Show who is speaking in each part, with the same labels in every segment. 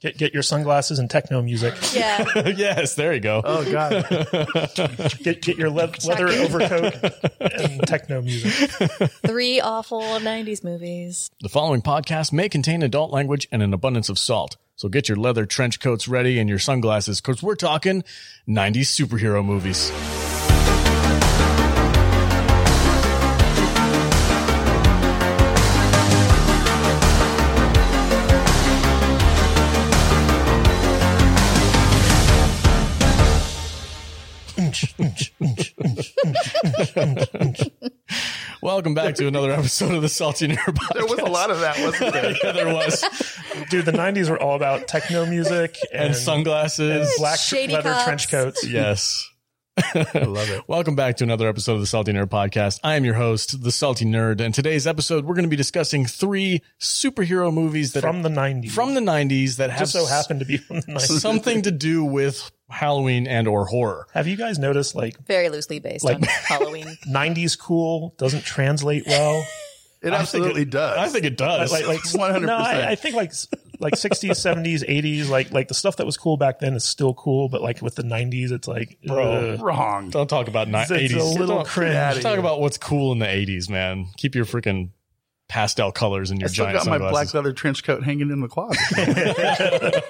Speaker 1: Get, get your sunglasses and techno music.
Speaker 2: Yeah.
Speaker 3: yes, there you go.
Speaker 4: Oh God.
Speaker 1: Get get your le- leather overcoat and techno music.
Speaker 2: Three awful 90s movies.
Speaker 3: The following podcast may contain adult language and an abundance of salt. So get your leather trench coats ready and your sunglasses because we're talking 90s superhero movies. Welcome back to another episode of the Salty Nerd Podcast.
Speaker 4: There was a lot of that, wasn't there?
Speaker 3: yeah, there was.
Speaker 1: Dude, the '90s were all about techno music and,
Speaker 3: And sunglasses.
Speaker 1: black
Speaker 2: Shady
Speaker 1: leather
Speaker 2: cops.
Speaker 1: trench coats.
Speaker 3: Yes.
Speaker 4: I love it.
Speaker 3: Welcome back to another episode of the Salty Nerd Podcast. I am your host, the Salty Nerd, and today's episode we're going to be discussing three superhero movies that
Speaker 1: From
Speaker 3: are
Speaker 1: the '90s,
Speaker 3: from the '90s that have
Speaker 1: just so happened to be from the '90s.
Speaker 3: something to do with Halloween and or horror.
Speaker 1: Have you guys noticed like
Speaker 2: Very loosely based
Speaker 1: Like-
Speaker 2: on Halloween.
Speaker 1: '90s cool doesn't translate well?
Speaker 4: It absolutely does.
Speaker 3: I think it does.
Speaker 1: like like
Speaker 4: 100%.
Speaker 1: No, I, I think like s- like 60s, 70s, 80s, like like the stuff that was cool back then is still cool, but like with the '90s, it's like
Speaker 3: Bro.
Speaker 1: ugh.
Speaker 4: wrong.
Speaker 3: don't talk about ni-
Speaker 1: It's a
Speaker 3: 80s.
Speaker 1: little
Speaker 3: Don't-
Speaker 1: cringe.
Speaker 3: Just talk about what's cool in the 80s, man. Keep your freaking pastel colors and
Speaker 4: I
Speaker 3: your
Speaker 4: still
Speaker 3: giant
Speaker 4: got my
Speaker 3: sunglasses.
Speaker 4: black leather trench coat hanging in the closet.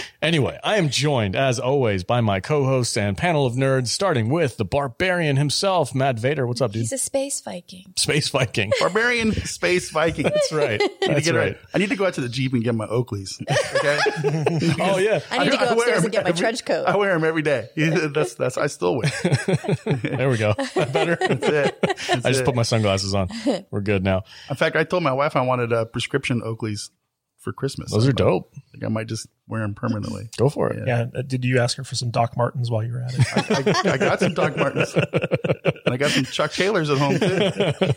Speaker 3: Anyway, I am joined, as always, by my co-hosts and panel of nerds, starting with the barbarian himself, Matt Vader. What's up, dude?
Speaker 2: He's a space Viking.
Speaker 3: Space Viking.
Speaker 4: Barbarian space Viking. That's
Speaker 3: right.
Speaker 4: I need, to
Speaker 3: That's
Speaker 4: get it right.
Speaker 3: right.
Speaker 4: I need to go out to the Jeep and get my Oakleys. Okay.
Speaker 3: Oh yeah.
Speaker 2: I need to go
Speaker 4: wear
Speaker 2: upstairs and
Speaker 4: them
Speaker 2: get my
Speaker 4: every-
Speaker 2: trench coat.
Speaker 4: I wear them every day. That's that's I still wear. them.
Speaker 3: There we go. Better.
Speaker 4: That's it. That's
Speaker 3: I just
Speaker 4: it.
Speaker 3: put my sunglasses on. We're good now.
Speaker 4: In fact, I told my wife I wanted uh, prescription Oakleys for Christmas.
Speaker 3: Those
Speaker 4: I
Speaker 3: are dope.
Speaker 4: think I might just wear them permanently.
Speaker 3: Go for it.
Speaker 1: Yeah, uh, did you ask her for some Doc Martens while you were at it?
Speaker 4: I, I got some Doc Martens and I got some Chuck Taylors at home too.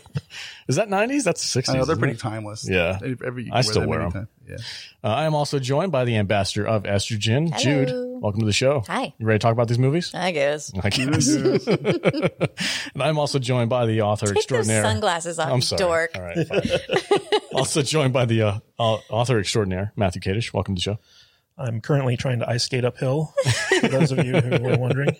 Speaker 3: Is that 90s? That's 60s.
Speaker 4: I know they're
Speaker 3: isn't
Speaker 4: pretty
Speaker 3: it?
Speaker 4: timeless.
Speaker 3: Yeah.
Speaker 4: They- every- you
Speaker 3: I
Speaker 4: can
Speaker 3: still wear 'em.
Speaker 4: anytime. Yeah.
Speaker 3: Uh, I am also joined by the ambassador of estrogen,
Speaker 2: Hello.
Speaker 3: Jude. Welcome to the show.
Speaker 2: Hi.
Speaker 3: You ready to talk about these movies?
Speaker 2: I guess.
Speaker 3: I guess. and I'm also joined by the author
Speaker 2: Take those
Speaker 3: extraordinaire.
Speaker 2: sunglasses off,
Speaker 3: I'm
Speaker 2: you
Speaker 3: sorry.
Speaker 2: dork.
Speaker 3: All right. fine. also joined by the uh, au- author extraordinaire, Matthew Kadish. Welcome to the show.
Speaker 1: I'm currently trying to ice skate uphill. For those of you who were wondering,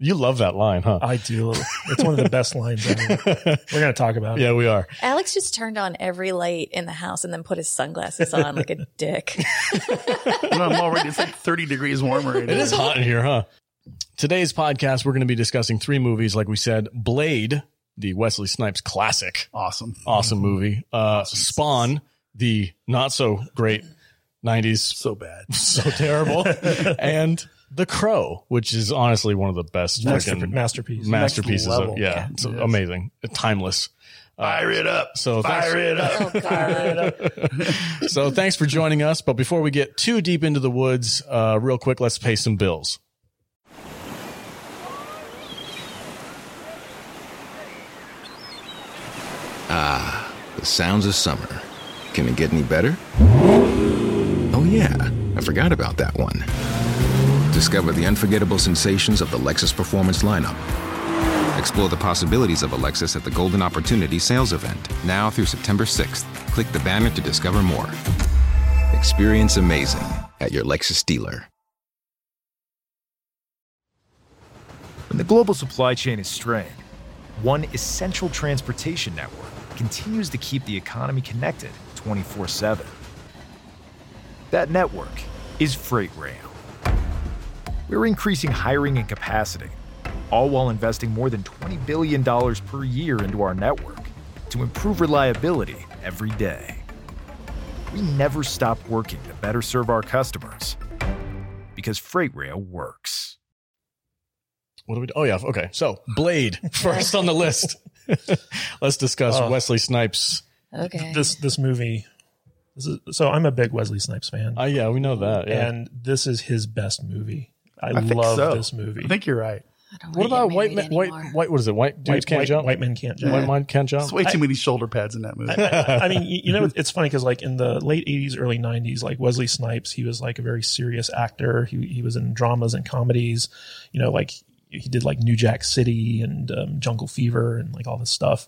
Speaker 3: You love that line, huh?
Speaker 1: I do. It's one of the best lines. Ever. We're going to talk about it.
Speaker 3: yeah, we are.
Speaker 2: Alex just turned on every light in the house and then put his sunglasses on like a dick.
Speaker 4: No, I'm already, it's like 30 degrees warmer. in
Speaker 3: It
Speaker 4: here.
Speaker 3: is hot in here, huh? Today's podcast, we're going to be discussing three movies. Like we said, Blade, the Wesley Snipes classic,
Speaker 4: awesome.
Speaker 3: awesome movie. Uh, Spawn, the not so great 90s,
Speaker 4: So bad.
Speaker 3: so terrible. and The Crow, which is honestly one of the best
Speaker 1: Master-
Speaker 3: freaking
Speaker 1: masterpiece.
Speaker 3: masterpieces.
Speaker 4: Next
Speaker 3: Of,
Speaker 4: level.
Speaker 3: yeah, it's amazing, timeless. Uh,
Speaker 4: Fire it up.
Speaker 3: So thanks,
Speaker 4: Fire it up.
Speaker 2: Oh, God.
Speaker 3: so thanks for joining us. But before we get too deep into the woods, uh, real quick, let's pay some bills.
Speaker 5: The sounds of summer. Can it get any better? Oh, yeah, I forgot about that one. Discover the unforgettable sensations of the Lexus Performance lineup. Explore the possibilities of a Lexus at the Golden Opportunity Sales Event, now through September 6th. Click the banner to discover more. Experience amazing at your Lexus dealer.
Speaker 6: When the global supply chain is strained, one essential transportation network continues to keep the economy connected 24 7. That network is freight rail. We're increasing hiring and capacity, all while investing more than $20 billion per year into our network to improve reliability every day. We never stop working to better serve our customers because freight rail works.
Speaker 3: What do we do? Oh, yeah. Okay. So, Blade, first on the list. Let's discuss Wesley Snipes.
Speaker 2: Okay.
Speaker 1: This this movie. This is, so I'm a big Wesley Snipes fan,
Speaker 3: Oh, yeah. We know that. Yeah.
Speaker 1: and this is his best movie. I,
Speaker 4: I think
Speaker 1: love
Speaker 4: so.
Speaker 1: this movie.
Speaker 4: I think you're right.
Speaker 2: I don't
Speaker 3: what
Speaker 2: wanna
Speaker 3: about
Speaker 2: get
Speaker 3: white, men,
Speaker 2: married
Speaker 3: white,
Speaker 2: anymore.
Speaker 3: white, what is it? White dudes
Speaker 1: white,
Speaker 3: can't
Speaker 1: white-
Speaker 3: jump?
Speaker 1: white men can't jump.
Speaker 3: White men can't jump?
Speaker 4: It's way too many shoulder pads in that movie.
Speaker 1: I mean, you, you know, it's funny because like in the late '80s, early '90s, like Wesley Snipes, he was like a very serious actor. He he was in dramas and comedies. You know, like he did like New Jack City and um, Jungle Fever and like all this stuff.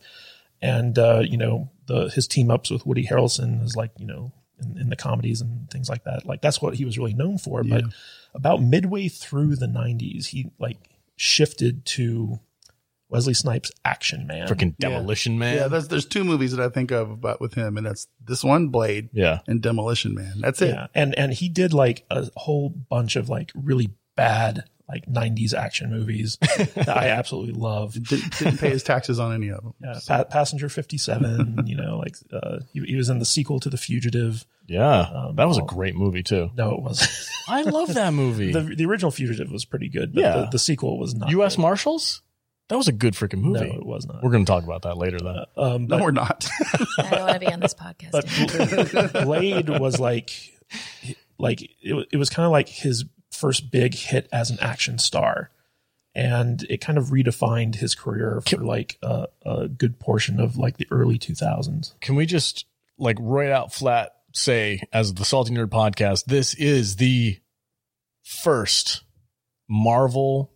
Speaker 1: And uh, you know, the his team ups with Woody Harrelson is like you know in, in the comedies and things like that. Like that's what he was really known for. But about midway through the '90s, he like shifted to Wesley Snipes' action man.
Speaker 3: Freaking Demolition Man.
Speaker 4: Yeah, there's there's two movies that I think of about with him, and that's this one, Blade,
Speaker 3: Yeah.
Speaker 4: and Demolition Man. That's it.
Speaker 1: Yeah, and and he did like a whole bunch of like really bad like '90s action movies that I absolutely love.
Speaker 4: Didn't, didn't pay his taxes on any of them.
Speaker 1: Yeah, pa- Passenger 57. you know, like uh, he, he was in the sequel to The Fugitive.
Speaker 3: Yeah,
Speaker 1: Um,
Speaker 3: that was a
Speaker 1: well-
Speaker 3: great movie too.
Speaker 1: No, it wasn't.
Speaker 3: Oh, I love that movie.
Speaker 1: the The original Fugitive was pretty good, but
Speaker 3: Yeah.
Speaker 1: the, the sequel was not.
Speaker 3: U.S.
Speaker 1: good.
Speaker 3: Marshals. That was a good freaking
Speaker 1: No,
Speaker 3: movie.
Speaker 1: it was not.
Speaker 3: We're going to talk about that later. Then
Speaker 1: um,
Speaker 4: No,
Speaker 1: but,
Speaker 4: we're not.
Speaker 2: I don't want to be on this podcast.
Speaker 1: but Bl- Blade was like, like it, wa- it was kind of like his first big hit as an action star, and it kind of redefined his career for like a, a good portion of like the early two thousands.
Speaker 3: can we just like right out flat say, as the Salty Nerd podcast, this is the first Marvel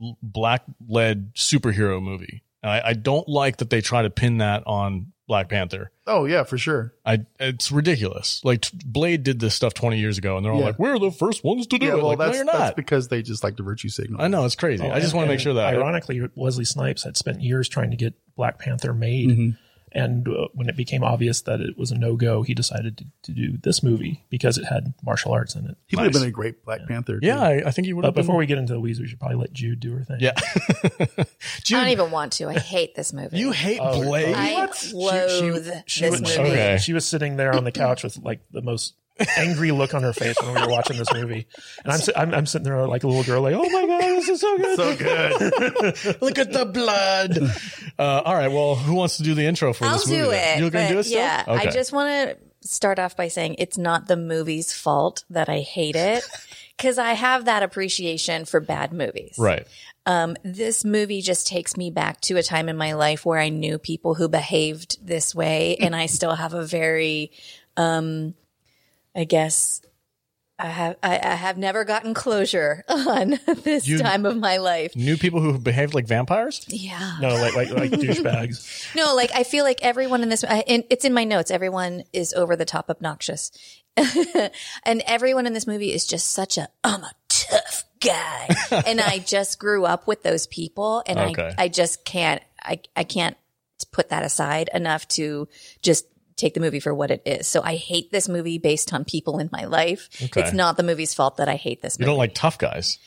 Speaker 3: l- black led superhero movie. And I, I don't like that they try to pin that on Black Panther.
Speaker 4: oh yeah, for sure.
Speaker 3: I it's ridiculous. Like t- Blade did this stuff 20 years ago, and they're all
Speaker 4: Yeah.
Speaker 3: like, "We're the first ones to do
Speaker 4: yeah,
Speaker 3: it."
Speaker 4: well,
Speaker 3: like, no,
Speaker 4: that's,
Speaker 3: you're
Speaker 4: that's
Speaker 3: not.
Speaker 4: because they just like the virtue signal.
Speaker 3: I know it's crazy. I
Speaker 1: Oh,
Speaker 3: just want to make sure that
Speaker 1: Ironically, Wesley Snipes had spent years trying to get Black Panther made.
Speaker 3: Mm-hmm.
Speaker 4: Mhm.
Speaker 1: And uh, when it became obvious that it was a no go, he decided to, to do this movie because it had martial arts in it.
Speaker 4: He would have been a great Black Panther.
Speaker 3: Yeah,
Speaker 4: too.
Speaker 3: I, I think you would.
Speaker 1: But
Speaker 3: have
Speaker 1: before
Speaker 3: been,
Speaker 1: we get into the weeds, we should probably let Jude do her thing.
Speaker 3: yeah,
Speaker 2: I don't
Speaker 3: Jude,
Speaker 2: even want to. I hate this movie.
Speaker 3: you hate
Speaker 1: Oh,
Speaker 3: Blade.
Speaker 2: I loathe this
Speaker 1: was,
Speaker 2: movie.
Speaker 3: Okay.
Speaker 1: she was sitting there on the couch with like the most angry look on her face when we were watching this movie, and I'm si- I'm, I'm sitting there like a little girl, like, oh my god, this is so good.
Speaker 4: so good.
Speaker 3: Look at the blood. Uh, all right. Well, who wants to do the intro for
Speaker 2: I'll
Speaker 3: this movie?
Speaker 2: do
Speaker 3: then?
Speaker 2: it.
Speaker 3: You're gonna
Speaker 2: but
Speaker 3: do it. Still?
Speaker 2: Yeah.
Speaker 3: Okay.
Speaker 2: I just want to start off by saying it's not the movie's fault that I hate it because I have that appreciation for bad movies.
Speaker 3: right.
Speaker 2: Um, this movie just takes me back to a time in my life where I knew people who behaved this way, and I still have a very, um, I guess. I have I, I have never gotten closure on this
Speaker 3: You-
Speaker 2: time of my life.
Speaker 3: New people who behaved like vampires.
Speaker 2: Yeah.
Speaker 1: No, like like like douchebags.
Speaker 2: No, like I feel like everyone in this, I, and it's in my notes. Everyone is over the top obnoxious, and everyone in this movie is just such a I'm a tough guy, and I just grew up with those people, and
Speaker 3: Okay.
Speaker 2: I I just can't I I can't put that aside enough to just take the movie for what it is. So I hate this movie based on people in my life.
Speaker 3: Okay.
Speaker 2: It's not the movie's fault that I hate this
Speaker 3: You
Speaker 2: movie.
Speaker 3: don't like tough guys.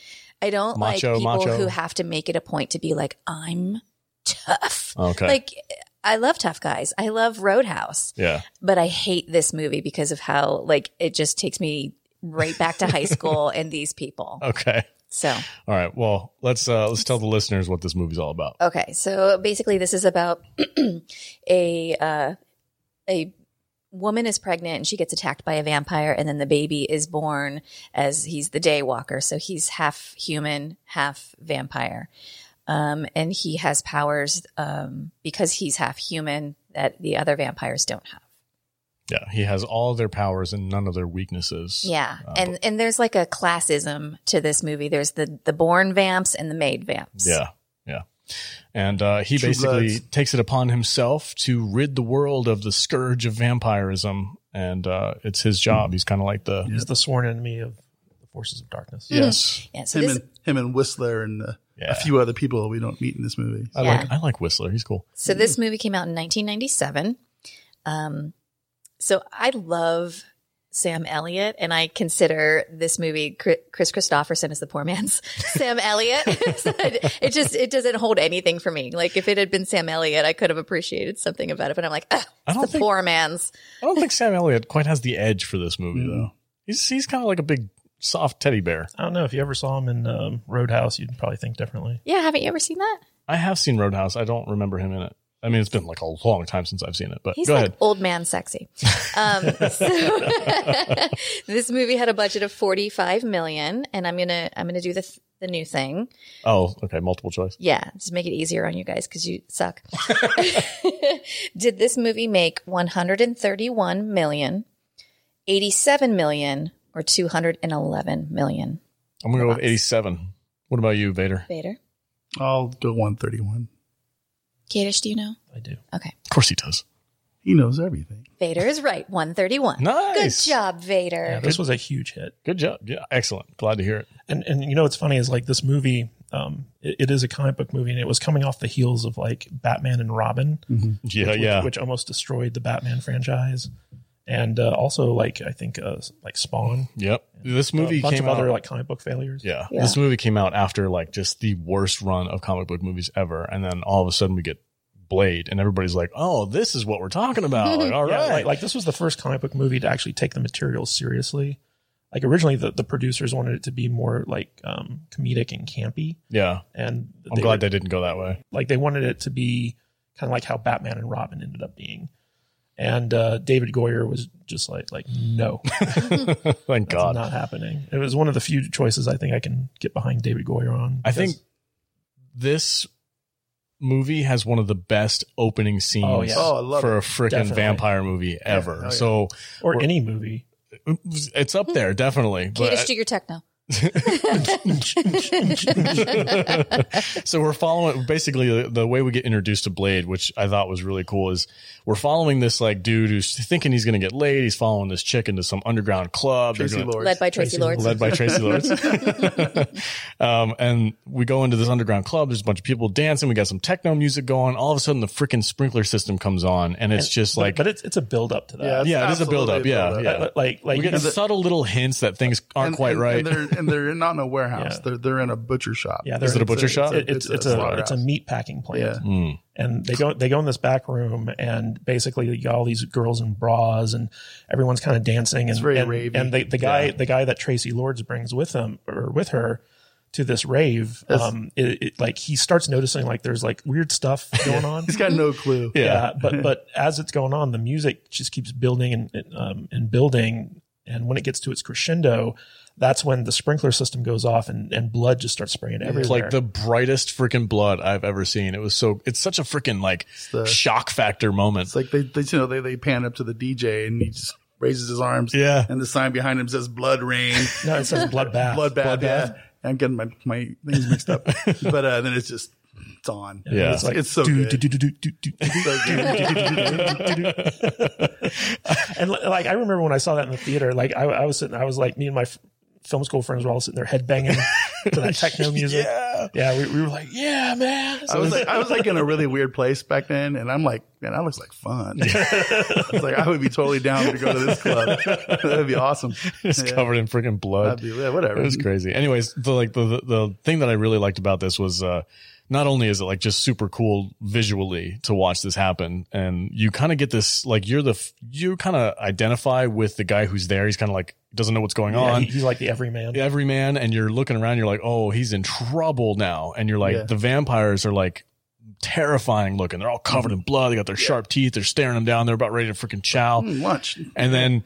Speaker 2: I don't
Speaker 3: Macho,
Speaker 2: like people
Speaker 3: macho.
Speaker 2: who have to make it a point to be like I'm tough.
Speaker 3: Okay.
Speaker 2: Like I love Tough Guys. I love Roadhouse,
Speaker 3: yeah.
Speaker 2: but I hate this movie because of how like it just takes me right back to high school and these people.
Speaker 3: Okay.
Speaker 2: So,
Speaker 3: All right. Well, let's uh, let's tell the listeners what this movie's all about.
Speaker 2: okay. So basically this is about a uh a woman is pregnant and she gets attacked by a vampire and then the baby is born as he's the day walker. So he's half human, half vampire. Um, and he has powers um, because he's half human that the other vampires don't have.
Speaker 3: Yeah. He has all their powers and none of their weaknesses.
Speaker 2: Yeah,
Speaker 3: Uh,
Speaker 2: and and there's like a classism to this movie. There's the the born vamps and the made vamps.
Speaker 3: Yeah. Yeah. And uh, he
Speaker 4: True
Speaker 3: basically
Speaker 4: Bloods.
Speaker 3: takes it upon himself to rid the world of the scourge of vampirism. And uh, it's his job. He's kind of like the.
Speaker 1: He's the sworn enemy of the forces of darkness.
Speaker 3: Yes.
Speaker 2: yeah. So
Speaker 4: him
Speaker 2: this,
Speaker 4: and him and Whistler and uh,
Speaker 3: Yeah.
Speaker 4: a few other people we don't meet in this movie.
Speaker 3: I,
Speaker 2: Mm-hmm. Yeah.
Speaker 3: like, I like Whistler. He's cool.
Speaker 2: so this
Speaker 4: Mhm.
Speaker 2: movie came out in 1997. Um, so I love Sam Elliott, and I consider this movie Chri- Chris Christopherson is the poor man's Sam Elliott. So it, it just it doesn't hold anything for me. Like if it had been Sam Elliott, I could have appreciated something about it. But I'm like, ah,
Speaker 3: I
Speaker 2: it's
Speaker 3: don't
Speaker 2: the
Speaker 3: think-
Speaker 2: poor man's.
Speaker 3: I don't think Sam Elliott quite has the edge for this movie, though. He's he's kind of like a big soft teddy bear.
Speaker 1: I don't know if you ever saw him in um, Roadhouse, you'd probably think differently.
Speaker 2: Yeah, haven't you ever seen that?
Speaker 3: I have seen Roadhouse. I don't remember him in it. I mean, it's been like a long time since I've seen it, but
Speaker 2: He's
Speaker 3: go
Speaker 2: like
Speaker 3: ahead.
Speaker 2: old man sexy. Um, so this movie had a budget of 45 million and I'm going to, I'm going to do the, th- the new thing.
Speaker 3: Oh, okay. Multiple choice.
Speaker 2: Yeah. Just make it easier on you guys because you suck. Did this movie make 131 million, 87 million or 211 million?
Speaker 3: I'm going to go with 87. What about you, Vader?
Speaker 2: Vader?
Speaker 4: I'll go one thirty one.
Speaker 2: Kadish, do you know?
Speaker 1: I do.
Speaker 2: Okay.
Speaker 3: Of course he does.
Speaker 4: He knows everything.
Speaker 2: Vader is right. 131.
Speaker 3: Nice.
Speaker 2: Good job, Vader.
Speaker 1: Yeah, this was a huge hit.
Speaker 3: Good job. Yeah, excellent. Glad to hear it.
Speaker 1: And and you know what's funny is like this movie, um, it, it is a comic book movie, and it was coming off the heels of like Batman and Robin,
Speaker 3: Yeah,
Speaker 1: which, which almost destroyed the Batman franchise, and uh, also like I think uh, like Spawn,
Speaker 3: yep. This movie
Speaker 1: a bunch
Speaker 3: came
Speaker 1: of
Speaker 3: out
Speaker 1: other like comic book failures.
Speaker 3: yeah,
Speaker 2: Yeah.
Speaker 3: This movie came out after like just the worst run of comic book movies ever, and then all of a sudden we get Blade, and everybody's like, "Oh, this is what we're talking about." Like, all
Speaker 1: Yeah,
Speaker 3: right.
Speaker 1: like, like this was the first comic book movie to actually take the material seriously. Like originally, the, the producers wanted it to be more like um, comedic and campy,
Speaker 3: yeah.
Speaker 1: and
Speaker 3: I'm glad
Speaker 1: were-
Speaker 3: they didn't go that way.
Speaker 1: like they wanted it to be kind of like how Batman and Robin ended up being. And uh, David Goyer was just like, like no,
Speaker 3: Thank
Speaker 1: that's
Speaker 3: God.
Speaker 1: not happening. It was one of the few choices I think I can get behind David Goyer on.
Speaker 3: I think
Speaker 1: because-
Speaker 3: this movie has one of the best opening scenes
Speaker 1: Oh, yeah.
Speaker 4: Oh, I love
Speaker 3: for a freaking
Speaker 1: Definitely.
Speaker 3: vampire movie ever.
Speaker 4: Oh, yeah.
Speaker 3: So
Speaker 1: or any movie.
Speaker 3: it's up there definitely.
Speaker 2: Kate
Speaker 3: But
Speaker 2: is to your techno.
Speaker 3: so we're following basically the, the way we get introduced to Blade, which I thought was really cool, is we're following this like dude who's thinking he's going to get laid. He's following this chick into some underground club. They're
Speaker 4: Tracy
Speaker 3: gonna-
Speaker 4: Lords.
Speaker 2: Led by Tracy, Lords.
Speaker 3: Led by Tracy Lords. um, and we go into this underground club. There's a bunch of people dancing. We got some techno music going. All of a sudden, the freaking sprinkler system comes on, and it's just
Speaker 1: But-
Speaker 3: like,
Speaker 1: but it's it's a build up to that.
Speaker 4: Yeah, it's
Speaker 3: yeah, it is a
Speaker 4: absolutely
Speaker 3: buildup.
Speaker 4: a
Speaker 3: Yeah,
Speaker 4: buildup.
Speaker 3: yeah.
Speaker 1: Like- like like
Speaker 3: we get
Speaker 1: you-
Speaker 3: subtle little hints that things aren't
Speaker 4: And-
Speaker 3: quite
Speaker 4: and-
Speaker 3: right.
Speaker 4: And they're, and they're not in a warehouse.
Speaker 1: Yeah.
Speaker 4: They're they're in a butcher shop.
Speaker 1: yeah,
Speaker 3: Is
Speaker 1: they're-
Speaker 3: it a butcher
Speaker 1: it's
Speaker 3: shop?
Speaker 1: It's, it's, it's a it's a meat packing plant.
Speaker 4: Yeah.
Speaker 3: Mm.
Speaker 1: and they go they go in this back room and basically you got all these girls in bras and everyone's kind of dancing and
Speaker 4: It's very
Speaker 1: and,
Speaker 4: ravey.
Speaker 1: and they, the guy
Speaker 3: Yeah.
Speaker 1: the guy that Tracy Lords brings with him or with her to this rave
Speaker 4: That's-
Speaker 1: um it, it like he starts noticing like there's like weird stuff going on
Speaker 4: He's got no clue.
Speaker 3: Yeah.
Speaker 1: but but as it's going on the music just keeps building and- and um, and building and when it gets to its crescendo that's when the sprinkler system goes off and and blood just starts spraying everywhere
Speaker 3: It's like the brightest freaking blood I've ever seen. It was so it's such a freaking like
Speaker 4: the-
Speaker 3: shock factor moment.
Speaker 4: It's like they, they you know they, they pan up to the DJ and he just raises his arms.
Speaker 3: Yeah.
Speaker 4: And the sign behind him says "Blood Rain."
Speaker 1: no it says bloodbath
Speaker 4: Bloodbath.
Speaker 3: Bloodbath.
Speaker 4: yeah. I'm getting my, my things mixed up, but uh, then it's just it's on.
Speaker 1: And
Speaker 3: Yeah.
Speaker 1: it's like
Speaker 4: It's so
Speaker 1: do,
Speaker 4: good.
Speaker 1: do, do, do, do, do, do. and li- like I remember when I saw that in the theater, like I, I was sitting, I was like, me and my f- film school friends were all sitting there headbanging to that techno music.
Speaker 3: Yeah.
Speaker 1: Yeah, we, we were like, yeah, man.
Speaker 4: I
Speaker 1: So
Speaker 4: was like I was like in a really weird place back then, and I'm like, man, that looks like fun. I was like, I would be totally down to go to this club. That'd be awesome.
Speaker 3: It's
Speaker 4: Yeah.
Speaker 3: covered in freaking blood.
Speaker 4: That'd be yeah, whatever.
Speaker 3: It was crazy. Anyways, the like the, the the thing that I really liked about this was uh not only is it like just super cool visually to watch this happen and you kind of get this like you're the f- you kind of identify with the guy who's there. He's kind of like doesn't know what's going
Speaker 1: yeah,
Speaker 3: on.
Speaker 1: he- he's like the everyman.
Speaker 3: every man and you're looking around you're like oh he's in trouble now and you're like
Speaker 4: Yeah.
Speaker 3: the vampires are like terrifying looking they're all covered in blood they got their sharp teeth they're staring him down they're about ready to freaking chow
Speaker 4: Mm, lunch.
Speaker 3: and then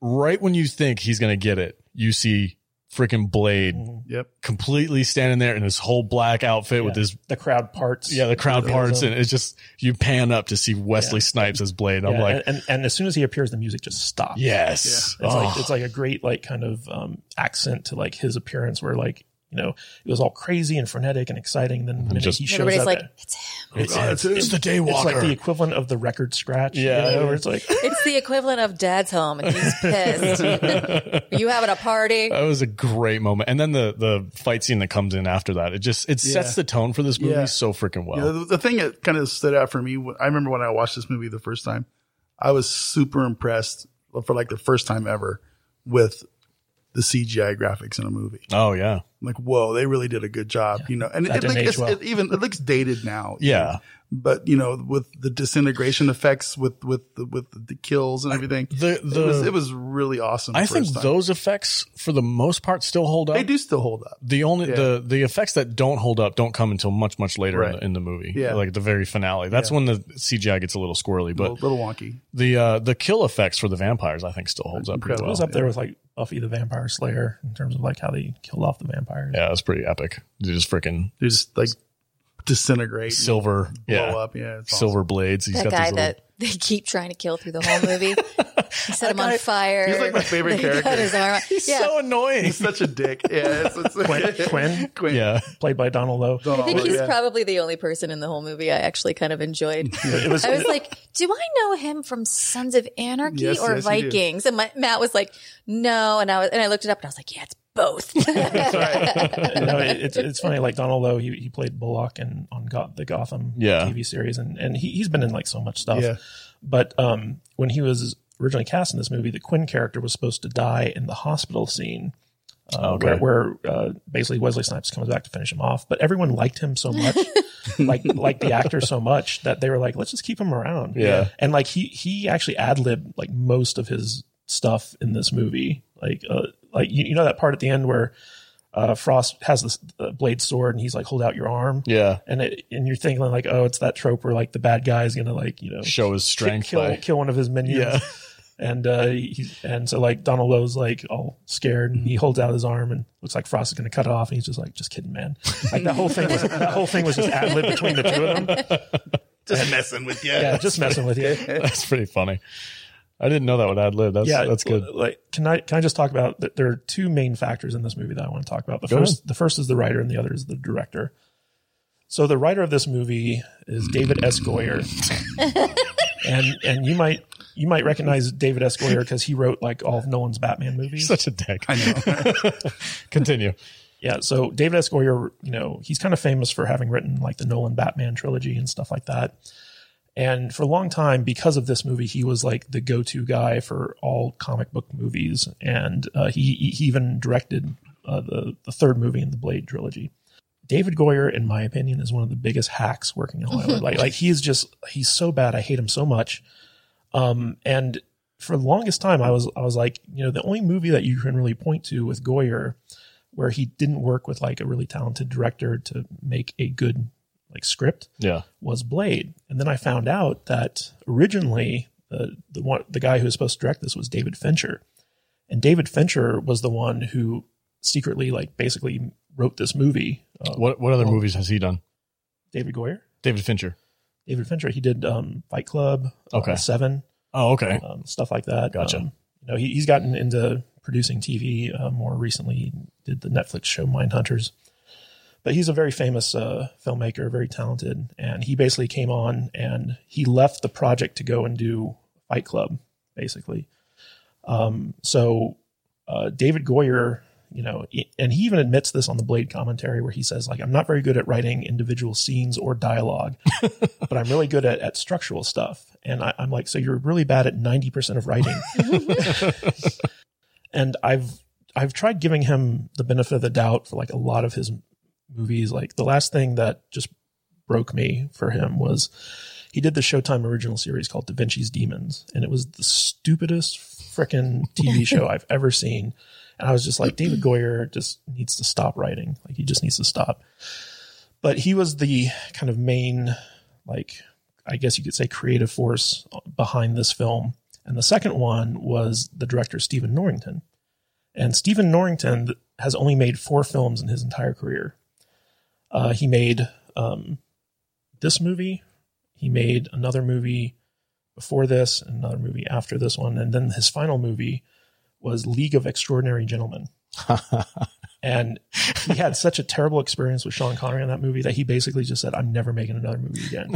Speaker 3: right when you think he's gonna get it you see freaking blade
Speaker 4: Yep.
Speaker 3: completely standing there in his whole black outfit with
Speaker 1: Yeah.
Speaker 3: his
Speaker 1: The crowd parts.
Speaker 3: yeah the crowd
Speaker 1: Yeah.
Speaker 3: parts and it's just you pan up to see wesley snipes as blade i'm
Speaker 1: Yeah,
Speaker 3: like
Speaker 1: and, and and as soon as he appears, the music just stops.
Speaker 3: yes
Speaker 1: It's
Speaker 3: Oh.
Speaker 1: like it's like a great like kind of um, accent to like his appearance, where like you know it was all crazy and frenetic and exciting. Then the minute
Speaker 3: just-
Speaker 1: he
Speaker 2: And
Speaker 1: shows
Speaker 2: everybody's
Speaker 1: up,
Speaker 2: like,
Speaker 1: it-
Speaker 2: it's him.
Speaker 3: it's,
Speaker 4: God,
Speaker 3: it's,
Speaker 4: it's him.
Speaker 3: it's the daywalker
Speaker 1: it's like the equivalent of the record scratch. you
Speaker 3: Yeah.
Speaker 1: know, where it's like
Speaker 2: It's the equivalent of dad's home and he's pissed. you having a party?
Speaker 3: That was a great moment. And then the the fight scene that comes in after that, it just it sets the tone for this movie
Speaker 4: Yeah.
Speaker 3: so freaking well.
Speaker 4: You know, the, the thing that kind of stood out for me, I remember when I watched this movie the first time, I was super impressed for like the first time ever with the CGI graphics in a movie.
Speaker 3: oh yeah.
Speaker 4: I'm like, whoa, they really did a good job, you know. And
Speaker 1: That
Speaker 4: it,
Speaker 1: didn't
Speaker 4: like,
Speaker 1: age
Speaker 4: it's,
Speaker 1: well.
Speaker 4: it even it looks dated now.
Speaker 3: Yeah.
Speaker 4: but you know, with the disintegration effects, with with the, with the kills and everything,
Speaker 3: The the
Speaker 4: it was it was really awesome.
Speaker 3: I
Speaker 4: the
Speaker 3: think
Speaker 4: first time.
Speaker 3: those effects for the most part still hold up.
Speaker 4: they do still hold up.
Speaker 3: The only
Speaker 4: Yeah.
Speaker 3: the the effects that don't hold up don't come until much much later in,
Speaker 4: Right.
Speaker 3: the, in the movie.
Speaker 4: Yeah.
Speaker 3: Like the very finale. That's when the CGI gets a little squirrely,
Speaker 4: But, a
Speaker 3: but
Speaker 4: little wonky.
Speaker 3: the uh the kill effects for the vampires I think still holds up pretty
Speaker 1: It
Speaker 4: Incredible.
Speaker 3: well.
Speaker 1: was up there with like Buffy the Vampire Slayer in terms of like how they killed off the vampires.
Speaker 3: Yeah, that's pretty epic. They just freaking
Speaker 4: They just like disintegrate, and
Speaker 3: silver,
Speaker 4: blow
Speaker 3: yeah,
Speaker 4: up. Yeah, it's awesome.
Speaker 3: silver blades. He's
Speaker 2: That
Speaker 3: got these
Speaker 2: guy
Speaker 3: little-
Speaker 2: that they keep trying to kill through the whole movie. he set him on fire.
Speaker 4: he's like my favorite
Speaker 2: They cut
Speaker 4: character.
Speaker 2: his arm.
Speaker 3: He's
Speaker 2: yeah.
Speaker 3: so annoying.
Speaker 4: He's such a dick. Yeah, it's, it's,
Speaker 1: Quinn, Quinn,
Speaker 4: Quinn.
Speaker 3: Yeah.
Speaker 1: played by Donald Lowe.
Speaker 4: Don't
Speaker 2: I think
Speaker 4: all-
Speaker 2: he's
Speaker 4: yeah.
Speaker 2: probably the only person in the whole movie I actually kind of enjoyed.
Speaker 1: It was,
Speaker 2: I was like, "Do I know him from Sons of Anarchy
Speaker 4: Yes,
Speaker 2: or
Speaker 4: yes, you do.
Speaker 2: Vikings?" And my, Matt was like, "No," and I was, and I looked it up, and I was like, "Yeah, it's both."
Speaker 1: you know, it, it's, it's funny. Like Donald Lowe, he, he played Bullock and on Got, the Gotham
Speaker 3: Yeah.
Speaker 1: TV series, and and he, he's been in like so much stuff.
Speaker 4: Yeah.
Speaker 1: But um, when he was originally cast in this movie, the Quinn character was supposed to die in the hospital scene. Uh,
Speaker 3: Oh, Okay.
Speaker 1: Where, where uh, basically Wesley Snipes comes back to finish him off, but everyone liked him so much, like like the actor so much that they were like, let's just keep him around.
Speaker 3: Yeah.
Speaker 1: and like he he actually ad libbed like most of his stuff in this movie. Like uh, like you, you know that part at the end where uh, Frost has this uh, blade sword and he's like, hold out your arm,
Speaker 3: Yeah.
Speaker 1: and it, and you're thinking like, oh, it's that trope where like the bad guy is gonna like you know
Speaker 3: Show his strength.
Speaker 1: kill,
Speaker 3: by-
Speaker 1: kill one of his minions.
Speaker 3: Yeah.
Speaker 1: And uh, he's and so like Donald Lowe's like all scared and he
Speaker 3: Mm-hmm.
Speaker 1: holds out his arm and looks like Frost is going to cut it off and he's just like just kidding man like that whole thing was that whole thing was just ad lib between the two of them
Speaker 4: Just messing with you.
Speaker 1: yeah just messing with you
Speaker 3: That's pretty funny. I didn't know that would ad lib. That's
Speaker 1: yeah
Speaker 3: that's good.
Speaker 1: like can I can I just talk about that there are two main factors in this movie that I want to talk about the
Speaker 3: Go
Speaker 1: first the first is the writer and the other is the director so the writer of this movie is David S Goyer and and you might you might recognize David S Goyer because he wrote like all of Nolan's Batman movies
Speaker 3: Such a dick.
Speaker 4: I know.
Speaker 3: Continue.
Speaker 1: Yeah, so David S. Goyer, you know, he's kind of famous for having written like the Nolan Batman trilogy and stuff like that. And for a long time, because of this movie, he was like the go-to guy for all comic book movies, and uh, he, he even directed uh, the the third movie in the Blade trilogy. David Goyer, in my opinion, is one of the biggest hacks working in Hollywood. like, like he is just he's so bad. I hate him so much. Um, and for the longest time, I was I was like, you know, the only movie that you can really point to with Goyer where he didn't work with like a really talented director to make a good like script
Speaker 3: Yeah.
Speaker 1: was Blade. And then I found out that originally the the one the guy who was supposed to direct this was David Fincher. And David Fincher was the one who secretly like basically wrote this movie. Uh,
Speaker 3: What what other movies has he done?
Speaker 1: David Goyer?
Speaker 3: David Fincher.
Speaker 1: David Fincher, he did um Fight Club,
Speaker 3: Okay.
Speaker 1: uh, 7,
Speaker 3: Oh, okay.
Speaker 1: um, stuff like that.
Speaker 3: Gotcha.
Speaker 1: Um, you know, he, he's gotten into producing TV uh, more recently. He did the Netflix show Mindhunters. But he's a very famous uh, filmmaker, very talented. And he basically came on and he left the project to go and do Fight Club, basically. Um, so uh, David Goyer, you know, he- and he even admits this on the Blade commentary where he says, like, I'm not very good at writing individual scenes or dialogue but I'm really good at, at structural stuff. And I, I'm like, so you're really bad at 90% of writing. and I've, I've tried giving him the benefit of the doubt for like a lot of his movies. Like the last thing that just broke me for him was he did the Showtime original series called Da Vinci's Demons. And it was the stupidest frickin' TV show I've ever seen. And I was just like, David Goyer just needs to stop writing. Like he just needs to stop. But he was the kind of main like I guess you could say creative force behind this film. And the second one was the director Stephen Norrington. And Stephen Norrington has only made four films in his entire career. Uh, he made um, this movie, he made another movie before this, and another movie after this one, and then his final movie was League of Extraordinary Gentlemen. and he had such a terrible experience with Sean Connery in that movie that he basically just said, "I'm never making another movie again."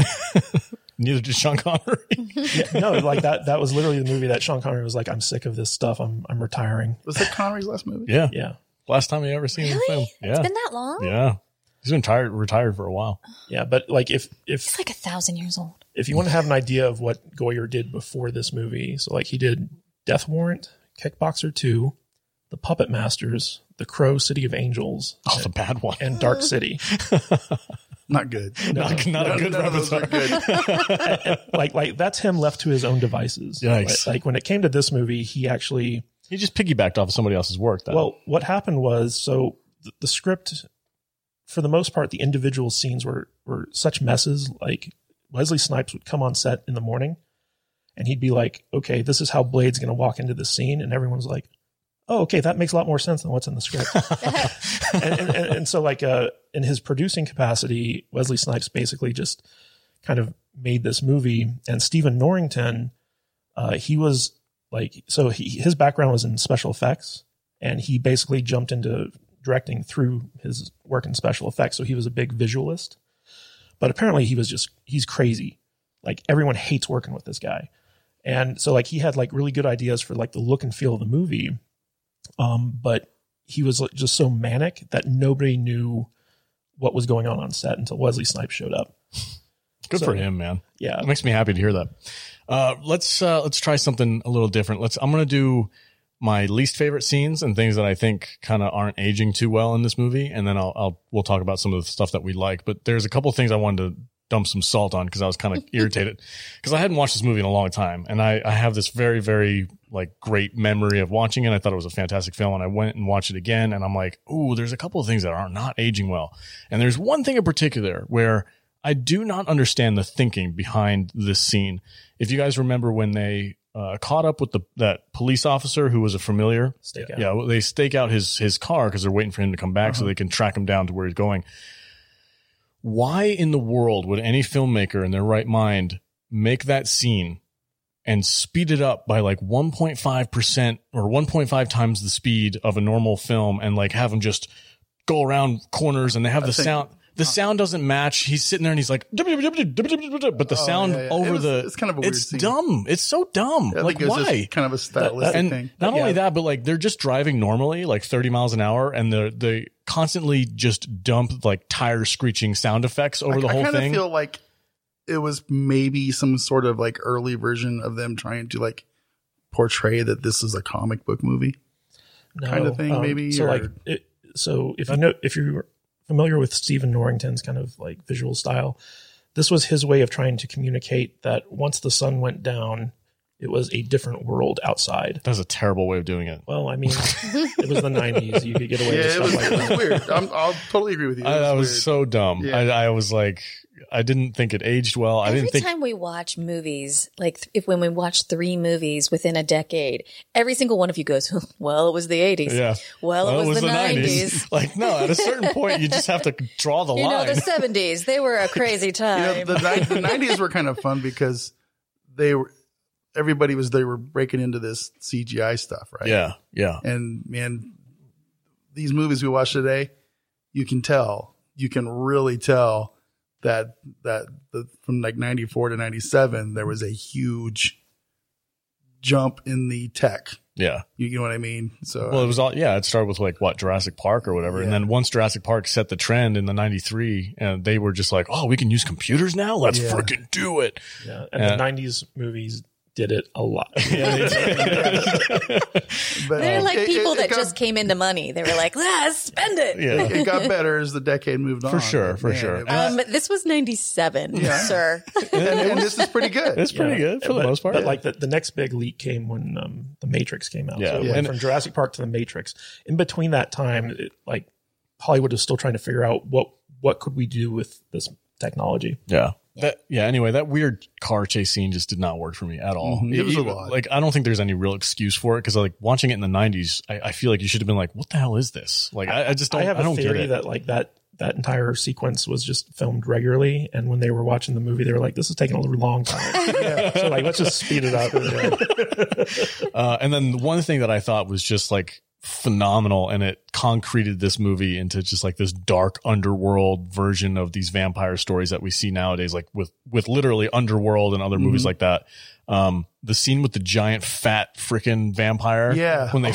Speaker 3: Neither did Sean Connery.
Speaker 1: Yeah, no, like that. That was literally the movie that Sean Connery was like, "I'm sick of this stuff. I'm I'm retiring."
Speaker 4: Was that Connery's last movie?
Speaker 3: yeah.
Speaker 1: Yeah,
Speaker 3: Last time he ever seen the film.
Speaker 2: really? It's
Speaker 3: Yeah.
Speaker 2: been that long?
Speaker 3: Yeah. He's been tired retired for a while.
Speaker 1: yeah. But like, if if
Speaker 2: It's like a thousand years old.
Speaker 1: if you want to have an idea of what Goyer did before this movie, so like he did Death Warrant, Kickboxer Two, The Puppet Masters, The Crow, City of Angels,
Speaker 3: Oh, the bad one.
Speaker 1: and Dark City.
Speaker 4: Not good.
Speaker 3: not not a good
Speaker 4: None of those are
Speaker 3: repertoire.
Speaker 4: good.
Speaker 1: Like like that's him left to his own devices.
Speaker 3: Yikes.
Speaker 1: Like, like when it came to this movie, he actually
Speaker 3: He just piggybacked off of somebody else's work. Then.
Speaker 1: Well, what happened was so the, the script, for the most part, the individual scenes were were such messes. Like Wesley Snipes would come on set in the morning, and he'd be like, "Okay, this is how Blade's going to walk into the scene," and everyone's like, "Oh, okay, that makes a lot more sense than what's in the script." and, and, and, and so, like, uh, in his producing capacity, Wesley Snipes basically just kind of made this movie, and Stephen Norrington, uh, he was like, so he, his background was in special effects, and he basically jumped into directing through his work in special effects. So he was a big visualist, but apparently he was just he's crazy. Like everyone hates working with this guy, and so like he had like really good ideas for like the look and feel of the movie, um, but he was like, just so manic that nobody knew what was going on on set until Wesley Snipes showed up.
Speaker 3: Good
Speaker 1: So-
Speaker 3: for him, man.
Speaker 1: Yeah.
Speaker 3: It makes me happy to hear that. Uh, let's uh, let's try something a little different. Let's. I'm gonna do my least favorite scenes and things that I think kind of aren't aging too well in this movie, and then I'll, I'll we'll talk about some of the stuff that we like. But there's a couple things I wanted to dump some salt on because I was kind of irritated because I hadn't watched this movie in a long time, and I, I have this very very like great memory of watching it. I thought it was a fantastic film, and I went and watched it again, and I'm like, ooh, there's a couple of things that are not aging well, and there's one thing in particular where. I do not understand the thinking behind this scene. If you guys remember when they uh, caught up with the that police officer who was a familiar,
Speaker 1: Stakeout.
Speaker 3: yeah, well, they stake out his his car because they're waiting for him to come back so they can track him down to where he's going. Why in the world would any filmmaker in their right mind make that scene and speed it up by like 1.5% or 1.5 times the speed of a normal film and like have him just go around corners and they have the
Speaker 4: think-
Speaker 3: sound the sound doesn't match. He's sitting there and he's like, but the
Speaker 4: Oh,
Speaker 3: sound
Speaker 4: yeah, yeah. It
Speaker 3: over
Speaker 4: was-
Speaker 3: the
Speaker 4: it's kind of a weird
Speaker 3: it's
Speaker 4: scene.
Speaker 3: dumb. It's so dumb.
Speaker 4: I
Speaker 3: like
Speaker 4: think it was
Speaker 3: why?
Speaker 4: just kind of a stylistic
Speaker 3: Uh, and
Speaker 4: thing.
Speaker 3: not
Speaker 1: Yeah.
Speaker 3: only that, but like they're just driving normally, like 30 miles an hour, and they're they constantly just dump like tire screeching sound effects over the
Speaker 4: I,
Speaker 3: whole
Speaker 4: I kinda
Speaker 3: thing.
Speaker 4: feel like it was maybe some sort of like early version of them trying to like portray that this is a comic book movie.
Speaker 1: no. Um,
Speaker 4: kind of thing, maybe,
Speaker 1: So
Speaker 4: or-
Speaker 1: like, it, so if you know, if you're familiar with Stephen Norrington's kind of like visual style, this was his way of trying to communicate that once the sun went down, it was a different world outside.
Speaker 3: That's a terrible way of doing it.
Speaker 1: Well, I mean, it was the '90s; you could get away
Speaker 4: yeah,
Speaker 1: with
Speaker 4: it
Speaker 1: stuff
Speaker 4: was,
Speaker 1: like
Speaker 4: it
Speaker 1: that.
Speaker 4: was weird. I'm, I'll totally agree with you. It
Speaker 3: I, that was
Speaker 4: weird.
Speaker 3: so dumb.
Speaker 4: Yeah.
Speaker 3: I, I was like, I didn't think it aged well. I
Speaker 2: every
Speaker 3: didn't think
Speaker 2: time we watch movies, like th- if when we watch three movies within a decade, every single one of you goes, "Well, it was the '80s.
Speaker 3: Yeah.
Speaker 2: Well, it, was, the, '90s.
Speaker 3: like, no, at a certain point, you just have to draw the
Speaker 2: You know,
Speaker 3: line.
Speaker 2: the '70s. They were a crazy
Speaker 4: You
Speaker 2: time.
Speaker 4: know, the, ni- the 90s were kind of fun because they were everybody was they were breaking into this CGI stuff, right?
Speaker 3: yeah, yeah.
Speaker 4: And man, these movies we watch today, you can tell, you can really tell that that the, from like 94 to 97 there was a huge jump in the tech.
Speaker 3: Yeah.
Speaker 4: You, you know what I mean? So
Speaker 3: Well, it was all yeah. It started with like what Jurassic Park or whatever, and
Speaker 4: Yeah.
Speaker 3: then once Jurassic Park set the trend in the '93, and they were just like, "Oh, we can use computers now. Let's
Speaker 4: Yeah.
Speaker 3: freaking do it."
Speaker 1: Yeah, and
Speaker 3: Yeah.
Speaker 1: the '90s movies did it a lot.
Speaker 4: but
Speaker 2: They're like
Speaker 4: it- it-
Speaker 2: people
Speaker 4: it
Speaker 2: that
Speaker 4: got-
Speaker 2: just came into money. They were like, "Let's spend it."
Speaker 3: yeah,
Speaker 4: it got better as the decade moved on.
Speaker 3: For sure, for
Speaker 4: Man,
Speaker 3: sure.
Speaker 4: it was-
Speaker 2: Um, this was '97,
Speaker 4: Yeah.
Speaker 2: sir.
Speaker 4: and, and this is pretty good.
Speaker 3: it's pretty
Speaker 1: Yeah.
Speaker 3: good for
Speaker 1: But-
Speaker 3: the most part.
Speaker 1: But like the, the next big leap came when um, the Matrix came out.
Speaker 3: Yeah.
Speaker 1: So it
Speaker 3: Yeah.
Speaker 1: went from Jurassic Park to the Matrix. In between that time, it, like Hollywood was still trying to figure out what what could we do with this technology.
Speaker 3: yeah. That, yeah. Anyway, that weird car chase scene just did not work for me at all.
Speaker 1: Mm-hmm.
Speaker 4: Mhm. It was a
Speaker 3: Even-
Speaker 4: lot.
Speaker 3: Like, I don't think there's any real excuse for it because, like, watching it in the '90s, I, I feel like you should have been like, "What the hell is this?" Like, I, I just don't.
Speaker 1: I
Speaker 3: I,
Speaker 1: have a
Speaker 3: don't get
Speaker 1: theory
Speaker 3: it.
Speaker 1: that like that that entire sequence was just filmed regularly, and when they were watching the movie, they were like, "This is taking a long time." So like, let's just speed it up.
Speaker 3: Uh, and then the one thing that I thought was just like phenomenal and it concreted this movie into just like this dark underworld version of these vampire stories that we see nowadays, like with, with literally underworld and other movies like that. Um, the scene with the giant fat freaking vampire.
Speaker 4: Yeah.
Speaker 3: When they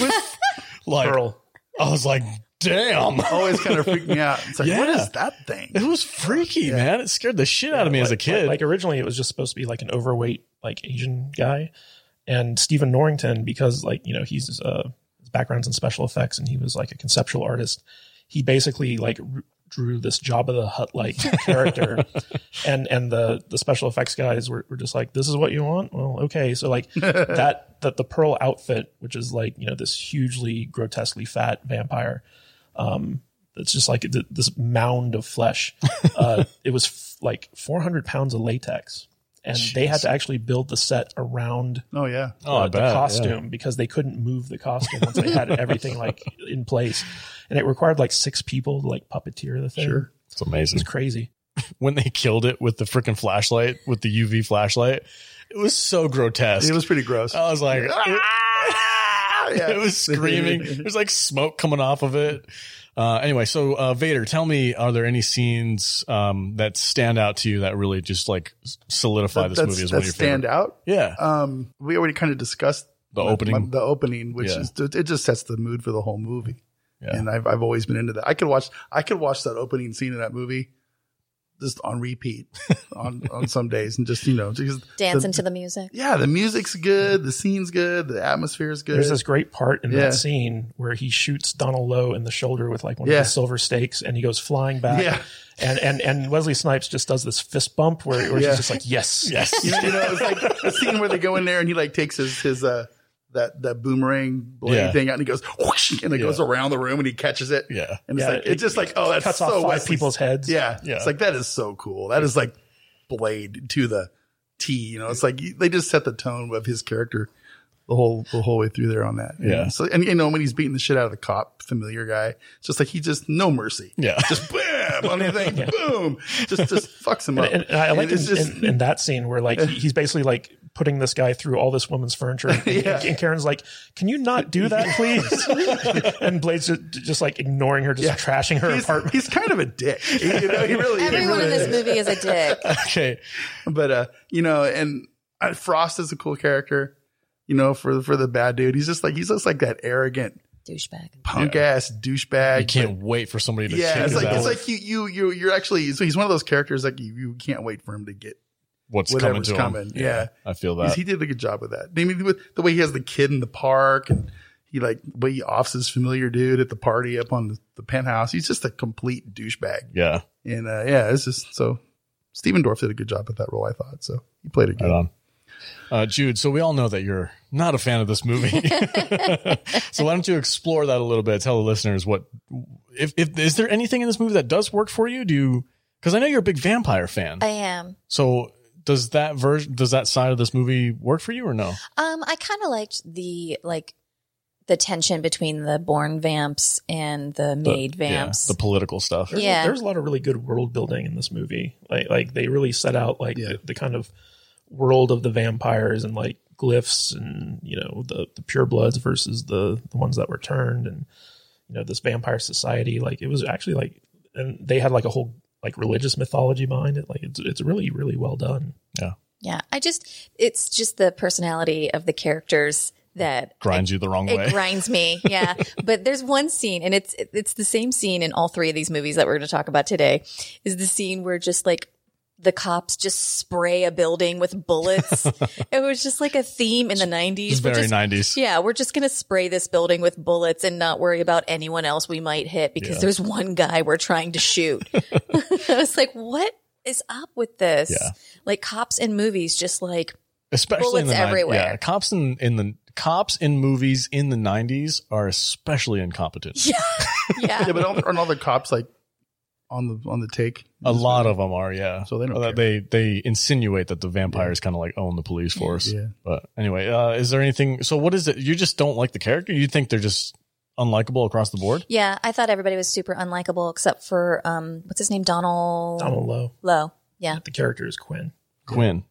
Speaker 3: like,
Speaker 1: Pearl.
Speaker 3: I was like, damn.
Speaker 4: always kind of freaked me out. It's like, what
Speaker 3: Yeah.
Speaker 4: is that thing?
Speaker 3: It was freaky, man. It scared the shit out of me as a
Speaker 1: Like-
Speaker 3: kid.
Speaker 1: Like, like originally, it was just supposed to be like an overweight like Asian guy, and Stephen Norrington because like you know he's uh, his background's in special effects and he was like a conceptual artist. He basically like r- drew this Jabba the Hutt like character, and and the the special effects guys were, were just like, this is what you want. Well, okay, so like that that the Pearl outfit, which is like you know this hugely grotesquely fat vampire. Um, it's just like th- this mound of flesh. Uh, it was f- like 400 pounds of latex, and they had to actually build the set around
Speaker 4: Oh yeah.
Speaker 3: oh,
Speaker 1: uh,
Speaker 3: I
Speaker 1: the
Speaker 3: bet, yeah.
Speaker 1: costume because they couldn't move the costume once they had everything like in place, and it required like six people to like puppeteer the thing.
Speaker 4: Sure.
Speaker 3: It's amazing.
Speaker 1: It's crazy.
Speaker 3: when they killed it with the freaking flashlight, with the UV flashlight. It was so grotesque.
Speaker 4: It was pretty gross.
Speaker 3: I was like, "Ah!"
Speaker 4: Yeah.
Speaker 3: it was screaming. There's like smoke coming off of it. Uh, anyway, so uh, Vader, tell me, are there any scenes um, that stand out to you that really just like s- solidify
Speaker 4: That-
Speaker 3: this
Speaker 4: that's-
Speaker 3: movie as
Speaker 4: that
Speaker 3: one of your
Speaker 4: stand
Speaker 3: favorite?
Speaker 4: out.
Speaker 3: Yeah,
Speaker 4: Um, we already kind of discussed
Speaker 3: The opening.
Speaker 4: the opening, which
Speaker 3: Yeah.
Speaker 4: is it just sets the mood for the whole movie.
Speaker 3: Yeah.
Speaker 4: And I've I've always been into that. I could watch I could watch that opening scene in that movie just on repeat on on some days and just you know because
Speaker 2: dancing
Speaker 4: the,
Speaker 2: to the music.
Speaker 4: yeah the music's good the scene's good the atmosphere's good
Speaker 1: There's this great part in
Speaker 4: Yeah.
Speaker 1: that scene where he shoots Donald Lowe in the shoulder with like one
Speaker 4: Yeah.
Speaker 1: of the silver stakes, and he goes flying back.
Speaker 4: Yeah.
Speaker 1: And and and Wesley Snipes just does this fist bump where, where
Speaker 4: Yeah.
Speaker 1: he's just like, yes, yes.
Speaker 4: you know, you know, it's like the scene where they go in there and he like takes his his uh that that boomerang blade
Speaker 3: Yeah.
Speaker 4: thing out and he goes whoosh, and it
Speaker 3: Yeah.
Speaker 4: goes around the room and he catches it
Speaker 3: yeah.
Speaker 4: and it's
Speaker 1: Yeah,
Speaker 4: like it's
Speaker 1: it-
Speaker 4: just like oh that's
Speaker 1: Cuts
Speaker 4: so
Speaker 1: off five
Speaker 4: Wesley-
Speaker 1: people's heads.
Speaker 4: yeah
Speaker 3: Yeah.
Speaker 4: it's like that is so cool that is like blade to the T you know it's like you- they just set the tone of his character the whole the whole way through there on that you
Speaker 3: Yeah.
Speaker 4: know? so and you know when he's beating the shit out of the cop familiar guy it's just like he just no mercy
Speaker 3: Yeah.
Speaker 4: just bam on the thing boom just just fucks him up
Speaker 1: And, and I like in,
Speaker 4: it's just
Speaker 1: in, in that scene where like he- he's basically like putting this guy through all this woman's furniture, and,
Speaker 4: Yeah.
Speaker 1: and Karen's like, "Can you not do that, please?" and Blade's just, just like ignoring her, just
Speaker 4: Yeah.
Speaker 1: trashing her
Speaker 4: he's,
Speaker 1: apartment.
Speaker 4: he's kind of a dick. You know, he really, he
Speaker 2: Everyone in
Speaker 4: really
Speaker 2: this movie is a dick.
Speaker 3: Okay.
Speaker 4: But uh, you know, and uh, Frost is a cool character. You know, for for the bad dude, he's just like he's just like that arrogant
Speaker 2: Douchebag.
Speaker 4: punk ass
Speaker 3: You
Speaker 4: douchebag.
Speaker 3: can't wait for somebody to
Speaker 4: Yeah,
Speaker 3: kick
Speaker 4: it's
Speaker 3: his
Speaker 4: like
Speaker 3: ass.
Speaker 4: it's like you you you you're actually so he's one of those characters like you, you can't wait for him to get
Speaker 3: what's coming
Speaker 4: whatever's
Speaker 3: to
Speaker 4: coming.
Speaker 3: him.
Speaker 4: Yeah.
Speaker 3: I feel
Speaker 4: He's-
Speaker 3: that.
Speaker 4: he did a good job with that. I mean, with the way he has the kid in the park and he like the way he offs his familiar dude at the party up on the, the penthouse. He's just a complete douchebag.
Speaker 3: yeah,
Speaker 4: And uh, yeah, it's just so Steven Dorff did a good job with that role, I thought. So he played it good.
Speaker 3: right on. Uh, Jude, so we all know that you're not a fan of this movie. so why don't you explore that a little bit? Tell the listeners what if if is there anything in this movie that does work for you? Do you because I know you're a big vampire fan.
Speaker 2: I am.
Speaker 3: so does that version does that side of this movie work for you or no?
Speaker 2: Um, I kind of liked the like the tension between the born vamps and the made
Speaker 3: The- yeah,
Speaker 2: vamps.
Speaker 3: the political stuff.
Speaker 1: There's,
Speaker 2: Yeah.
Speaker 1: there's a lot of really good world building in this movie. Like, like they really set out like
Speaker 4: Yeah.
Speaker 1: the, the kind of world of the vampires and like glyphs and you know the the purebloods versus the the ones that were turned and you know this vampire society. Like it was actually like and they had like a whole like religious mythology behind it. Like it's it's really really well done.
Speaker 2: yeah, I just it's just the personality of the characters that
Speaker 3: Grinds you the wrong way.
Speaker 2: It grinds me, yeah. but there's one scene, and it's it's the same scene in all three of these movies that we're going to talk about today. Is the scene where just like the cops just spray a building with bullets? it was just like a theme in the '90s.
Speaker 3: it's
Speaker 2: We're
Speaker 3: very
Speaker 2: just-
Speaker 3: nineties.
Speaker 2: Yeah, we're just going to spray this building with bullets and not worry about anyone else we might hit because
Speaker 3: Yeah.
Speaker 2: there's one guy we're trying to shoot. I was like, what is up with this?
Speaker 3: Yeah.
Speaker 2: Like cops in movies, just like
Speaker 3: especially in
Speaker 2: Bullets
Speaker 3: the nin-
Speaker 2: everywhere.
Speaker 3: Yeah, cops in, in the cops in movies in the '90s are especially incompetent.
Speaker 2: yeah.
Speaker 4: Yeah, but aren't, aren't all the cops like on the on the take?
Speaker 3: A lot of them are, yeah.
Speaker 4: So they don't
Speaker 3: Uh, they they insinuate that the vampires kind of like own the police force.
Speaker 4: Yeah.
Speaker 3: But anyway, uh, is there anything? So what is it? You just don't like the character? You think they're just unlikable across the board?
Speaker 2: Yeah, I thought everybody was super unlikable except for um, what's his name, Donald,
Speaker 1: Donald Lowe,
Speaker 2: Lowe. Yeah,
Speaker 1: the character is Quinn.
Speaker 3: Quinn.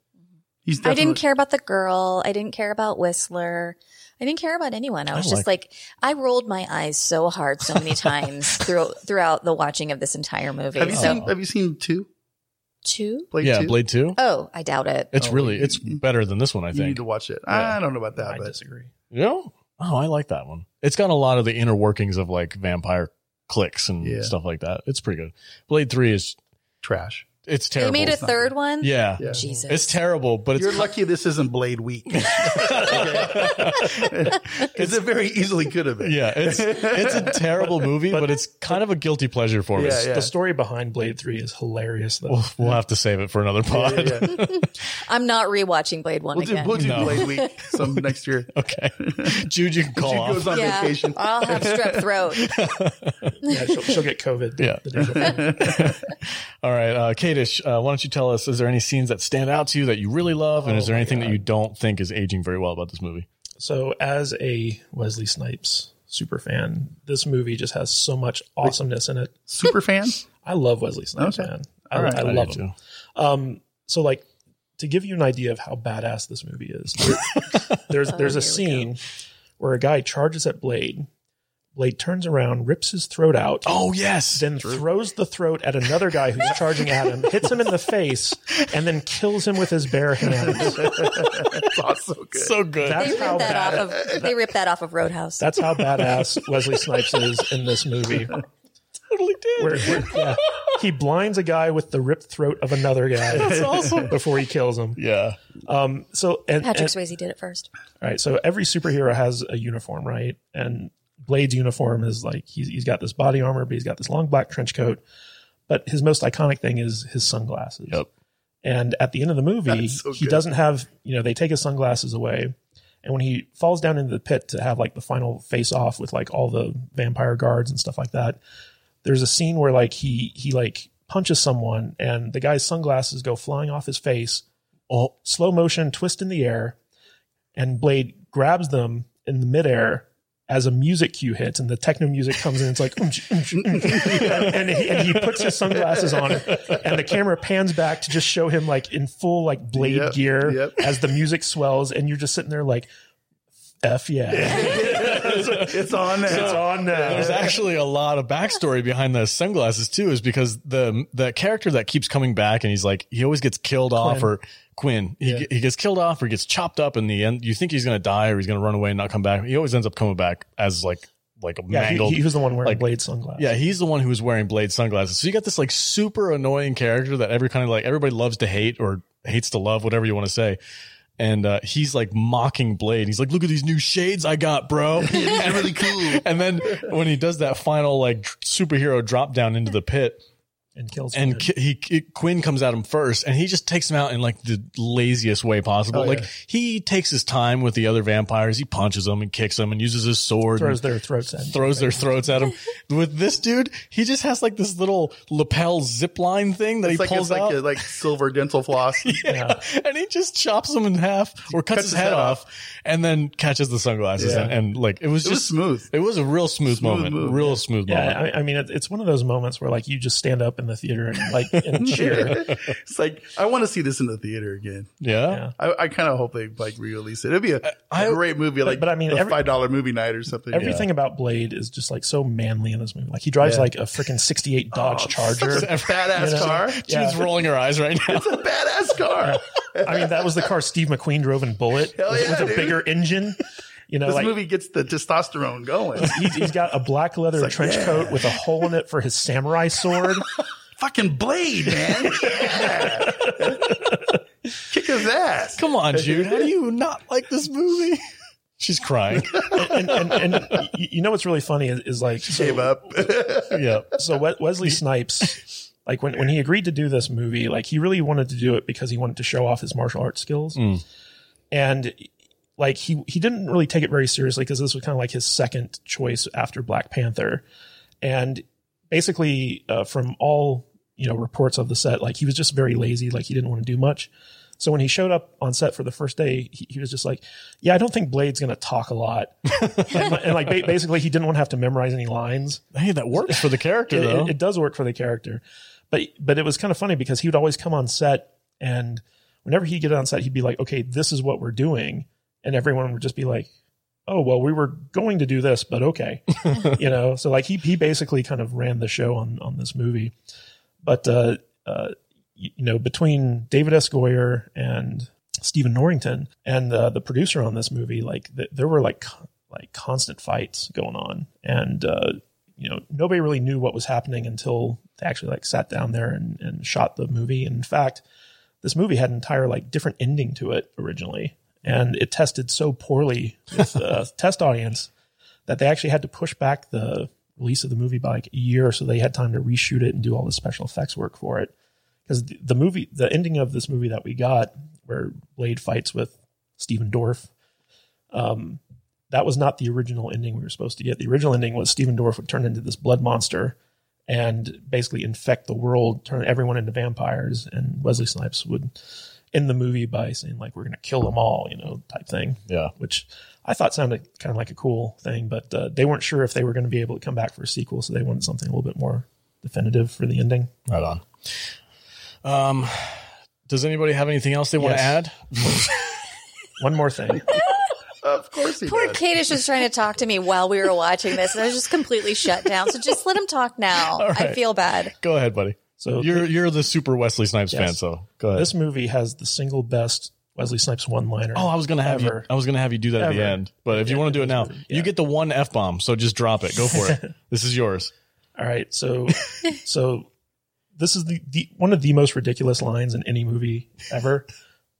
Speaker 4: He's
Speaker 2: I didn't
Speaker 4: definitely-
Speaker 2: care about the girl. I didn't care about Whistler. I didn't care about anyone. I was just like, I rolled my eyes so hard so many times through, throughout the watching of this entire movie.
Speaker 4: Have you
Speaker 2: so
Speaker 4: seen Have you seen two?
Speaker 2: two?
Speaker 4: Blade
Speaker 3: yeah,
Speaker 4: two.
Speaker 3: Blade Two.
Speaker 2: Oh, I doubt it.
Speaker 3: It's
Speaker 4: Oh,
Speaker 3: really
Speaker 4: you-
Speaker 3: it's
Speaker 4: you-
Speaker 3: better than this one, I
Speaker 4: you need
Speaker 3: think.
Speaker 4: to watch it.
Speaker 3: Yeah.
Speaker 4: I don't know about that,
Speaker 1: I
Speaker 4: but
Speaker 1: disagree.
Speaker 3: You know? Oh, I like that one. It's got a lot of the inner workings of like vampire clicks and
Speaker 4: Yeah.
Speaker 3: stuff like that. It's pretty good. Blade Three is
Speaker 4: trash.
Speaker 3: it's
Speaker 2: they
Speaker 3: terrible.
Speaker 2: made a
Speaker 4: It's not
Speaker 2: third
Speaker 4: good.
Speaker 2: one.
Speaker 3: yeah.
Speaker 4: Yeah.
Speaker 2: Jesus,
Speaker 3: It's terrible, but it's
Speaker 4: You're lucky this isn't Blade Week. Because it very easily could have been.
Speaker 3: Yeah, it's it's a terrible movie, but, it's kind of a guilty pleasure for me.
Speaker 4: Yeah, yeah.
Speaker 1: The story behind Blade Three is hilarious though.
Speaker 3: We'll, we'll have to save it for another pod.
Speaker 4: Yeah, yeah, yeah.
Speaker 2: I'm not rewatching Blade One
Speaker 4: We'll do,
Speaker 2: again.
Speaker 4: we'll do
Speaker 3: No.
Speaker 4: Blade Week some next year.
Speaker 3: Okay, Jude, you can call
Speaker 4: She
Speaker 3: off.
Speaker 4: goes on
Speaker 2: yeah,
Speaker 4: vacation.
Speaker 2: I'll have strep throat.
Speaker 1: yeah, she'll, she'll get COVID.
Speaker 3: Yeah.
Speaker 1: The day before.
Speaker 3: All right, uh, Kadish, uh, why don't you tell us? Is there any scenes that stand out to you that you really love, and is
Speaker 1: Oh
Speaker 3: there
Speaker 1: my
Speaker 3: anything that
Speaker 1: God.
Speaker 3: you don't think is aging very well about this movie?
Speaker 1: So, as a Wesley Snipes super fan, this movie just has so much awesomeness in it.
Speaker 4: Super fan?
Speaker 1: I love Wesley Snipes,
Speaker 4: Okay.
Speaker 1: man. I, I love them. Um, so like to give you an idea of how badass this movie is, there- there's
Speaker 2: Oh,
Speaker 1: there's a
Speaker 2: here we
Speaker 1: scene where a guy charges at Blade. Blade turns around, rips his throat out,
Speaker 3: Oh yes.
Speaker 1: then throws the throat at another guy who's charging at him, hits him in the face, and then kills him with his bare hands.
Speaker 4: It's also good.
Speaker 3: so good.
Speaker 1: That's
Speaker 2: They ripped
Speaker 1: how
Speaker 2: that
Speaker 1: bad.
Speaker 2: off of they ripped that off of Roadhouse.
Speaker 1: That's how badass Wesley Snipes is in this movie.
Speaker 3: totally did.
Speaker 1: Where, where- yeah, he blinds a guy with the ripped throat of another guy. That's awesome. Before he kills him.
Speaker 3: yeah.
Speaker 1: Um. So and, and
Speaker 2: Patrick Swayze did it first.
Speaker 1: All right. So every superhero has a uniform, right? And Blade's uniform is like he's, he's got this body armor, but he's got this long black trench coat. But his most iconic thing is his sunglasses.
Speaker 3: Yep.
Speaker 1: And at the end of the movie,
Speaker 4: That's so
Speaker 1: he
Speaker 4: good.
Speaker 1: doesn't have, you know, they take his sunglasses away. And when he falls down into the pit to have like the final face off with like all the vampire guards and stuff like that, there's a scene where like he, he like punches someone and the guy's sunglasses go flying off his face, all slow motion, twist in the air. And Blade grabs them in the midair as a music cue hits and the techno music comes in. It's like, um, "Umch, umch, umch." and, he, and he puts his sunglasses on and the camera pans back to just show him like in full like blade
Speaker 4: Yep,
Speaker 1: gear
Speaker 4: yep.
Speaker 1: as the music swells. And you're just sitting there like, F yeah.
Speaker 4: It's on there.
Speaker 1: It's on now.
Speaker 3: There's actually a lot of backstory behind the sunglasses too, is because the the character that keeps coming back and he's like he always gets killed off or Quinn he, ge- he gets killed off or gets chopped up in the end. You think he's gonna die or he's gonna run away and not come back. He always ends up coming back as like like a
Speaker 1: Yeah, he,
Speaker 3: mangled.
Speaker 1: he was the one wearing
Speaker 3: like-
Speaker 1: blade sunglasses.
Speaker 3: yeah, he's the one who was wearing blade sunglasses. So you got this like super annoying character that every kind of like everybody loves to hate or hates to love, whatever you want to say. And uh, he's like mocking Blade. He's like, "Look at these new shades I got, bro."
Speaker 4: It's really cool.
Speaker 3: And then when he does that final like dr- superhero drop down into the pit,
Speaker 1: and kills
Speaker 3: and
Speaker 1: him.
Speaker 3: ki- he, ki- Quinn comes at him first, and he just takes him out in like the laziest way possible.
Speaker 4: Oh,
Speaker 3: like
Speaker 4: yeah.
Speaker 3: he takes his time with the other vampires. He punches them and kicks them and uses his sword.
Speaker 1: throws
Speaker 3: and-
Speaker 1: their throats at him.
Speaker 3: Throws their throats at him. With this dude, he just has like this little lapel zip line thing that
Speaker 4: It's
Speaker 3: he
Speaker 4: like,
Speaker 3: pulls
Speaker 4: it's like,
Speaker 3: out.
Speaker 4: a, like silver dental floss.
Speaker 1: Yeah.
Speaker 3: and he just chops him in half or cuts, his, head off, and then catches the sunglasses
Speaker 4: Yeah.
Speaker 3: and, and like it was
Speaker 4: It
Speaker 3: just
Speaker 4: was smooth.
Speaker 3: It was a real smooth,
Speaker 4: Smooth
Speaker 3: moment,
Speaker 4: move,
Speaker 3: real smooth moment.
Speaker 1: Yeah, I, I mean, it, it's one of those moments where like you just stand up in the theater and like and cheer.
Speaker 4: It's like, I want to see this in the theater again.
Speaker 3: Yeah.
Speaker 1: Yeah.
Speaker 4: I, I kind of hope they like re-release it. It'd be a
Speaker 3: I-
Speaker 4: a great movie, like
Speaker 1: but I mean,
Speaker 4: a
Speaker 1: every-
Speaker 4: five dollar movie night or something.
Speaker 1: Everything about Blade is just like so manly in this movie. Like he drives
Speaker 4: Yeah. Oh,
Speaker 1: like a freaking '68 Dodge Charger.
Speaker 4: It's a badass
Speaker 1: You know?
Speaker 4: car.
Speaker 1: Yeah.
Speaker 3: She's rolling her eyes right now.
Speaker 4: It's a badass car.
Speaker 1: I mean, that was the car Steve McQueen drove in Bullet
Speaker 4: Hell
Speaker 1: with,
Speaker 4: yeah,
Speaker 1: with a
Speaker 4: dude.
Speaker 1: bigger engine. You know,
Speaker 4: This
Speaker 1: like
Speaker 4: movie gets the testosterone going.
Speaker 1: he's, he's got a black leather trench coat with a hole in it for his samurai sword.
Speaker 4: Fucking blade, man. Yeah. Kick his ass.
Speaker 3: Come on, Jude. How do you not like this movie? She's crying.
Speaker 1: and and, and y- you know what's really funny is, is like so,
Speaker 4: Gave up.
Speaker 3: yeah.
Speaker 1: so Wes- Wesley Snipes, like when, when he agreed to do this movie, like he really wanted to do it because he wanted to show off his martial arts skills.
Speaker 3: Mm.
Speaker 1: And like he, he didn't really take it very seriously because this was kind of like his second choice after Black Panther. And basically, uh, from all, you know, reports of the set, like he was just very lazy. Like he didn't want to do much. So when he showed up on set for the first day, he, he was just like, yeah, I don't think Blade's going to talk a lot. and, and like ba- basically he didn't want to have to memorize any lines
Speaker 3: Hey, that works for the character
Speaker 1: it,
Speaker 3: though.
Speaker 1: it- it does work for the character. But but it was kind of funny because he would always come on set and whenever he'd get on set, he'd be like, Okay, this is what we're doing. And everyone would just be like, Oh, well, we were going to do this, but okay. you know, so like he he basically kind of ran the show on on this movie. But uh uh y- you know, between David S. Goyer and Stephen Norrington and uh, the producer on this movie, like th- there were like con- like constant fights going on, and uh, you know nobody really knew what was happening until they actually like sat down there and, and shot the movie. And in fact, this movie had an entire like different ending to it originally, and it tested so poorly with uh, test audience that they actually had to push back the release of the movie by like a year, so they had time to reshoot it and do all the special effects work for it because the, the movie, the ending of this movie that we got, where Blade fights with Stephen Dorff, um, that was not the original ending we were supposed to get. The original ending was Stephen Dorff would turn into this blood monster and basically infect the world, turn everyone into vampires, and Wesley Snipes would end the movie by saying like, "We're going to kill them all," you know, type thing.
Speaker 3: yeah.
Speaker 1: Which I thought sounded kind of like a cool thing, but uh, they weren't sure if they were going to be able to come back for a sequel, so they wanted something a little bit more definitive for the ending.
Speaker 3: Right on. Um, does anybody have anything else they want to
Speaker 1: Yes.
Speaker 3: add?
Speaker 1: One more thing.
Speaker 4: Of course he
Speaker 2: Poor
Speaker 4: does.
Speaker 2: Kadish was trying to talk to me while we were watching this, and I was just completely shut down. So just let him talk now.
Speaker 3: All
Speaker 2: I
Speaker 3: right.
Speaker 2: feel bad.
Speaker 3: Go ahead, buddy.
Speaker 1: So
Speaker 3: you're you're the super Wesley Snipes
Speaker 1: Yes.
Speaker 3: fan, so go ahead.
Speaker 1: this movie has the single best Wesley Snipes one liner.
Speaker 3: oh, I was gonna have
Speaker 1: Ever.
Speaker 3: you. I was gonna have you do that at
Speaker 1: Ever.
Speaker 3: the end, but if you
Speaker 1: Yeah,
Speaker 3: want to do it now,
Speaker 1: yeah.
Speaker 3: you get the one f bomb. So just drop it. Go for it. this is yours.
Speaker 1: All right, so so this is the, the one of the most ridiculous lines in any movie ever,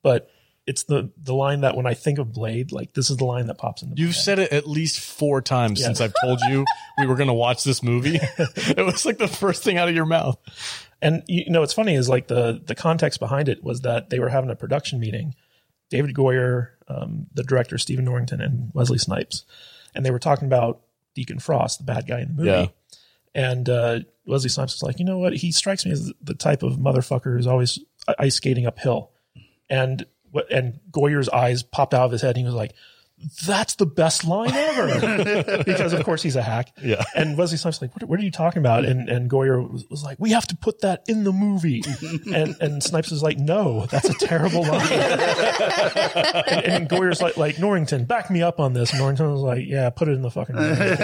Speaker 1: but it's the the line that when I think of Blade, like this is the line that pops into. my
Speaker 3: You've
Speaker 1: head.
Speaker 3: said it at least four times
Speaker 1: Yes.
Speaker 3: since I've told you we were going to watch this movie. it was like the first thing out of your mouth.
Speaker 1: and you know what's funny is like the the context behind it was that they were having a production meeting. David Goyer, um, the director Stephen Norrington, and Wesley Snipes, and they were talking about Deacon Frost, the bad guy in the movie.
Speaker 3: Yeah.
Speaker 1: And uh, Wesley Snipes was like, you know what? He strikes me as the type of motherfucker who's always uh, ice skating uphill. And what? And Goyer's eyes popped out of his head. And he was like, "That's the best line ever," because of course he's a hack.
Speaker 3: Yeah.
Speaker 1: And Wesley Snipes was like, what, what are you talking about? And and Goyer was, was like, "We have to put that in the movie." and and Snipes was like, "No, that's a terrible line." and, and Goyer's like, "Like Norrington, back me up on this." Norrington was like, "Yeah, put it in the fucking." Movie.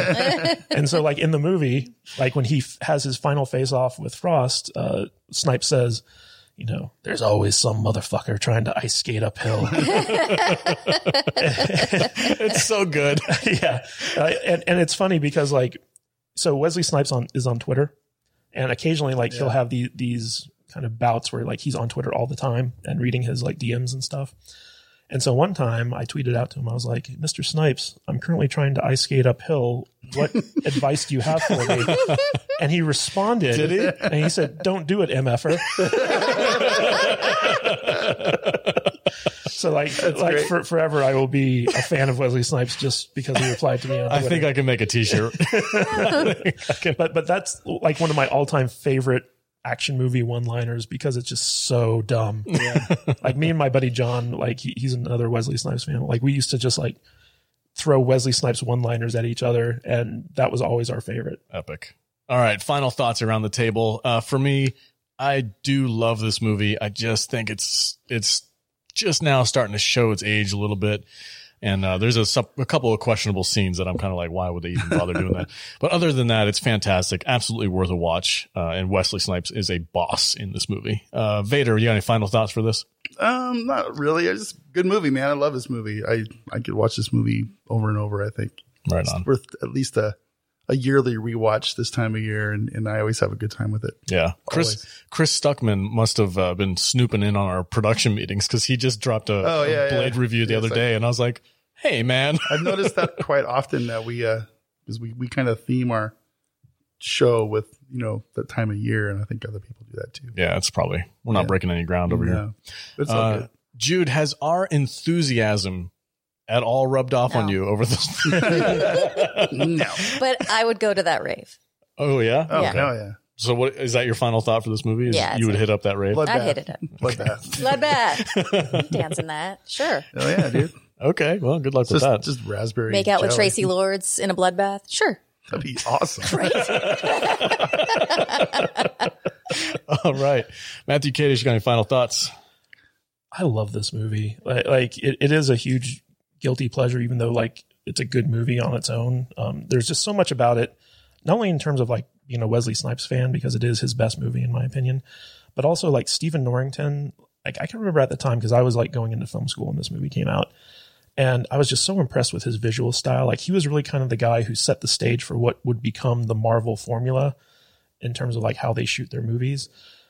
Speaker 1: And so, like in the movie, like when he f- has his final face off with Frost, uh, Snipe says, "You know, there's always some motherfucker trying to ice skate uphill."
Speaker 3: It's so good.
Speaker 1: yeah, uh, and and it's funny because like, so Wesley Snipes on is on Twitter, and occasionally like he'll have the, these kind of bouts where like he's on Twitter all the time and reading his like DMs and stuff. And so one time I tweeted out to him, I was like, Mr. Snipes, I'm currently trying to ice skate uphill. What advice do you have for me? And he responded.
Speaker 3: Did he?
Speaker 1: And he said, Don't do it, er." MFer. so like, like
Speaker 4: great.
Speaker 1: for, forever I will be a fan of Wesley Snipes just because he replied to me on Twitter.
Speaker 3: I think I can make a t-shirt.
Speaker 1: but but that's like one of my all time favorite action movie one liners because it's just so dumb. like me and my buddy John, like he, he's another Wesley Snipes fan. Like we used to just like throw Wesley Snipes one liners at each other, and that was always our favorite.
Speaker 3: Epic. All right. Final thoughts around the table. Uh, for me, I do love this movie. I just think it's it's just now starting to show its age a little bit. And uh, there's a, sup- a couple of questionable scenes that I'm kind of like, why would they even bother doing that? But other than that, it's fantastic, absolutely worth a watch. Uh, and Wesley Snipes is a boss in this movie. Uh, Vader, you got any final thoughts for this?
Speaker 4: Um, not really. It's just good movie, man. I love this movie. I I could watch this movie over and over. I think
Speaker 3: Right
Speaker 4: it's
Speaker 3: on.
Speaker 4: worth at least a a yearly rewatch this time of year, and, and I always have a good time with it.
Speaker 3: Yeah, Chris
Speaker 4: Always.
Speaker 3: Chris Stuckman must have uh, been snooping in on our production meetings because he just dropped a,
Speaker 4: Oh,
Speaker 3: a
Speaker 4: yeah,
Speaker 3: Blade
Speaker 4: yeah.
Speaker 3: review the
Speaker 4: Yeah,
Speaker 3: other
Speaker 4: it's like-
Speaker 3: day, and I was like, "Hey, man,
Speaker 4: I've noticed that quite often that we uh because we we kind of theme our show with you know that time of year, and I think other people do that too.
Speaker 3: yeah, it's probably we're not
Speaker 4: Yeah.
Speaker 3: breaking any ground over here."
Speaker 4: Yeah. It's all
Speaker 3: Uh,
Speaker 4: good.
Speaker 3: Jude, has our enthusiasm at all rubbed off on
Speaker 2: No.
Speaker 3: you over this?
Speaker 4: No.
Speaker 2: But I would go to that rave.
Speaker 3: oh yeah.
Speaker 4: Oh,
Speaker 2: Yeah.
Speaker 4: no, yeah.
Speaker 3: So what is that? Your final thought for this movie? Is
Speaker 2: Yeah,
Speaker 3: you would
Speaker 2: it's-
Speaker 3: hit up that rave.
Speaker 4: Bloodbath.
Speaker 2: I'd hit it up.
Speaker 4: Bloodbath.
Speaker 2: Bloodbath. Dance in that. Sure.
Speaker 4: oh, yeah, dude.
Speaker 3: Okay, well, good luck with
Speaker 4: Just,
Speaker 3: that.
Speaker 4: just raspberry.
Speaker 2: Make out with
Speaker 4: jelly.
Speaker 2: Tracy Lords in a bloodbath. Sure.
Speaker 4: That'd be awesome.
Speaker 3: all right, Matthew Kadish, you got any final thoughts?
Speaker 1: I love this movie. Like, like it, it is a huge guilty pleasure, even though like it's a good movie on its own. Um, there's just so much about it, not only in terms of like you know Wesley Snipes fan because it is his best movie in my opinion, but also like Stephen Norrington. Like I can remember at the time because I was like going into film school when this movie came out, and I was just so impressed with his visual style. Like he was really kind of the guy who set the stage for what would become the Marvel formula in terms of like how they shoot their movies.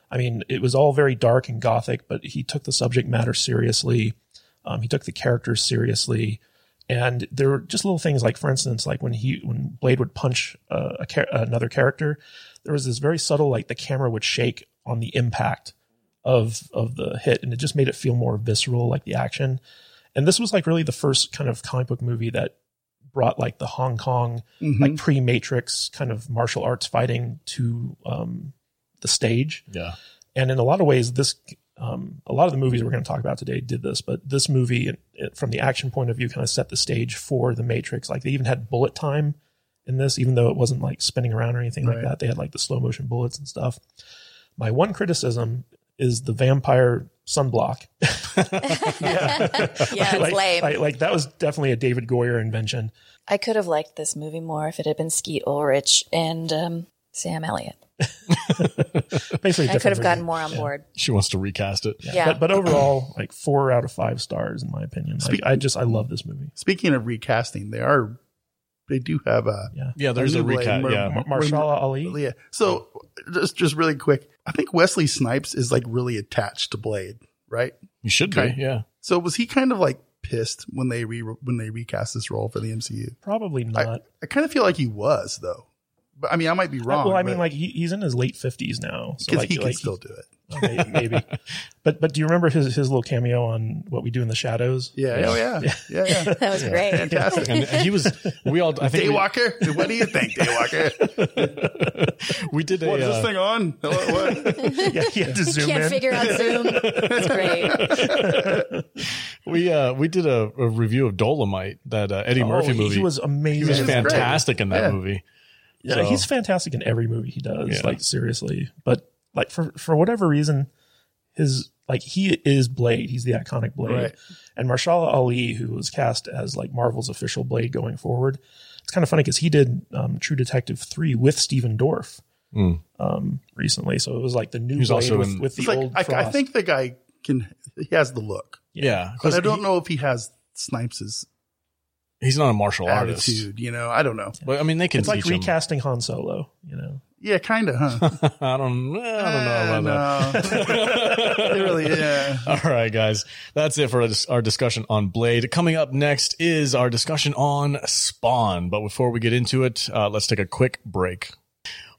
Speaker 1: I mean, it was all very dark and gothic, but he took the subject matter seriously. Um, he took the characters seriously, and there were just little things like, for instance, like when he when Blade would punch uh, a char- another character, there was this very subtle like the camera would shake on the impact of of the hit, and it just made it feel more visceral, like the action. And this was like really the first kind of comic book movie that brought like the Hong Kong
Speaker 4: Mhm.
Speaker 1: like pre Matrix kind of martial arts fighting to um, the stage.
Speaker 3: Yeah.
Speaker 1: And in a lot of ways, this um, a lot of the movies we're going to talk about today did this, but this movie, it- it- from the action point of view, kind of set the stage for the Matrix. Like they even had bullet time in this, even though it wasn't like spinning around or anything
Speaker 4: Right.
Speaker 1: like that. They had like the slow motion bullets and stuff. My one criticism is the vampire sunblock.
Speaker 2: Yeah, it's
Speaker 1: like,
Speaker 2: lame.
Speaker 1: Like, like that was definitely a David Goyer invention.
Speaker 2: I could have liked this movie more if it had been Skeet Ulrich and um, Sam Elliott.
Speaker 1: Basically, a
Speaker 2: I could
Speaker 1: different
Speaker 2: have
Speaker 1: version.
Speaker 2: gotten more on board.
Speaker 3: She wants to recast it.
Speaker 2: Yeah.
Speaker 1: But, but overall, like four out of five stars in my opinion. Like, I just I love this movie.
Speaker 4: Speaking of recasting, they are they do have a
Speaker 1: Yeah.
Speaker 3: Yeah, there's a
Speaker 4: new blade,
Speaker 3: recast.
Speaker 4: Mer-
Speaker 3: yeah.
Speaker 1: Mar- Marshala Ali.
Speaker 4: yeah. So just just really quick, I think Wesley Snipes is like really attached to Blade, right?
Speaker 3: You should
Speaker 4: Okay.
Speaker 3: be. Yeah.
Speaker 4: So was he kind of like pissed when they re when they recast this role for the MCU?
Speaker 1: Probably
Speaker 4: I,
Speaker 1: not.
Speaker 4: I kind of feel like he was though, but I mean I might be wrong.
Speaker 1: Uh, well, I mean,
Speaker 4: but-
Speaker 1: like he, he's in his late fifties now, so
Speaker 4: 'cause
Speaker 1: like,
Speaker 4: he can
Speaker 1: like,
Speaker 4: still do it.
Speaker 1: okay, maybe. But but do you remember his his little cameo on What We Do in the Shadows?
Speaker 4: Yeah, yeah, yeah, yeah. yeah,
Speaker 2: That was great.
Speaker 4: Fantastic.
Speaker 3: And he was, we all, I think. We,
Speaker 4: Daywalker, what do you think, Daywalker?
Speaker 3: we did a.
Speaker 4: What's
Speaker 3: uh,
Speaker 4: this thing on? What, what?
Speaker 1: yeah, he had to zoom
Speaker 2: Can't
Speaker 1: in.
Speaker 2: figure out Zoom. That's great.
Speaker 3: we uh, we did a, a review of Dolomite, that uh, Eddie
Speaker 1: Oh,
Speaker 3: Murphy
Speaker 1: he-
Speaker 3: movie.
Speaker 1: He was
Speaker 3: He
Speaker 1: amazing.
Speaker 3: was
Speaker 4: He was
Speaker 3: fantastic in that
Speaker 4: Yeah.
Speaker 3: movie.
Speaker 1: Yeah,
Speaker 3: So-
Speaker 1: he's fantastic in every movie he does.
Speaker 3: Yeah.
Speaker 1: Like seriously, but like for for whatever reason, his like he is Blade. He's the iconic Blade,
Speaker 4: Right.
Speaker 1: and Marshala Ali, who was cast as like Marvel's official Blade going forward. It's kind of funny because he did um, True Detective three with Steven Dorff
Speaker 3: Mm.
Speaker 1: um, recently, so it was like the new
Speaker 3: He's
Speaker 1: Blade
Speaker 3: also
Speaker 1: with,
Speaker 3: in-
Speaker 1: with the
Speaker 4: It's like,
Speaker 1: old.
Speaker 4: I, I
Speaker 1: Frost.
Speaker 4: think the guy can. He has the look,
Speaker 3: Yeah.
Speaker 4: but
Speaker 3: because
Speaker 4: I don't know if he has Snipes's
Speaker 3: He's not a martial artist.
Speaker 4: attitude. You know, I don't know.
Speaker 3: But I mean, they can
Speaker 1: it's like
Speaker 3: teach him.
Speaker 1: recasting Han Solo. You know,
Speaker 4: Yeah, kind of, huh?
Speaker 3: I don't. I don't know about
Speaker 4: that.
Speaker 3: that.
Speaker 4: uh, It really, yeah.
Speaker 3: All right, guys. That's it for our dis- our discussion on Blade. Coming up next is our discussion on Spawn. But before we get into it, uh, let's take a quick break.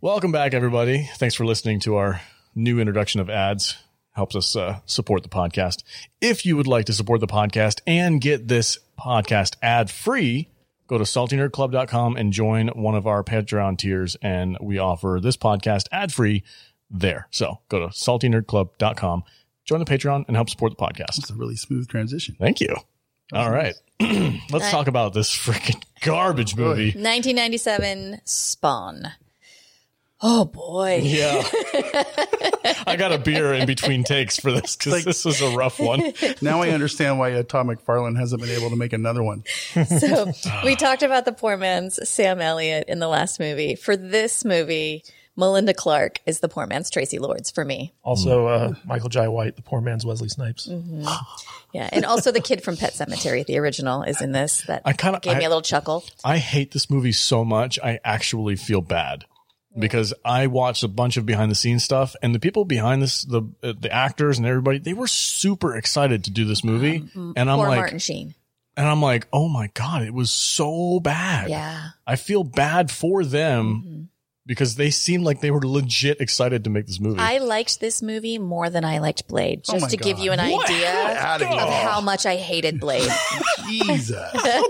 Speaker 3: Welcome back, everybody. Thanks for listening to our new introduction of ads. Helps us uh, support the podcast. If you would like to support the podcast and get this podcast ad free, go to saltynerdclub.com and join one of our Patreon tiers. And we offer this podcast ad free there. So go to saltynerdclub.com, join the Patreon, and help support the podcast.
Speaker 4: It's a really smooth transition.
Speaker 3: Thank you. All right. Let's talk about this freaking garbage movie.
Speaker 2: 1997 Spawn. Oh boy.
Speaker 3: Yeah. I got a beer in between takes for this because this was a rough one.
Speaker 4: Now I understand why Atomic Farland hasn't been able to make another one.
Speaker 2: So we talked about the poor man's Sam Elliott in the last movie. For this movie, Melinda Clark is the poor man's Tracy Lords for me.
Speaker 1: also uh, Michael Jai White, the poor man's Wesley Snipes.
Speaker 2: Yeah. And also the kid from Pet Cemetery, the original, is in this. That
Speaker 3: I kinda-
Speaker 2: gave
Speaker 3: I-
Speaker 2: me a little chuckle.
Speaker 3: I hate this movie so much, I actually feel bad because I watched a bunch of behind the scenes stuff and the people behind this, the, uh, the actors and everybody, they were super excited to do this movie. And I'm
Speaker 2: poor
Speaker 3: like,
Speaker 2: Mm-hmm. Martin Sheen.
Speaker 3: and I'm like, oh my God, it was so bad.
Speaker 2: Yeah. Mm-hmm.
Speaker 3: I feel bad for them because they seemed like they were legit excited to make this movie.
Speaker 2: I liked this movie more than I liked Blade,
Speaker 4: Oh
Speaker 2: just
Speaker 4: my
Speaker 2: to give
Speaker 4: God.
Speaker 2: you an
Speaker 3: What?
Speaker 2: idea
Speaker 4: Out of
Speaker 2: of
Speaker 4: here.
Speaker 2: how much I hated Blade.
Speaker 4: Jesus.
Speaker 3: How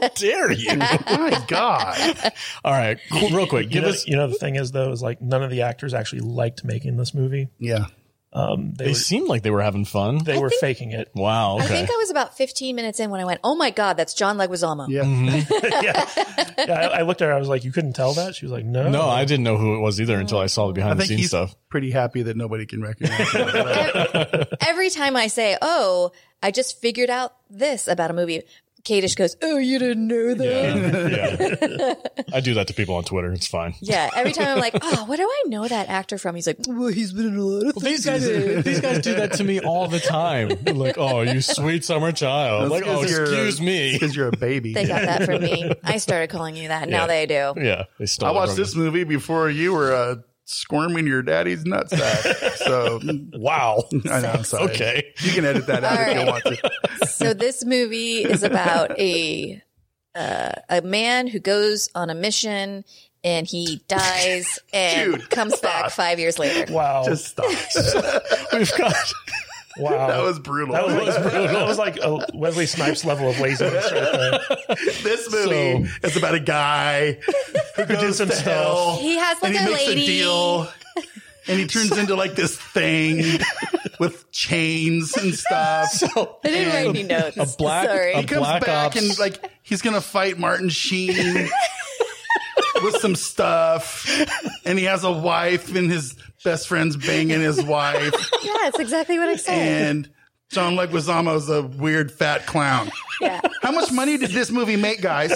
Speaker 3: dare you?
Speaker 4: My God.
Speaker 3: All right, cool, real quick,
Speaker 1: You
Speaker 3: give
Speaker 1: know,
Speaker 3: us.
Speaker 1: you know, the thing is though, is like none of the actors actually liked making this movie.
Speaker 4: Yeah.
Speaker 1: Um, they
Speaker 3: They
Speaker 1: were,
Speaker 3: seemed like they were having fun.
Speaker 1: they were faking it.
Speaker 3: wow.
Speaker 2: I
Speaker 3: Okay.
Speaker 2: think I was about 15 minutes in when I went, "Oh my god, that's John Leguizamo."
Speaker 4: Yeah.
Speaker 1: yeah. yeah I, I looked at her. I was like, "You couldn't tell that." She was like, "No,
Speaker 3: no, I didn't know who it was either until Oh. I saw the
Speaker 4: I
Speaker 3: behind the
Speaker 4: think
Speaker 3: scenes
Speaker 4: he's
Speaker 3: stuff.
Speaker 4: pretty happy that nobody can recognize him.
Speaker 2: Every time I say, "Oh, I just figured out this about a movie," Kadish goes, "Oh, you didn't know that."
Speaker 3: Yeah. yeah. I do that to people on Twitter. It's fine.
Speaker 2: Yeah. Every time I'm like, "Oh, what do I know that actor from?" He's like, "Well, he's been in a lot of."
Speaker 3: These guys, these guys do that to me all the time. like, oh, you sweet summer child. Like, oh, excuse me.
Speaker 4: Because you're a baby.
Speaker 2: They got that from me. I started calling you that. and Now
Speaker 3: Yeah.
Speaker 2: they do.
Speaker 3: Yeah, they stole.
Speaker 4: I
Speaker 3: it
Speaker 4: watched
Speaker 3: from me.
Speaker 4: this movie before you were uh, squirming your daddy's nutsack. So
Speaker 3: Wow.
Speaker 4: I know. I'm sorry.
Speaker 3: Okay.
Speaker 4: You can edit that out
Speaker 2: All
Speaker 4: if you
Speaker 2: right.
Speaker 4: want to.
Speaker 2: so this movie is about a uh, a man who goes on a mission and he dies and
Speaker 4: Dude,
Speaker 2: comes back five years later.
Speaker 1: wow,
Speaker 4: Just stop.
Speaker 3: We've got.
Speaker 1: wow."
Speaker 4: That was brutal.
Speaker 1: That was, like, that was like a Wesley Snipes level of laziness right there.
Speaker 4: this movie is about a guy who
Speaker 1: did
Speaker 4: goes
Speaker 1: some
Speaker 4: to
Speaker 1: stuff.
Speaker 4: hell.
Speaker 2: He has like
Speaker 4: and he
Speaker 2: a
Speaker 4: makes
Speaker 2: lady.
Speaker 4: a deal and he turns into like this thing with chains and stuff.
Speaker 3: So,
Speaker 2: I didn't write any notes.
Speaker 3: a black-
Speaker 2: Sorry.
Speaker 3: a-
Speaker 4: He comes
Speaker 3: Black
Speaker 4: back
Speaker 3: Ops.
Speaker 4: and like he's gonna fight Martin Sheen with some stuff, and he has a wife and his best friend's banging his wife,
Speaker 2: Yeah, that's exactly what I said.
Speaker 4: and John Leguizamo's a weird fat clown.
Speaker 2: yeah.
Speaker 4: How much money did this movie make, guys?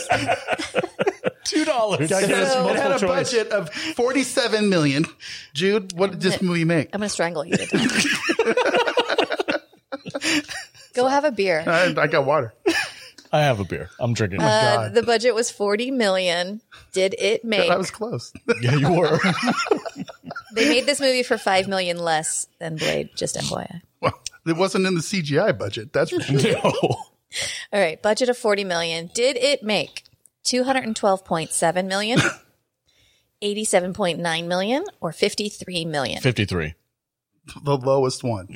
Speaker 3: Two dollars.
Speaker 1: Gotta give us
Speaker 4: it had a
Speaker 1: multiple choice.
Speaker 4: budget of forty-seven million. Jude, what did this movie make?
Speaker 2: I'm going to strangle you. to death. Go have a beer.
Speaker 4: I, I got water.
Speaker 3: I have a beer. I'm drinking.
Speaker 2: Uh, the budget was 40 million. Did it make?
Speaker 4: I was close.
Speaker 3: yeah, you were.
Speaker 2: they made this movie for 5 million less than Blade, just FYI.
Speaker 4: Well, it wasn't in the CGI budget. That's for sure.
Speaker 3: no.
Speaker 2: All right, budget of 40 million. Did it make 212.7 million? 87.9 million or 53 million?
Speaker 3: Fifty-three.
Speaker 4: the lowest one.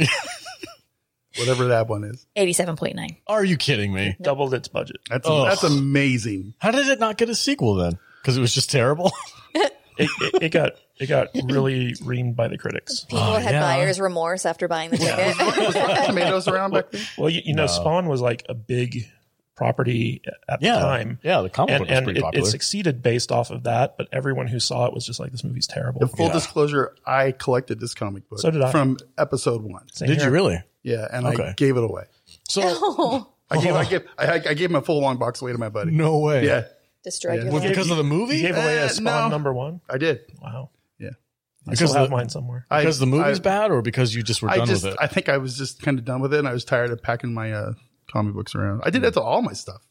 Speaker 4: Whatever that one is.
Speaker 2: 87.9.
Speaker 3: Are you kidding me?
Speaker 1: doubled its budget.
Speaker 4: That's
Speaker 3: Ugh.
Speaker 4: that's amazing.
Speaker 3: How did it not get a sequel then? Because it was just terrible.
Speaker 1: It, it, it got it got really reamed by the critics.
Speaker 2: People
Speaker 3: Oh,
Speaker 2: had
Speaker 3: yeah.
Speaker 2: buyer's remorse after buying the ticket.
Speaker 4: Was Rotten Tomatoes around back then?
Speaker 1: Well, you, you know, Spawn was like a big property at the time.
Speaker 3: Yeah, the comic
Speaker 1: And,
Speaker 3: book was
Speaker 1: and
Speaker 3: pretty
Speaker 1: it, it
Speaker 3: popular.
Speaker 1: succeeded based off of that, but everyone who saw it was just like, this movie's terrible.
Speaker 4: In full disclosure, I collected this comic book
Speaker 1: So did I.
Speaker 4: from episode one.
Speaker 1: Same
Speaker 3: Did
Speaker 1: here.
Speaker 3: you really?
Speaker 4: Yeah, and I
Speaker 3: Okay.
Speaker 4: gave it away.
Speaker 3: So
Speaker 4: I gave I gave I, I gave him a full long box away to my buddy.
Speaker 3: no way.
Speaker 4: Yeah,
Speaker 2: Destroyed your
Speaker 3: Was it
Speaker 2: life.
Speaker 3: because of the movie?
Speaker 1: You gave away
Speaker 4: Eh,
Speaker 1: a Spawn
Speaker 4: no.
Speaker 1: number one?
Speaker 4: I did.
Speaker 1: Wow.
Speaker 4: Yeah.
Speaker 1: I
Speaker 3: Because
Speaker 1: still have
Speaker 3: the-
Speaker 1: mine somewhere.
Speaker 4: I-
Speaker 3: because the movie's
Speaker 4: I-
Speaker 3: bad, or because you just were
Speaker 4: I
Speaker 3: done
Speaker 4: just
Speaker 3: with it?
Speaker 4: I think I was just kind of done with it and I was tired of packing my uh, comic books around. I did that to all my stuff.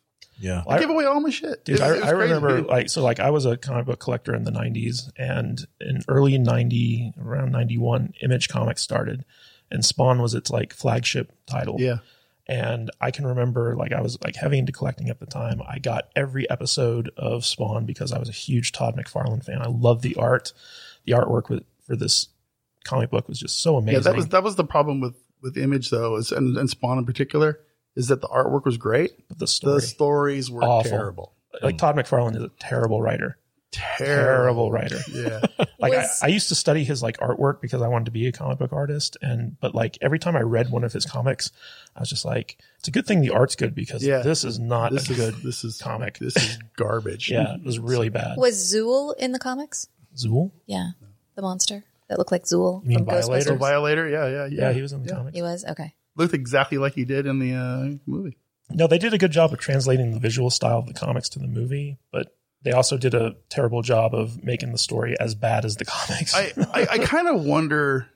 Speaker 3: yeah.
Speaker 4: I, gave away all my shit.
Speaker 1: Dude,
Speaker 4: It was-
Speaker 1: I,
Speaker 4: it was
Speaker 1: I
Speaker 4: crazy.
Speaker 1: remember like so like I was a comic book collector in the '90s, and in early '90, around '91, Image Comics started, and Spawn was its like flagship title.
Speaker 4: Yeah.
Speaker 1: and I can remember like I was like heavy into collecting at the time. I got every episode of Spawn because I was a huge Todd McFarlane fan. I love the art, the artwork with, for this comic book was just so amazing.
Speaker 4: Yeah, that was that was the problem with with Image though, is, and, and Spawn in particular, is that the artwork was great.
Speaker 1: But the story.
Speaker 4: The stories were
Speaker 1: Awful.
Speaker 4: terrible.
Speaker 1: like Todd McFarlane is a terrible writer, terrible writer.
Speaker 4: Yeah.
Speaker 1: like I,
Speaker 2: Was-
Speaker 1: I used to study his like artwork because I wanted to be a comic book artist and but like every time I read one of his comics I was just like it's a good thing the art's good because
Speaker 4: Yeah.
Speaker 1: this is not
Speaker 4: this
Speaker 1: a
Speaker 4: is
Speaker 1: good
Speaker 4: this is
Speaker 1: comic.
Speaker 4: This is garbage.
Speaker 1: yeah it was really bad
Speaker 2: Was Zool in the comics?
Speaker 1: Zool
Speaker 2: Yeah. The monster that looked like Zool
Speaker 1: You mean
Speaker 2: from
Speaker 1: Violator?
Speaker 4: The
Speaker 2: Ghostbusters.
Speaker 4: Violator, yeah, yeah, yeah.
Speaker 1: yeah, he was in the comic
Speaker 2: he was? Okay.
Speaker 4: Looked exactly like he did in the uh, movie.
Speaker 1: no they did a good job of translating the visual style of the comics to the movie but they also did a terrible job of making the story as bad as the comics
Speaker 4: I I, I kind of wonder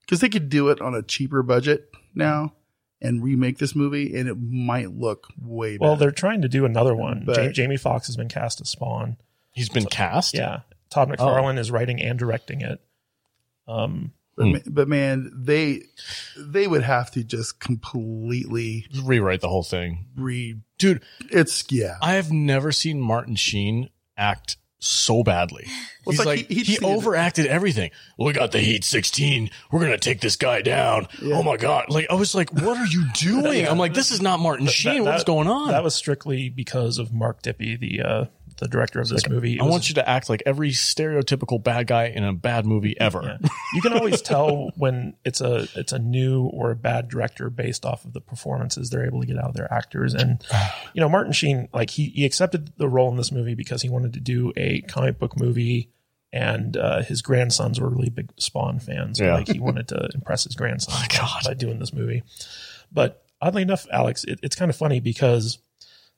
Speaker 4: because they could do it on a cheaper budget now and remake this movie, and it might look way
Speaker 1: well
Speaker 4: better.
Speaker 1: they're trying to do another one
Speaker 4: But-
Speaker 1: Ja- Jamie Foxx has been cast as Spawn
Speaker 3: He's been cast.
Speaker 1: yeah
Speaker 4: Oh.
Speaker 1: Todd McFarlane is writing and directing it um
Speaker 4: But, ma- but man, they they would have to just completely
Speaker 3: Just rewrite the whole thing,
Speaker 4: re.
Speaker 3: dude.
Speaker 4: It's yeah.
Speaker 3: I have never seen Martin Sheen act so badly.
Speaker 4: Well,
Speaker 3: He's
Speaker 4: it's like
Speaker 3: like,
Speaker 4: he-
Speaker 3: he,
Speaker 4: he'd seen it.
Speaker 3: overacted everything. We got the Heat 16. We're gonna take this guy down. Oh my god! Like I was like, what are you doing? I'm like, this is not Martin Sheen.
Speaker 1: that-
Speaker 3: What's going on?
Speaker 1: That was strictly because of Mark Dippy, the uh, the director of this movie.
Speaker 3: I want you to act like every stereotypical bad guy in a bad movie ever.
Speaker 1: you can always tell when it's a it's a new or a bad director based off of the performances they're able to get out of their actors. And you know, Martin Sheen, like he he accepted the role in this movie because he wanted to do a comic book movie. And uh, his grandsons were really big Spawn fans.
Speaker 3: Yeah. Oh
Speaker 1: Like he wanted to impress his grandson
Speaker 3: God.
Speaker 1: by doing this movie. But oddly enough, Alex, it, it's kind of funny because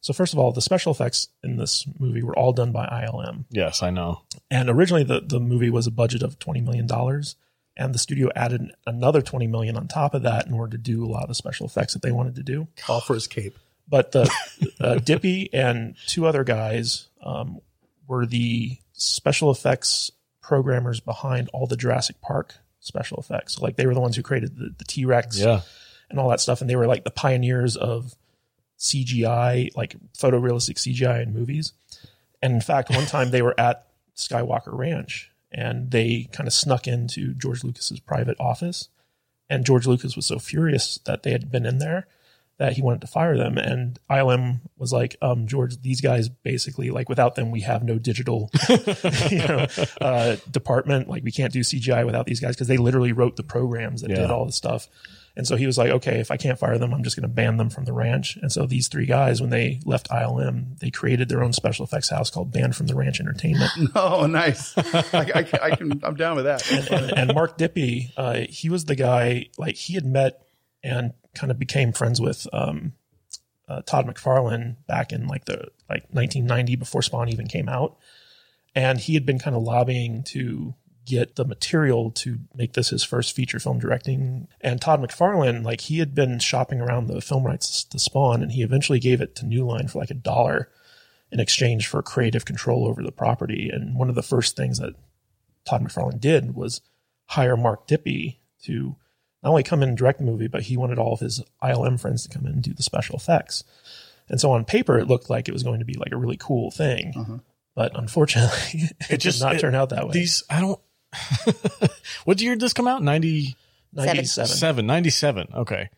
Speaker 1: so first of all, the special effects in this movie were all done by ILM.
Speaker 3: Yes, I know.
Speaker 1: And originally, the, the movie was a budget of twenty million dollars, and the studio added another twenty million on top of that in order to do a lot of the special effects that they wanted to do.
Speaker 4: All for his cape.
Speaker 1: But the uh, Dippy and two other guys um, were the special effects programmers behind all the Jurassic Park special effects. like they were the ones who created the, the T Rex
Speaker 3: Yeah.
Speaker 1: and all that stuff, and they were like the pioneers of CGI, like photorealistic CGI in movies. And in fact, one time they were at Skywalker Ranch and they kind of snuck into George Lucas's private office. And George Lucas was so furious that they had been in there that he wanted to fire them. And ILM was like, um, George, these guys basically, like, without them, we have no digital you know, uh, department. Like, we can't do CGI without these guys because they literally wrote the programs that
Speaker 3: Yeah.
Speaker 1: did all the stuff. And so he was like, okay, if I can't fire them, I'm just going to ban them from the ranch. And so these three guys, when they left ILM, they created their own special effects house called Banned from the Ranch Entertainment.
Speaker 4: Oh, nice. I, I, can- I can. I'm down with that.
Speaker 1: and, and Mark Dippy, uh, he was the guy like he had met and kind of became friends with um, uh, Todd McFarlane back in like the like 1990 before Spawn even came out, and he had been kind of lobbying to get the material to make this his first feature film directing. And Todd McFarlane, like he had been shopping around the film rights to Spawn, and he eventually gave it to New Line for like a dollar. In exchange for creative control over the property, and one of the first things that Todd McFarlane did was hire Mark Dippy to not only come in and direct the movie, but he wanted all of his ILM friends to come in and do the special effects. And so on paper, it looked like it was going to be like a really cool thing. But unfortunately, it,
Speaker 3: just-
Speaker 1: did not
Speaker 3: Uh-huh. it-
Speaker 1: turn out that way.
Speaker 3: These I don't. what year did this come out? 97.
Speaker 1: 97.
Speaker 3: 97. Okay.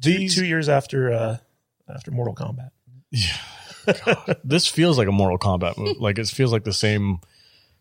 Speaker 1: Two,
Speaker 3: These
Speaker 1: two years after uh, after Mortal Kombat.
Speaker 3: this feels like a Mortal Kombat movie. like it feels like the same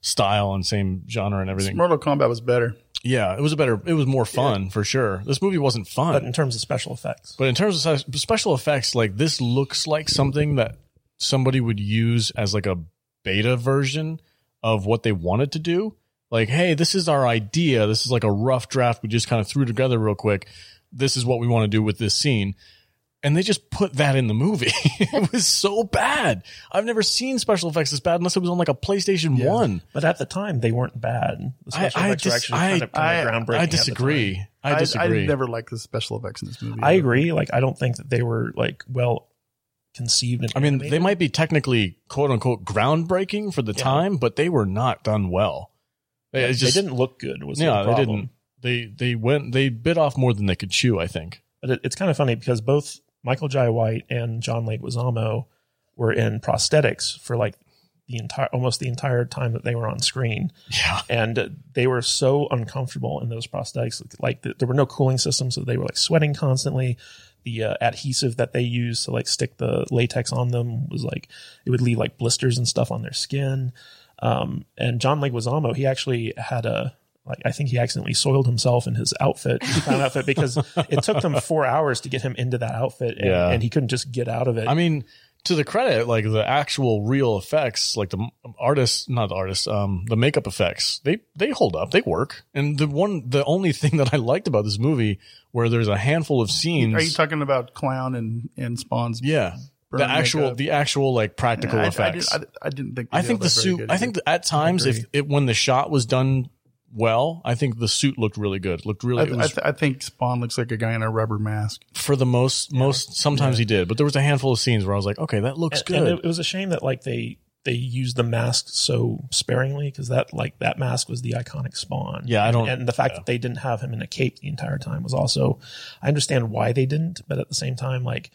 Speaker 3: style and same genre and everything.
Speaker 4: Mortal Kombat was better.
Speaker 3: Yeah, it was a better. It was more fun for sure. This movie wasn't fun.
Speaker 1: But in terms of special effects,
Speaker 3: But in terms of size- special effects, like this looks like something that somebody would use as like a beta version of what they wanted to do. Like, hey, this is our idea. This is like a rough draft we just kind of threw together real quick. This is what we want to do with this scene. And they just put that in the movie. it was so bad. I've never seen special effects this bad unless it was on like a PlayStation 1.
Speaker 1: but at the time, they weren't bad. The
Speaker 3: I-
Speaker 1: special
Speaker 3: I
Speaker 1: effects were
Speaker 3: dis-
Speaker 1: actually
Speaker 3: I-
Speaker 1: kind of, kind
Speaker 4: I-
Speaker 1: of groundbreaking.
Speaker 3: I
Speaker 1: at the time.
Speaker 3: disagree. I disagree.
Speaker 4: I, never liked the special effects in this movie.
Speaker 1: I agree. Like, I don't think that they were like well conceived. And
Speaker 3: I mean,
Speaker 1: animated.
Speaker 3: they might be technically quote unquote groundbreaking for the
Speaker 1: Yeah.
Speaker 3: time, but they were not done well. They, it just,
Speaker 1: they didn't look good. Was
Speaker 3: Yeah,
Speaker 1: yeah, the
Speaker 3: they
Speaker 1: problem.
Speaker 3: didn't. They they went. They bit off more than they could chew. I think.
Speaker 1: But it, it's kind of funny because both Michael Jai White and John Leguizamo were in prosthetics for like the entire almost the entire time that they were on screen,
Speaker 3: Yeah.
Speaker 1: and uh, they were so uncomfortable in those prosthetics. Like th there were no cooling systems, so they were like sweating constantly. The uh, adhesive that they used to like stick the latex on them was like it would leave like blisters and stuff on their skin. Um, and John Leguizamo, he actually had a like I think he accidentally soiled himself in his outfit, his clown outfit, because it took them four hours to get him into that outfit, and,
Speaker 3: Yeah.
Speaker 1: and he couldn't just get out of it.
Speaker 3: I mean, to the credit, like the actual real effects, like the m- artists, not the artists, um, the makeup effects, they they hold up. They work. And the one, the only thing that I liked about this movie, where there's a handful of scenes.
Speaker 4: Are you talking about clown and and Spawn's?
Speaker 3: yeah. The
Speaker 4: Burn
Speaker 3: actual,
Speaker 4: makeup?
Speaker 3: the actual like practical
Speaker 4: I, I
Speaker 3: effects.
Speaker 4: did, I, I didn't think. they
Speaker 3: I think
Speaker 4: nailed
Speaker 3: the
Speaker 4: that very
Speaker 3: suit.
Speaker 4: good.
Speaker 3: I think that at times, if
Speaker 4: agree.
Speaker 3: it when the shot was done well, I think the suit looked really good. Looked really.
Speaker 4: I,
Speaker 3: it
Speaker 4: th- I,
Speaker 3: was,
Speaker 4: th- I think Spawn looks like a guy in a rubber mask.
Speaker 3: for the most, most sometimes he did, but there was a handful of scenes where I was like, okay, that looks
Speaker 1: and, and
Speaker 3: good.
Speaker 1: it, it was a shame that like they they used the mask so sparingly because that like that mask was the iconic Spawn.
Speaker 3: Yeah, I don't-
Speaker 1: And, the fact
Speaker 3: yeah.
Speaker 1: that they didn't have him in a cape the entire time was also. I understand why they didn't, but at the same time, like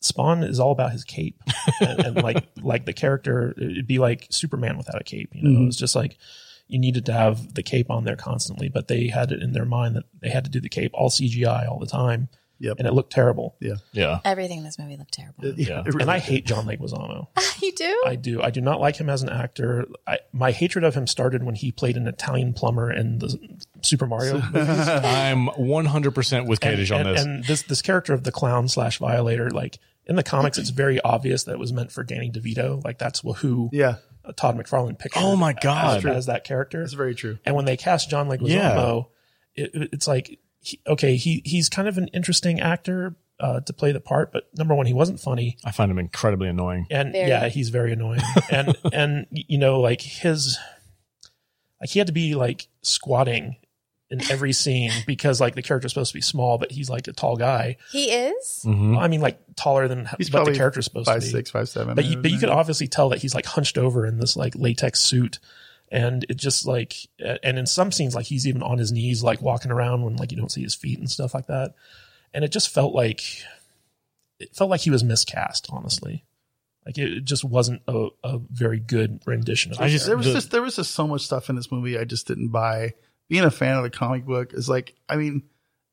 Speaker 1: Spawn is all about his cape, and, and like like the character, it'd be like Superman without a cape. You know,
Speaker 3: Mm-hmm.
Speaker 1: it was just like. You needed to have the cape on there constantly, but they had it in their mind that they had to do the cape all CGI all the time,
Speaker 4: Yep.
Speaker 1: and it looked terrible.
Speaker 3: yeah,
Speaker 2: Everything in this movie looked terrible.
Speaker 3: Yeah.
Speaker 4: It really-
Speaker 1: And I hate John Leguizamo.
Speaker 2: you do?
Speaker 1: I do. I do not like him as an actor. I, my hatred of him started when he played an Italian plumber in the Super Mario. movies.
Speaker 3: I'm 100 percent with
Speaker 1: and,
Speaker 3: Kadish on
Speaker 1: and,
Speaker 3: this.
Speaker 1: and this this character of the clown slash violator, like in the comics, it's very obvious that it was meant for Danny DeVito. Like that's wh- who
Speaker 4: Yeah,
Speaker 1: Todd McFarlane pictured.
Speaker 3: Oh my
Speaker 1: as-
Speaker 3: God.
Speaker 1: as, that character.
Speaker 4: that's very true.
Speaker 1: And when they cast John Leguizamo, it, it- it's like he, okay, he he's kind of an interesting actor uh, to play the part, but number one, he wasn't funny
Speaker 3: I find him incredibly annoying.
Speaker 1: and
Speaker 2: Very.
Speaker 1: yeah, he's very annoying. and and you know, like his, like he had to be like squatting in every scene because like the character's supposed to be small, but he's like a tall guy.
Speaker 2: He is?
Speaker 3: Mhm.
Speaker 1: I mean, like taller than what
Speaker 4: He's
Speaker 1: the
Speaker 4: probably
Speaker 1: character's supposed
Speaker 4: Five
Speaker 1: to be.
Speaker 4: six, five seven.
Speaker 1: but you, but you could obviously tell that he's like hunched over in this like latex suit. And it just like, and in some scenes, like he's even on his knees, like walking around when like you don't see his feet and stuff like that. And it just felt like, it felt like he was miscast, honestly. Like it it just wasn't a, a very good rendition of
Speaker 3: I
Speaker 1: it.
Speaker 3: just-
Speaker 4: there was
Speaker 3: the-
Speaker 4: just there was just so much stuff in this movie I just didn't buy. Being a fan of the comic book is like I mean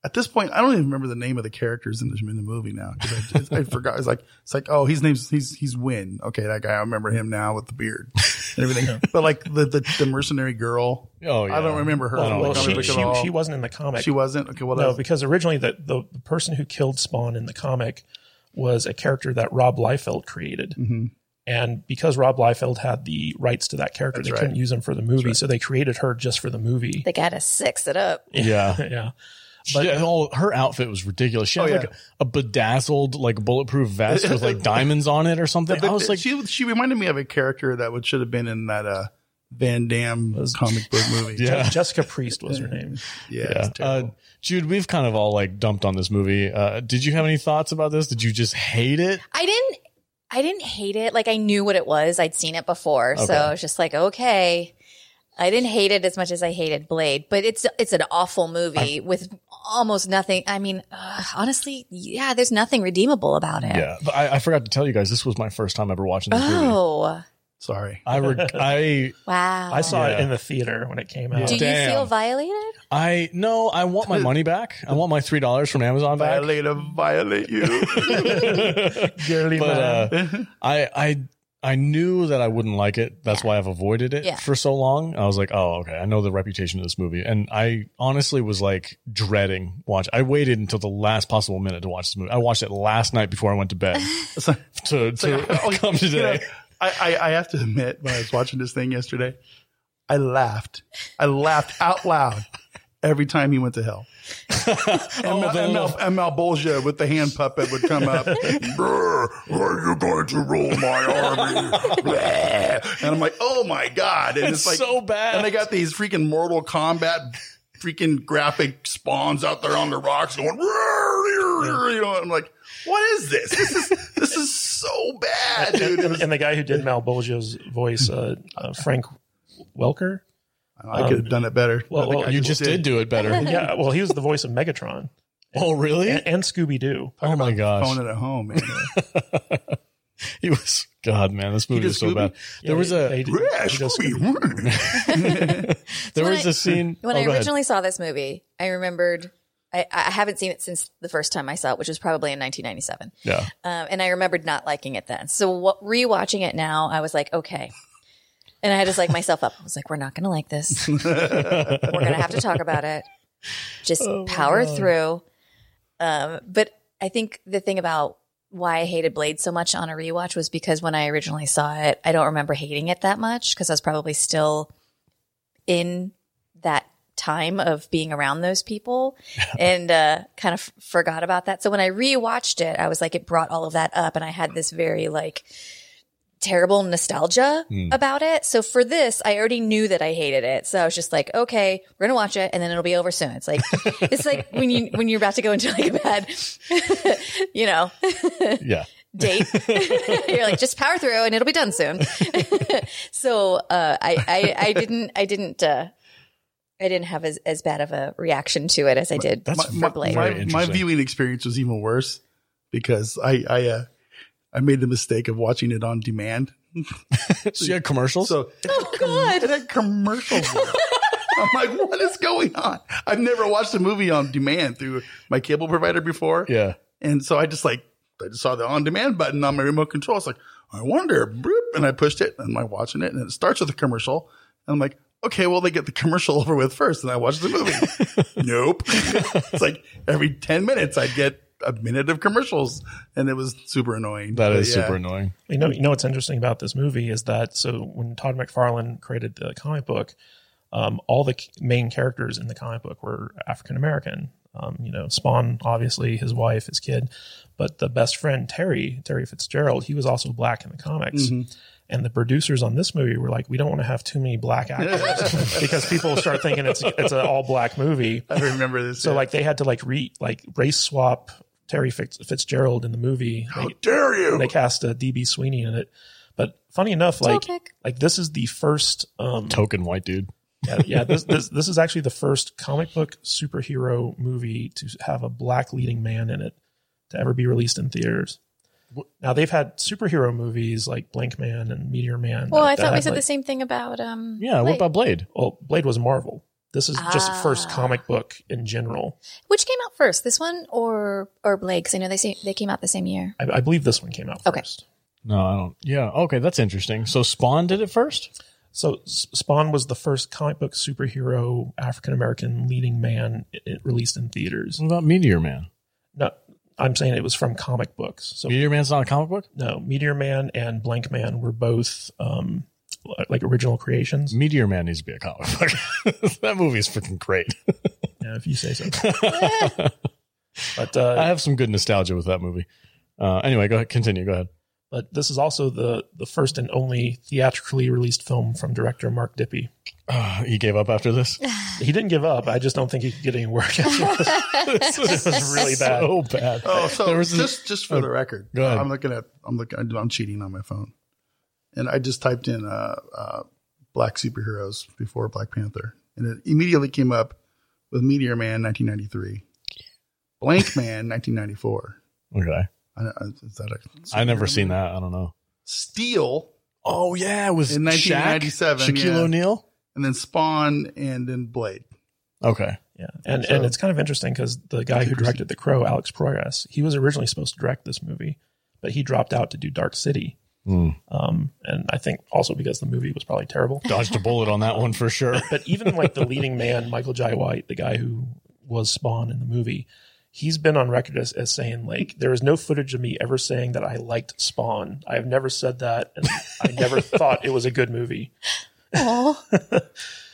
Speaker 4: at this point, I don't even remember the name of the characters in the, in the movie now because I, I forgot. It's like it's like oh, his name's he's he's Win. Okay, that guy. I remember him now with the beard and everything. But like the, the the mercenary girl,
Speaker 3: Oh, yeah.
Speaker 4: I don't remember her.
Speaker 3: Well,
Speaker 4: from the
Speaker 3: well,
Speaker 1: Well,
Speaker 4: comic
Speaker 1: she,
Speaker 4: book at
Speaker 1: she,
Speaker 4: all.
Speaker 1: she wasn't in the comic.
Speaker 4: She wasn't. Okay, well,
Speaker 1: no,
Speaker 4: that's,
Speaker 1: because originally the, the, the person who killed Spawn in the comic was a character that Rob Liefeld created.
Speaker 4: mm-hmm.
Speaker 1: And because Rob Liefeld had the rights to that character,
Speaker 4: That's
Speaker 1: they
Speaker 4: right.
Speaker 1: couldn't use him for the movie. So they created her just for the movie.
Speaker 2: They got to six it up.
Speaker 3: Yeah.
Speaker 1: yeah.
Speaker 3: She, and all her outfit was ridiculous. She had
Speaker 4: Oh,
Speaker 3: like
Speaker 4: yeah.
Speaker 3: a, a bedazzled, like bulletproof vest with like diamonds on it or something. I was like,
Speaker 4: she she reminded me of a character that would should have been in that uh Van Damme comic book movie.
Speaker 3: Yeah.
Speaker 1: Je- Jessica Priest was her name.
Speaker 4: yeah.
Speaker 3: yeah.
Speaker 4: it's
Speaker 3: Uh,
Speaker 4: terrible.
Speaker 3: Jude, we've kind of all like dumped on this movie. Uh, did you have any thoughts about this? Did you just hate it?
Speaker 2: I didn't I didn't hate it. Like I knew what it was. I'd seen it before. So
Speaker 3: Okay.
Speaker 2: I was just like, okay. I didn't hate it as much as I hated Blade, but it's it's an awful movie with almost nothing. I mean, uh, honestly, yeah, there's nothing redeemable about it.
Speaker 3: Yeah. But I, I forgot to tell you guys, this was my first time ever watching this movie.
Speaker 2: Oh,
Speaker 4: Sorry.
Speaker 3: I, re- I,
Speaker 2: wow.
Speaker 1: I saw
Speaker 3: Yeah.
Speaker 1: it in the theater when it came out.
Speaker 2: Do
Speaker 3: Damn.
Speaker 2: you feel violated?
Speaker 3: I, no, I want my money back. I want my $3 from Amazon back.
Speaker 4: Violate violate you. Girly
Speaker 3: But, uh,
Speaker 4: man.
Speaker 3: I I I knew that I wouldn't like it. That's why I've avoided it
Speaker 2: Yeah.
Speaker 3: for so long. I was like, oh, okay. I know the reputation of this movie, and I honestly was like dreading watch. I waited until the last possible minute to watch this movie. I watched it last night before I went to bed
Speaker 4: It's like-
Speaker 3: to,
Speaker 4: it's like,
Speaker 3: to
Speaker 4: oh,
Speaker 3: come
Speaker 4: you know,
Speaker 3: today.
Speaker 4: I, I, I have to admit, when I was watching this thing yesterday, I laughed. I laughed out loud every time he went to hell. And,
Speaker 3: Oh,
Speaker 4: Mal,
Speaker 3: the
Speaker 4: and, Mal,
Speaker 3: little-
Speaker 4: and Malbolgia with the hand puppet would come up. "Brr, are you going to rule my army? Bleh." and I'm like, oh my God. And it's,
Speaker 3: It's
Speaker 4: like
Speaker 3: so bad.
Speaker 4: And they got these freaking Mortal Kombat freaking graphic spawns out there on the rocks going, "Brr," you know, I'm like, what is this? This is, this is so bad, dude. It was-
Speaker 1: and, and the guy who did Malbolgia's voice, uh, uh, Frank Welker.
Speaker 4: I could have done it better.
Speaker 1: Well,
Speaker 4: I think
Speaker 1: well,
Speaker 4: I
Speaker 3: Um, you just did do it better.
Speaker 1: Yeah, well, he was the voice of Megatron
Speaker 3: oh, really?
Speaker 1: and, and Scooby Doo.
Speaker 3: oh my gosh,
Speaker 4: Phone it at home, man.
Speaker 3: he was God, man. This movie
Speaker 4: did
Speaker 3: was so
Speaker 4: Scooby?
Speaker 3: bad. There was a there
Speaker 2: When
Speaker 3: was
Speaker 2: I-
Speaker 3: a scene
Speaker 2: When
Speaker 3: oh,
Speaker 2: I
Speaker 3: go ahead.
Speaker 2: originally saw this movie, I remembered. I, I haven't seen it since the first time I saw it, which was probably in 1997.
Speaker 3: Yeah.
Speaker 2: Um, and I remembered not liking it then. So what, rewatching it now, I was like, okay. And I had to like myself up. I was like, we're not going to like this. we're going to have to talk about it. Just power through. Um, but I think the thing about why I hated Blade so much on a rewatch was because when I originally saw it, I don't remember hating it that much because I was probably still in that time of being around those people and uh, kind of f- forgot about that. So when I rewatched it, I was like, it brought all of that up, and I had this very like terrible nostalgia
Speaker 4: Hmm.
Speaker 2: about it. So for this, I already knew that I hated it. So I was just like, okay, we're gonna watch it, and then it'll be over soon. It's like it's like when you when you're about to go into like a bad, you know,
Speaker 3: yeah.
Speaker 2: date. You're like, just power through and it'll be done soon. so uh, I, I I didn't I didn't uh, I didn't have as, as bad of a reaction to it as I did
Speaker 3: That's
Speaker 2: for
Speaker 4: my,
Speaker 2: Blade.
Speaker 4: my-
Speaker 3: Very
Speaker 4: my
Speaker 3: interesting.
Speaker 4: viewing experience was even worse because I I uh, I made the mistake of watching it on demand.
Speaker 3: So you had commercials.
Speaker 4: So
Speaker 2: oh god.
Speaker 4: it had commercials. in it. I'm like, what is going on? I've never watched a movie on demand through my cable provider before.
Speaker 3: yeah.
Speaker 4: And so I just like, I just saw the on demand button on my remote control. It's like, I wonder, boop, and I pushed it and I'm watching it and it starts with a commercial. And I'm like, okay, well, they get the commercial over with first and I watch the movie. nope. it's like every 10 minutes I'd get a minute of commercials and it was super annoying.
Speaker 3: That
Speaker 4: But
Speaker 3: is
Speaker 4: yeah.
Speaker 3: super annoying.
Speaker 1: You know, you know what's interesting about this movie is that so when Todd McFarlane created the comic book, um, all the c- main characters in the comic book were African American. Um, you know, Spawn, obviously, his wife, his kid, but the best friend Terry, Terry Fitzgerald, he was also black in the comics.
Speaker 4: Mm-hmm.
Speaker 1: And the producers on this movie were like, we don't want to have too many black actors because people start thinking it's it's an all black movie.
Speaker 4: I remember this.
Speaker 1: So
Speaker 4: yeah.
Speaker 1: like they had to like re like race swap Terry Fitz, Fitzgerald in the movie.
Speaker 4: how
Speaker 1: They,
Speaker 4: dare you?
Speaker 1: they cast a DB Sweeney in it. But funny enough, like
Speaker 2: Topic.
Speaker 1: like this is the first um
Speaker 3: Token white dude.
Speaker 1: yeah, yeah, this, this this is actually the first comic book superhero movie to have a black leading man in it to ever be released in theaters. Now they've had superhero movies like Blank Man and Meteor Man.
Speaker 2: Well,
Speaker 1: that-
Speaker 2: I
Speaker 1: that
Speaker 2: thought we
Speaker 1: had,
Speaker 2: said
Speaker 1: like- oh,
Speaker 2: the same thing about um
Speaker 3: Yeah. What
Speaker 2: Blade,
Speaker 3: about Blade?
Speaker 1: Well, Blade was Marvel. This is just first
Speaker 2: Ah.
Speaker 1: comic book in general.
Speaker 2: which came out out first? This one or or Blade? Because I know they say, they came out the same year.
Speaker 1: I, I believe this one came out
Speaker 2: Okay.
Speaker 1: first.
Speaker 3: No, I don't. Yeah. Okay. That's interesting. So Spawn did it first?
Speaker 1: So S- Spawn was the first comic book superhero African American leading man i- i- released in theaters.
Speaker 3: What about Meteor Man?
Speaker 1: No, I'm saying it was from comic books. So
Speaker 3: Meteor Man's not a comic book?
Speaker 1: no, Meteor Man and Blank Man were both um, li- like original creations.
Speaker 3: Meteor Man needs to be a comic book. that movie's freaking great.
Speaker 1: Yeah, if you say so. But uh,
Speaker 3: I have some good nostalgia with that movie. Uh, anyway, go ahead. Continue. Go ahead.
Speaker 1: but this is also the the first and only theatrically released film from director Mark Dippy.
Speaker 3: Uh, he gave up after this.
Speaker 1: He didn't give up. I just don't think he could get any work.
Speaker 3: this was
Speaker 1: really bad.
Speaker 3: So bad.
Speaker 4: Oh, so
Speaker 3: There was an-
Speaker 4: just just for the record,
Speaker 3: go ahead.
Speaker 4: I'm looking at I'm looking I'm cheating on my phone, and I just typed in uh, uh, black superheroes before Black Panther, and it immediately came up with Meteor Man 1993, Blank Man 1994.
Speaker 3: Okay.
Speaker 4: I, I, is that a
Speaker 3: I've never seen that. I don't know.
Speaker 4: Steel,
Speaker 3: Oh yeah, it was
Speaker 4: In 1997,
Speaker 3: Shaq, Shaquille
Speaker 4: yeah.
Speaker 3: O'Neal.
Speaker 4: and then Spawn, and then Blade.
Speaker 3: Okay.
Speaker 1: yeah, and
Speaker 4: So-
Speaker 1: and it's kind of interesting because the guy who directed The Crow, Alex Proyas, he was originally supposed to direct this movie, but he dropped out to do Dark City.
Speaker 3: Hmm.
Speaker 1: Um, and I think also because the movie was probably terrible.
Speaker 3: Dodged a bullet on that one for sure.
Speaker 1: But even like the leading man, Michael Jai White, the guy who was Spawn in the movie, he's been on record as, as saying like there is no footage of me ever saying that I liked Spawn. I have never said that, and I never thought it was a good movie.
Speaker 2: Oh,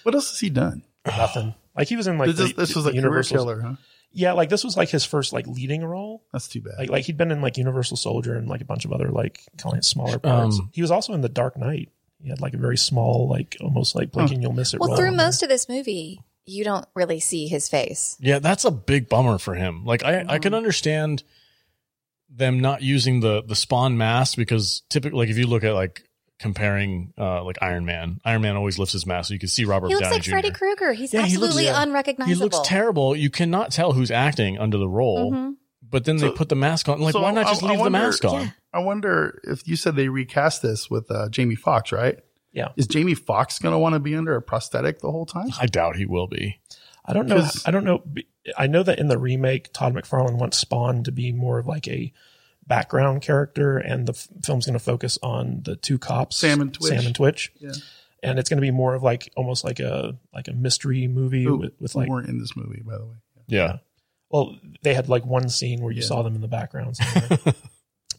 Speaker 4: What else has he done?
Speaker 1: Nothing. Like he was in like
Speaker 4: this,
Speaker 1: the-
Speaker 4: this was
Speaker 1: the
Speaker 4: a career
Speaker 1: Universal's-
Speaker 4: killer, huh?
Speaker 1: Yeah, like this was like his first like leading role.
Speaker 4: That's too bad.
Speaker 1: Like like he'd been in like Universal Soldier and like a bunch of other like calling it smaller parts.
Speaker 3: Um,
Speaker 1: he was also in The Dark Knight. He had like a very small, like almost
Speaker 4: Hmm.
Speaker 1: like blinking you'll miss it.
Speaker 2: well,
Speaker 1: role
Speaker 2: through
Speaker 1: in there.
Speaker 2: most of this movie, you don't really see his face.
Speaker 3: yeah, that's a big bummer for him. Like I, I can understand them not using the the spawn mask because typically, like if you look at like comparing uh like Iron Man, Iron Man always lifts his mask so you can see Robert
Speaker 2: He looks
Speaker 3: Downey
Speaker 2: like
Speaker 3: Jr.
Speaker 2: Freddy Krueger. He's
Speaker 3: Yeah, he looks-
Speaker 2: absolutely
Speaker 3: yeah. he
Speaker 2: unrecognizable.
Speaker 3: looks terrible. You cannot tell who's acting under the role.
Speaker 2: Mhm.
Speaker 3: But then
Speaker 4: So-
Speaker 3: they put the mask on. Like
Speaker 4: so
Speaker 3: why not
Speaker 4: I-
Speaker 3: just
Speaker 4: I
Speaker 3: leave the
Speaker 4: wonder-
Speaker 3: mask on?
Speaker 2: Yeah.
Speaker 4: I wonder if you said they recast this with uh, Jamie Foxx, right?
Speaker 1: Yeah.
Speaker 4: Is Jamie Foxx going to want to be under a prosthetic the whole time?
Speaker 3: I doubt he will be.
Speaker 1: I don't know.
Speaker 4: 'Cause-
Speaker 1: I don't know. I know that in the remake, Todd McFarlane wants Spawn to be more of like a background character, and the f- film's going to focus on the two cops,
Speaker 4: Sam and Twitch.
Speaker 1: Sam and Twitch.
Speaker 4: Yeah.
Speaker 1: And it's going to be more of like almost like a like a mystery movie
Speaker 4: Who-
Speaker 1: with, with
Speaker 4: who
Speaker 1: like
Speaker 4: weren't in this movie, by the way.
Speaker 3: Yeah.
Speaker 1: well they had like one scene where you saw them in the background. somewhere.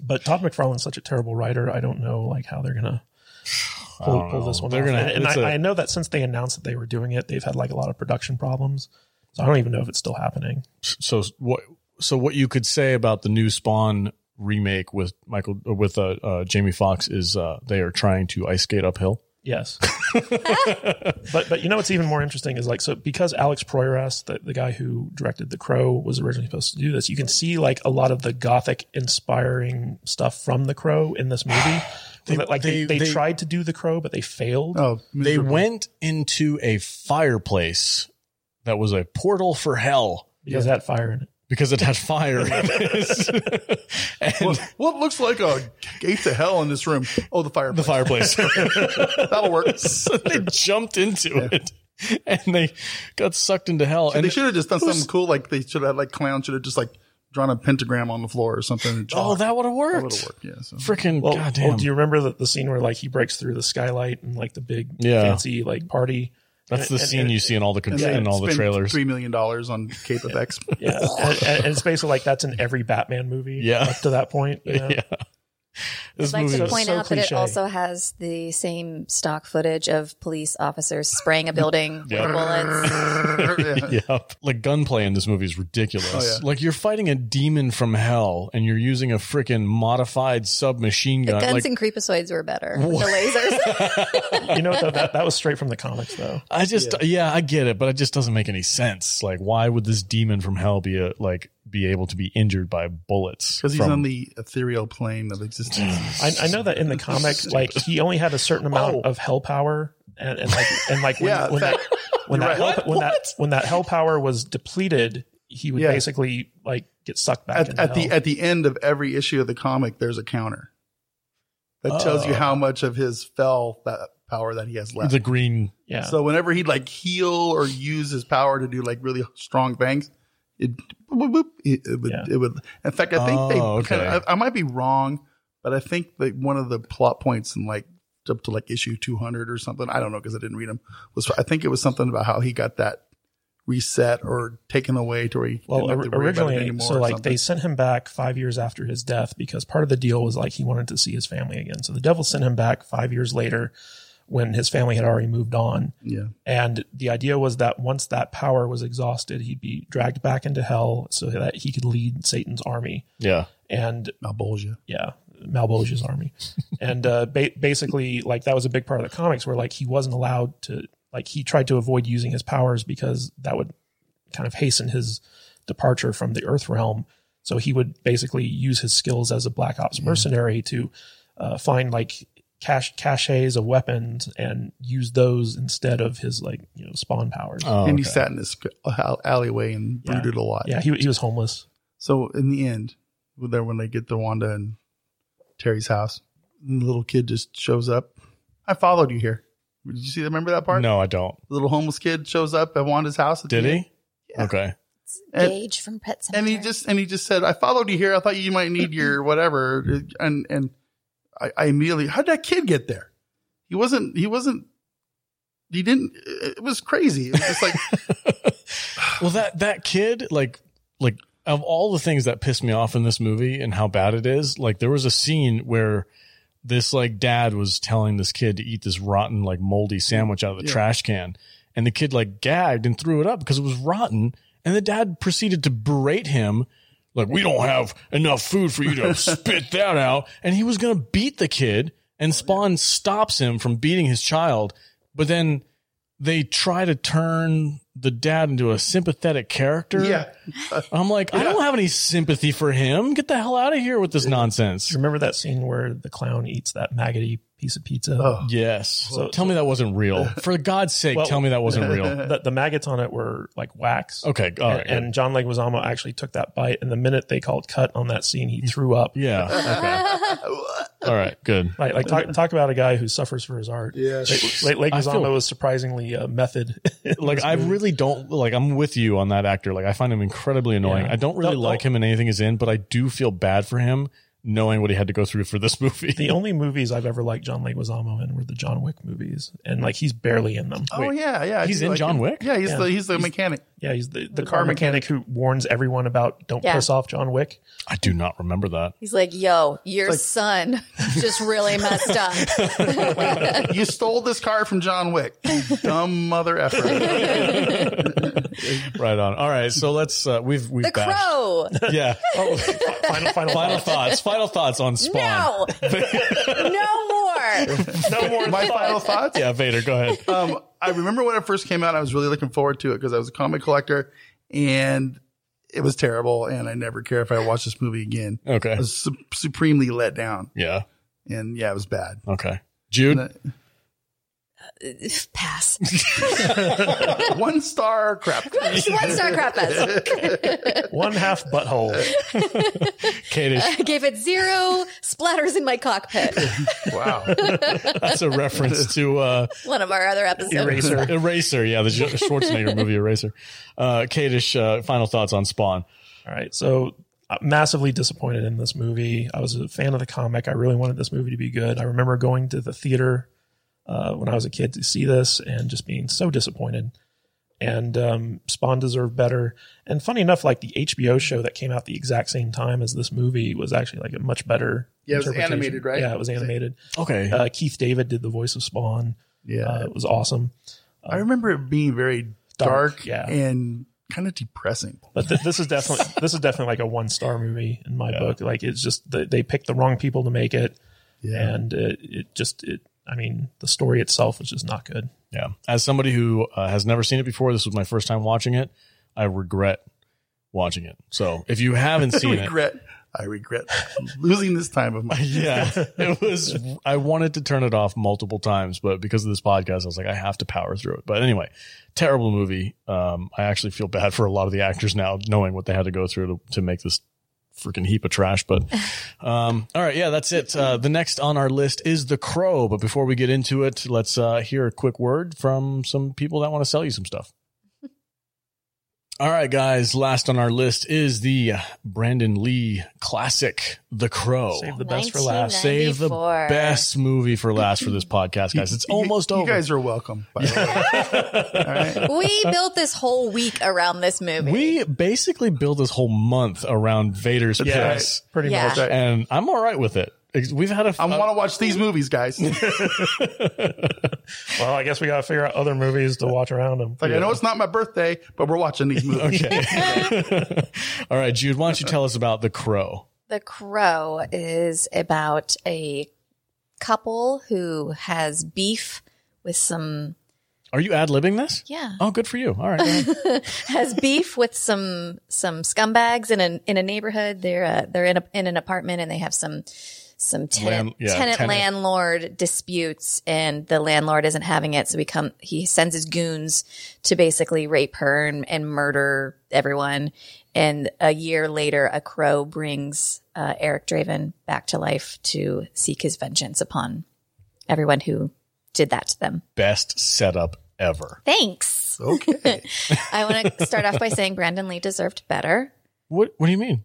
Speaker 1: but Todd McFarlane's such a terrible writer. I don't know like how they're going to
Speaker 3: I
Speaker 1: pull,
Speaker 3: don't
Speaker 1: pull
Speaker 3: know.
Speaker 1: this one.
Speaker 3: They're
Speaker 1: off.
Speaker 3: gonna.
Speaker 1: and and
Speaker 3: it's
Speaker 1: I
Speaker 3: a-
Speaker 1: I know that since they announced that they were doing it, they've had like a lot of production problems. So I don't even know if it's still happening.
Speaker 3: so what so what you could say about the new spawn remake with michael or with uh, uh jamie Foxx is uh they are trying to ice skate uphill
Speaker 1: Yes. but but you know what's even more interesting is like so because Alex Proyas, the, the guy who directed The Crow, was originally supposed to do this, you can see like a lot of the gothic inspiring stuff from The Crow in this movie.
Speaker 3: They-
Speaker 1: Like, like they,
Speaker 3: they-
Speaker 1: they,
Speaker 3: they-
Speaker 1: tried to do The Crow, but they failed.
Speaker 4: Oh,
Speaker 3: they
Speaker 4: miserable.
Speaker 3: went into a fireplace that was a portal for hell
Speaker 1: because that fire in it.
Speaker 3: because it had fire in it. and
Speaker 4: What, what looks like a gate to hell in this room? Oh, the
Speaker 3: the
Speaker 4: fireplace.
Speaker 3: fireplace
Speaker 4: That'll work.
Speaker 3: so they jumped into it and they got sucked into hell and
Speaker 4: they should have just done
Speaker 3: who's-
Speaker 4: something cool. Like they should have, like clown should have just like drawn a pentagram on the floor or something.
Speaker 3: oh that would have
Speaker 4: would have
Speaker 3: worked,
Speaker 4: worked. Yeah. So.
Speaker 3: freaking
Speaker 1: Well, oh,
Speaker 3: goddamn
Speaker 1: well, do you remember the, the scene where like he breaks through the skylight and like the big
Speaker 3: Yeah.
Speaker 1: fancy like party?
Speaker 3: that's the
Speaker 1: and-
Speaker 3: scene
Speaker 1: and-
Speaker 3: you see in all the
Speaker 4: And
Speaker 3: con-
Speaker 4: they
Speaker 3: in all the
Speaker 4: spent
Speaker 3: trailers
Speaker 4: Three million dollars on Cape of X.
Speaker 1: Yeah, and, and- and it's basically like that's in every Batman movie.
Speaker 3: Yeah.
Speaker 1: up to that point. you know?
Speaker 3: yeah. This
Speaker 2: I'd like
Speaker 3: movie
Speaker 2: to
Speaker 3: was
Speaker 2: point
Speaker 1: so
Speaker 2: out that it
Speaker 1: cliche.
Speaker 2: also has the same stock footage of police officers spraying a building
Speaker 3: Yeah.
Speaker 2: with bullets.
Speaker 4: yeah.
Speaker 3: Yep. Like gunplay in this movie is ridiculous.
Speaker 4: Oh, yeah.
Speaker 3: Like you're fighting a demon from hell and you're using a freaking modified submachine
Speaker 2: The
Speaker 3: gun.
Speaker 2: guns
Speaker 3: Like
Speaker 2: and creepazoids were better. with The lasers.
Speaker 1: you know what, though, that that was straight from the comics though.
Speaker 3: I just yeah. I get it, but it just doesn't make any sense. Like why would this demon from hell be a, like be able to be injured by bullets?
Speaker 4: Because he's
Speaker 3: from-
Speaker 4: on the ethereal plane of existence.
Speaker 1: I, I know that in the comic, like he only had a certain amount
Speaker 3: Oh.
Speaker 1: of hell power, and, and like and like when,
Speaker 4: Yeah,
Speaker 1: when
Speaker 4: that-
Speaker 1: that, when
Speaker 4: you're
Speaker 1: that,
Speaker 4: right.
Speaker 1: hell, when that when that hell power was depleted, he would
Speaker 4: Yeah.
Speaker 1: basically like get sucked back
Speaker 4: at,
Speaker 1: into
Speaker 4: at the
Speaker 1: hell.
Speaker 4: at the end of every issue of the comic, there's a counter that tells you
Speaker 3: Oh.
Speaker 4: how much of his fell that power that he has left.
Speaker 3: the green.
Speaker 1: yeah.
Speaker 4: So whenever he'd like heal or use his power to do like really strong things, it, boop, boop, it, it would,
Speaker 1: Yeah.
Speaker 4: it would. In fact, I think they.
Speaker 3: Oh, okay.
Speaker 4: kinda- I, I might be wrong, but I think that one of the plot points in like up to like issue 200 or something. I don't know because I didn't read them. Was I think it was something about how he got that reset or taken away to where he
Speaker 1: Well,
Speaker 4: didn't have to
Speaker 1: or-
Speaker 4: worry about it
Speaker 1: originally,
Speaker 4: anymore
Speaker 1: so
Speaker 4: or
Speaker 1: like
Speaker 4: something.
Speaker 1: they sent him back five years after his death because part of the deal was like he wanted to see his family again. So the devil sent him back five years later when his family had already moved on.
Speaker 4: yeah.
Speaker 1: And the idea was that once that power was exhausted, he'd be dragged back into hell so that he could lead Satan's army.
Speaker 3: Yeah.
Speaker 1: And
Speaker 4: Malbolgia.
Speaker 1: yeah, Malbolge's army. and uh, ba- basically, like that was a big part of the comics where like he wasn't allowed to like he tried to avoid using his powers because that would kind of hasten his departure from the Earth realm. So he would basically use his skills as a Black Ops mercenary to uh, find like cache caches of weapons and use those instead of his like you know spawn powers.
Speaker 3: Oh,
Speaker 4: and he
Speaker 3: okay.
Speaker 4: sat in this al- alleyway and
Speaker 1: Yeah.
Speaker 4: brooded a lot.
Speaker 1: yeah, he he was homeless.
Speaker 4: So in the end, when they- when they get to Wanda and Terry's house, and the little kid just shows up. I followed you here. Did you see? Remember that part?
Speaker 3: No, I don't.
Speaker 4: The little homeless kid shows up at Wanda's house. at the
Speaker 3: Did
Speaker 4: end,
Speaker 3: he? Okay.
Speaker 4: And-
Speaker 2: Gage from Pet
Speaker 4: And
Speaker 2: Cemetery.
Speaker 4: he just and he just said, "I followed you here. I thought you might need your whatever." And and I, I immediately, how did that kid get there? He wasn't. He wasn't. He didn't. It was crazy. It was just like
Speaker 3: well, that that kid, like, like of all the things that pissed me off in this movie and how bad it is, like there was a scene where this like dad was telling this kid to eat this rotten like moldy sandwich out of the
Speaker 4: Yeah.
Speaker 3: trash can, and the kid like gagged and threw it up because it was rotten, and the dad proceeded to berate him. Like we don't have enough food for you to spit that out, and he was gonna beat the kid,
Speaker 4: Oh,
Speaker 3: and Spawn stops him from beating his child, but then they try to turn the dad into a sympathetic character.
Speaker 4: yeah.
Speaker 3: I'm like, I don't have any sympathy for him. Get the hell out of here with this
Speaker 1: Do
Speaker 3: nonsense.
Speaker 1: you remember that scene where the clown eats that maggoty piece of pizza?
Speaker 4: Oh.
Speaker 3: Yes.
Speaker 1: So-
Speaker 3: tell me that wasn't real. For God's sake,
Speaker 1: Well-
Speaker 3: tell me that wasn't real. Oh,
Speaker 1: the, the maggots on it were like wax.
Speaker 3: Okay. All right.
Speaker 1: and, and John Leguizamo actually took that bite, and the minute they called cut on that scene, he threw up.
Speaker 3: yeah.
Speaker 4: Oh.
Speaker 3: Okay. All right. Good.
Speaker 1: Like, like talk, talk about a guy who suffers for his art.
Speaker 4: Yeah.
Speaker 1: Like, like,
Speaker 3: I feel-
Speaker 1: Leguizamo was surprisingly uh, method.
Speaker 3: Like I really don't like. I'm with you on that actor. Like I find him incredibly annoying.
Speaker 1: Yeah.
Speaker 3: I don't really
Speaker 1: Don't-
Speaker 3: like him in anything he's in, but I do feel bad for him knowing what he had to go through for this movie.
Speaker 1: the only movies I've ever liked John Leguizamo in were the John Wick movies, and like he's barely in them.
Speaker 4: Oh yeah, yeah. I
Speaker 3: he's
Speaker 4: do
Speaker 3: in John
Speaker 4: him.
Speaker 3: Wick?
Speaker 4: Yeah, he's
Speaker 1: Yeah.
Speaker 4: the he's the mechanic.
Speaker 1: Yeah, he's the, the, car mechanic who warns everyone about don't
Speaker 2: Yeah.
Speaker 1: piss off John Wick.
Speaker 3: I do not remember that.
Speaker 2: He's like, yo, your
Speaker 4: It's like-
Speaker 2: son just really messed up.
Speaker 4: you stole this car from John Wick, you dumb mother effer.
Speaker 3: Right on. All right. So let's uh, we've we've
Speaker 2: the
Speaker 3: bashed-
Speaker 2: crow.
Speaker 3: Yeah. Oh,
Speaker 1: Final, final,
Speaker 3: Final
Speaker 1: final.
Speaker 3: thoughts. Final thoughts on Spawn.
Speaker 2: No. no more.
Speaker 1: no more.
Speaker 4: My final thoughts.
Speaker 3: Yeah, Vader, go ahead.
Speaker 4: Um, I remember when it first came out, I was really looking forward to it because I was a comic collector, and it was terrible. And I never care if I watch this movie again.
Speaker 3: Okay.
Speaker 4: I was su- supremely let down,
Speaker 3: Yeah.
Speaker 4: and yeah, it was bad.
Speaker 3: Okay.
Speaker 4: And
Speaker 3: Jude.
Speaker 4: I-
Speaker 2: Pass.
Speaker 4: One star crap.
Speaker 2: One star crap fest.
Speaker 1: One half butthole.
Speaker 3: Katie.
Speaker 2: I gave it zero splatters in my cockpit.
Speaker 4: Wow.
Speaker 3: That's a reference to uh,
Speaker 2: One of our other episodes.
Speaker 1: Eraser.
Speaker 3: Eraser. Yeah, the Jo- Schwarzenegger movie Eraser. Uh, Kadish, uh, final thoughts on Spawn.
Speaker 1: All right. So uh, massively disappointed in this movie. I was a fan of the comic. I really wanted this movie to be good. I remember going to the theater uh, when I was a kid to see this and just being so disappointed. And um, Spawn deserved better. And funny enough, like the HBO show that came out the exact same time as this movie was actually like a much better.
Speaker 4: Yeah, it was
Speaker 1: interpretation.
Speaker 4: animated, right?
Speaker 1: Yeah, it was animated.
Speaker 3: Okay.
Speaker 1: Uh, Keith David did the voice of Spawn.
Speaker 4: Yeah.
Speaker 1: Uh, it was awesome.
Speaker 4: I remember it being very
Speaker 1: Dark,
Speaker 4: dark,
Speaker 1: yeah.
Speaker 4: and kind of depressing.
Speaker 1: But th- this is definitely this is definitely like a one star movie in my book. Like it's just they, they picked the wrong people to make it,
Speaker 4: Yeah.
Speaker 1: and it, it just it. I mean, the story itself was just not good.
Speaker 3: yeah. As somebody who uh, has never seen it before, this was my first time watching it. I regret watching it. So if you haven't seen it,
Speaker 4: regret. I regret losing this time of mine.
Speaker 3: yeah, it was. I wanted to turn it off multiple times, but because of this podcast, I was like, I have to power through it. But anyway, terrible movie. Um, I actually feel bad for a lot of the actors now, knowing what they had to go through to, to make this freaking heap of trash. But um, all right, yeah, that's it. Uh, the next on our list is The Crow. But before we get into it, let's uh, hear a quick word from some people that want to sell you some stuff. All right, guys. Last on our list is the Brandon Lee classic, The Crow.
Speaker 1: Save the best for last.
Speaker 3: Uh, Save the
Speaker 2: 94.
Speaker 3: best movie for last for this podcast, guys. It's almost
Speaker 4: you,
Speaker 3: over.
Speaker 4: You guys are welcome. By the way. All right.
Speaker 2: we built this whole week around this movie.
Speaker 3: we basically built this whole month around Vader's
Speaker 4: That's
Speaker 3: picks,
Speaker 1: Pretty
Speaker 2: Yeah.
Speaker 1: much.
Speaker 4: right.
Speaker 3: and I'm all right with it. We've had a uh,
Speaker 4: I want to watch these movies, guys. Like
Speaker 1: Well, I guess we got to figure out other movies to watch around them.
Speaker 4: I know it's not my birthday, but we're watching these movies.
Speaker 3: okay. all right, Jude. Why don't you tell us about The Crow?
Speaker 2: The Crow is about a couple who has beef with some
Speaker 3: Are you ad libbing this?
Speaker 2: yeah
Speaker 3: Oh, good for you. All right. go ahead.
Speaker 2: has beef with some some scumbags in a in a neighborhood. They're uh, they're in a, in an apartment and they have some some tenant
Speaker 3: Land- yeah,
Speaker 2: tenant,
Speaker 3: tenant.
Speaker 2: landlord disputes, and the landlord isn't having it. So he come he sends his goons to basically rape her and, and murder everyone. And a year later, a crow brings uh, Eric Draven back to life to seek his vengeance upon everyone who did that to them.
Speaker 3: Best setup ever.
Speaker 2: Thanks.
Speaker 4: Okay.
Speaker 2: I want to start off by saying Brandon Lee deserved better.
Speaker 3: What What do you mean?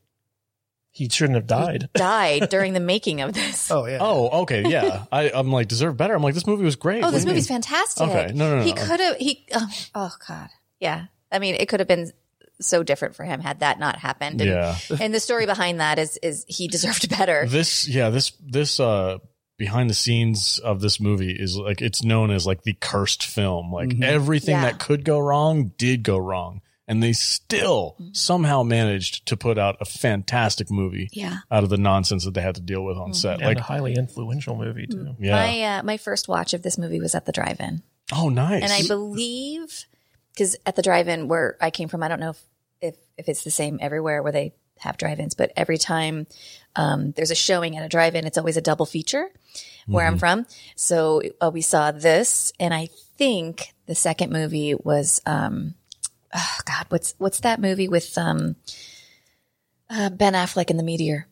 Speaker 1: He shouldn't have died.
Speaker 2: Died during the making of this. Oh,
Speaker 4: Oh yeah.
Speaker 3: Oh, okay, yeah. I, I'm like deserve better. I'm like this movie was great. What
Speaker 2: Oh, this
Speaker 3: do you
Speaker 2: movie's
Speaker 3: mean?
Speaker 2: fantastic.
Speaker 3: Okay, no, no, no,
Speaker 2: He
Speaker 3: no.
Speaker 2: could have. He. Oh, oh God. Yeah. I mean, it could have been so different for him had that not happened. And,
Speaker 3: Yeah.
Speaker 2: and the story behind that is is he deserved better.
Speaker 3: This yeah this this uh behind the scenes of this movie is like it's known as like the cursed film. Like
Speaker 1: Mm-hmm.
Speaker 4: Mhm.
Speaker 3: everything
Speaker 2: Yeah.
Speaker 3: that could go wrong did go wrong, and they still
Speaker 2: Mm-hmm.
Speaker 3: somehow managed to put out a fantastic movie
Speaker 2: Yeah. Mm-hmm.
Speaker 3: out of the nonsense that they had to deal with on set.
Speaker 1: And
Speaker 3: Like
Speaker 1: a highly influential movie,
Speaker 4: Mm.
Speaker 1: too.
Speaker 3: yeah.
Speaker 2: My uh, my first watch of this movie was at the drive-in,
Speaker 3: oh nice.
Speaker 2: and I believe because at the drive-in where I came from, I don't know if if, if it's the same everywhere where they have drive-ins, but every time um, there's a showing at a drive-in, it's always a double feature. where I'm
Speaker 3: Mm-hmm.
Speaker 2: from. So uh, we saw this, and I think the second movie was, um, oh God, what's what's that movie with um, uh, Ben Affleck and the meteor?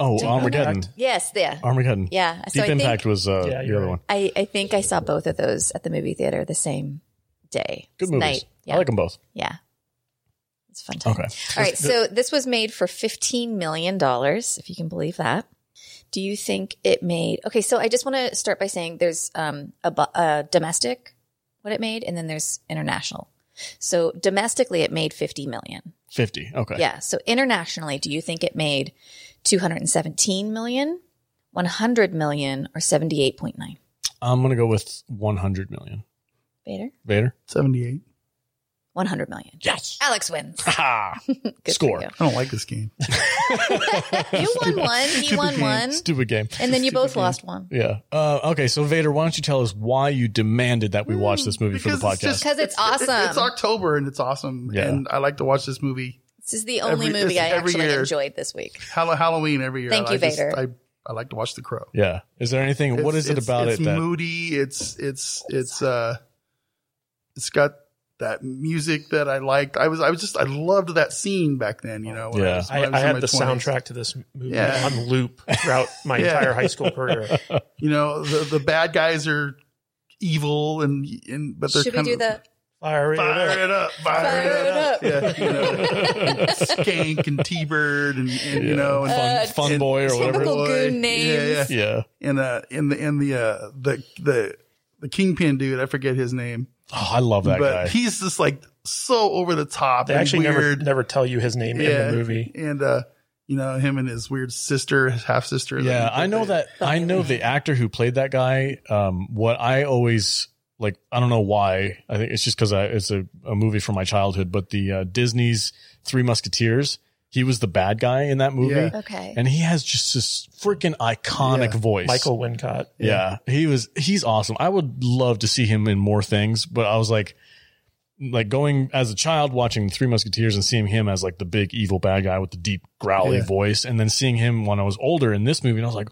Speaker 3: oh Armageddon.
Speaker 2: Yes, yeah,
Speaker 3: Armageddon.
Speaker 2: yeah. So
Speaker 3: Oh, Deep
Speaker 2: I
Speaker 3: Impact
Speaker 2: think
Speaker 3: was uh,
Speaker 1: Yeah,
Speaker 3: the
Speaker 1: you're
Speaker 3: other
Speaker 1: right.
Speaker 3: one.
Speaker 2: I, I think I saw both of those at the movie theater the same day,
Speaker 3: Good movies.
Speaker 2: night. Yeah,
Speaker 3: I like them both.
Speaker 2: yeah. It's a fun time.
Speaker 3: Okay.
Speaker 2: All right, so this was made for fifteen million dollars, if you can believe that. Do you think it made? Okay, so I just want to start by saying there's um, a, bu- a domestic, what it made, and then there's international. So domestically, it made fifty million.
Speaker 3: Fifty. Okay.
Speaker 2: Yeah. So internationally, do you think it made two hundred and seventeen million, one hundred million, or seventy-eight point nine?
Speaker 3: I'm gonna go with 100 million.
Speaker 2: Vader,
Speaker 3: Vader.
Speaker 4: Seventy-eight.
Speaker 2: one hundred million.
Speaker 3: Yes.
Speaker 2: Alex wins.
Speaker 3: Ha!
Speaker 2: Good for
Speaker 3: Score.
Speaker 2: you.
Speaker 4: I don't like this game.
Speaker 2: You won one. He won one,
Speaker 3: Stupid game.
Speaker 2: and then you both lost one.
Speaker 3: Yeah. Uh, okay. So Vader, why don't you tell us why you demanded that we watch this movie for the
Speaker 4: Hmm, Because
Speaker 3: podcast?
Speaker 4: it's just-
Speaker 2: Because it's
Speaker 4: It-
Speaker 2: awesome.
Speaker 4: it's October and it's awesome,
Speaker 3: Yeah.
Speaker 4: and I like to watch this movie.
Speaker 2: This is the only
Speaker 4: Every-
Speaker 2: movie
Speaker 4: it's
Speaker 2: I
Speaker 4: every
Speaker 2: actually
Speaker 4: year.
Speaker 2: enjoyed this week.
Speaker 4: Hall- Halloween every year.
Speaker 2: Thank
Speaker 4: I
Speaker 2: you,
Speaker 4: just-
Speaker 2: Vader.
Speaker 4: I, I like to watch The Crow.
Speaker 3: yeah. Is there anything? what
Speaker 4: It's-
Speaker 3: is it
Speaker 4: it's-
Speaker 3: about
Speaker 4: it's
Speaker 3: it that?
Speaker 4: moody. It's it's it's uh, it's got that music that I liked. I was I was just I loved that scene back then. You know, when
Speaker 3: Yeah.
Speaker 4: was- when
Speaker 1: I,
Speaker 4: was
Speaker 1: I
Speaker 4: in my
Speaker 1: had the
Speaker 4: 20s.
Speaker 1: soundtrack to this movie
Speaker 4: Yeah.
Speaker 1: on loop throughout my
Speaker 4: Yeah.
Speaker 1: entire high school career.
Speaker 4: You know, the the bad guys are evil and and but they're
Speaker 2: Should we
Speaker 4: kind
Speaker 2: do
Speaker 4: of
Speaker 2: the
Speaker 1: Fire it up.
Speaker 4: fire it up, fire, it up. Yeah, you know, and Skank and T Bird and, and you know and
Speaker 3: fun, fun
Speaker 4: and-
Speaker 3: boy or whatever.
Speaker 2: Uh, Typical goon names.
Speaker 4: Yeah, yeah.
Speaker 3: Yeah.
Speaker 4: And uh, in the in the uh, the the the kingpin dude, I forget his name,
Speaker 3: Oh, I love that
Speaker 4: but
Speaker 3: guy.
Speaker 4: he's just like so over the top.
Speaker 1: They
Speaker 4: and
Speaker 1: actually never
Speaker 4: weird.
Speaker 1: never tell you his name in the movie.
Speaker 4: And uh, you know him and his weird sister, his half sister.
Speaker 3: yeah, I know that. I know the actor who played that guy. Um, what I always like, I don't know why. I think it's just because it's a, a movie from my childhood. But the uh, Disney's Three Musketeers, he was the bad guy in that movie,
Speaker 4: Yeah.
Speaker 2: okay?
Speaker 3: and he has just this freaking iconic
Speaker 4: Yeah.
Speaker 3: voice.
Speaker 1: Michael Wincott.
Speaker 3: Yeah. he was. He's awesome. I would love to see him in more things, but I was like, like going as a child watching Three Musketeers and seeing him as like the big evil bad guy with the deep growly
Speaker 4: Yeah.
Speaker 3: voice, and then seeing him when I was older in this movie, and I was like,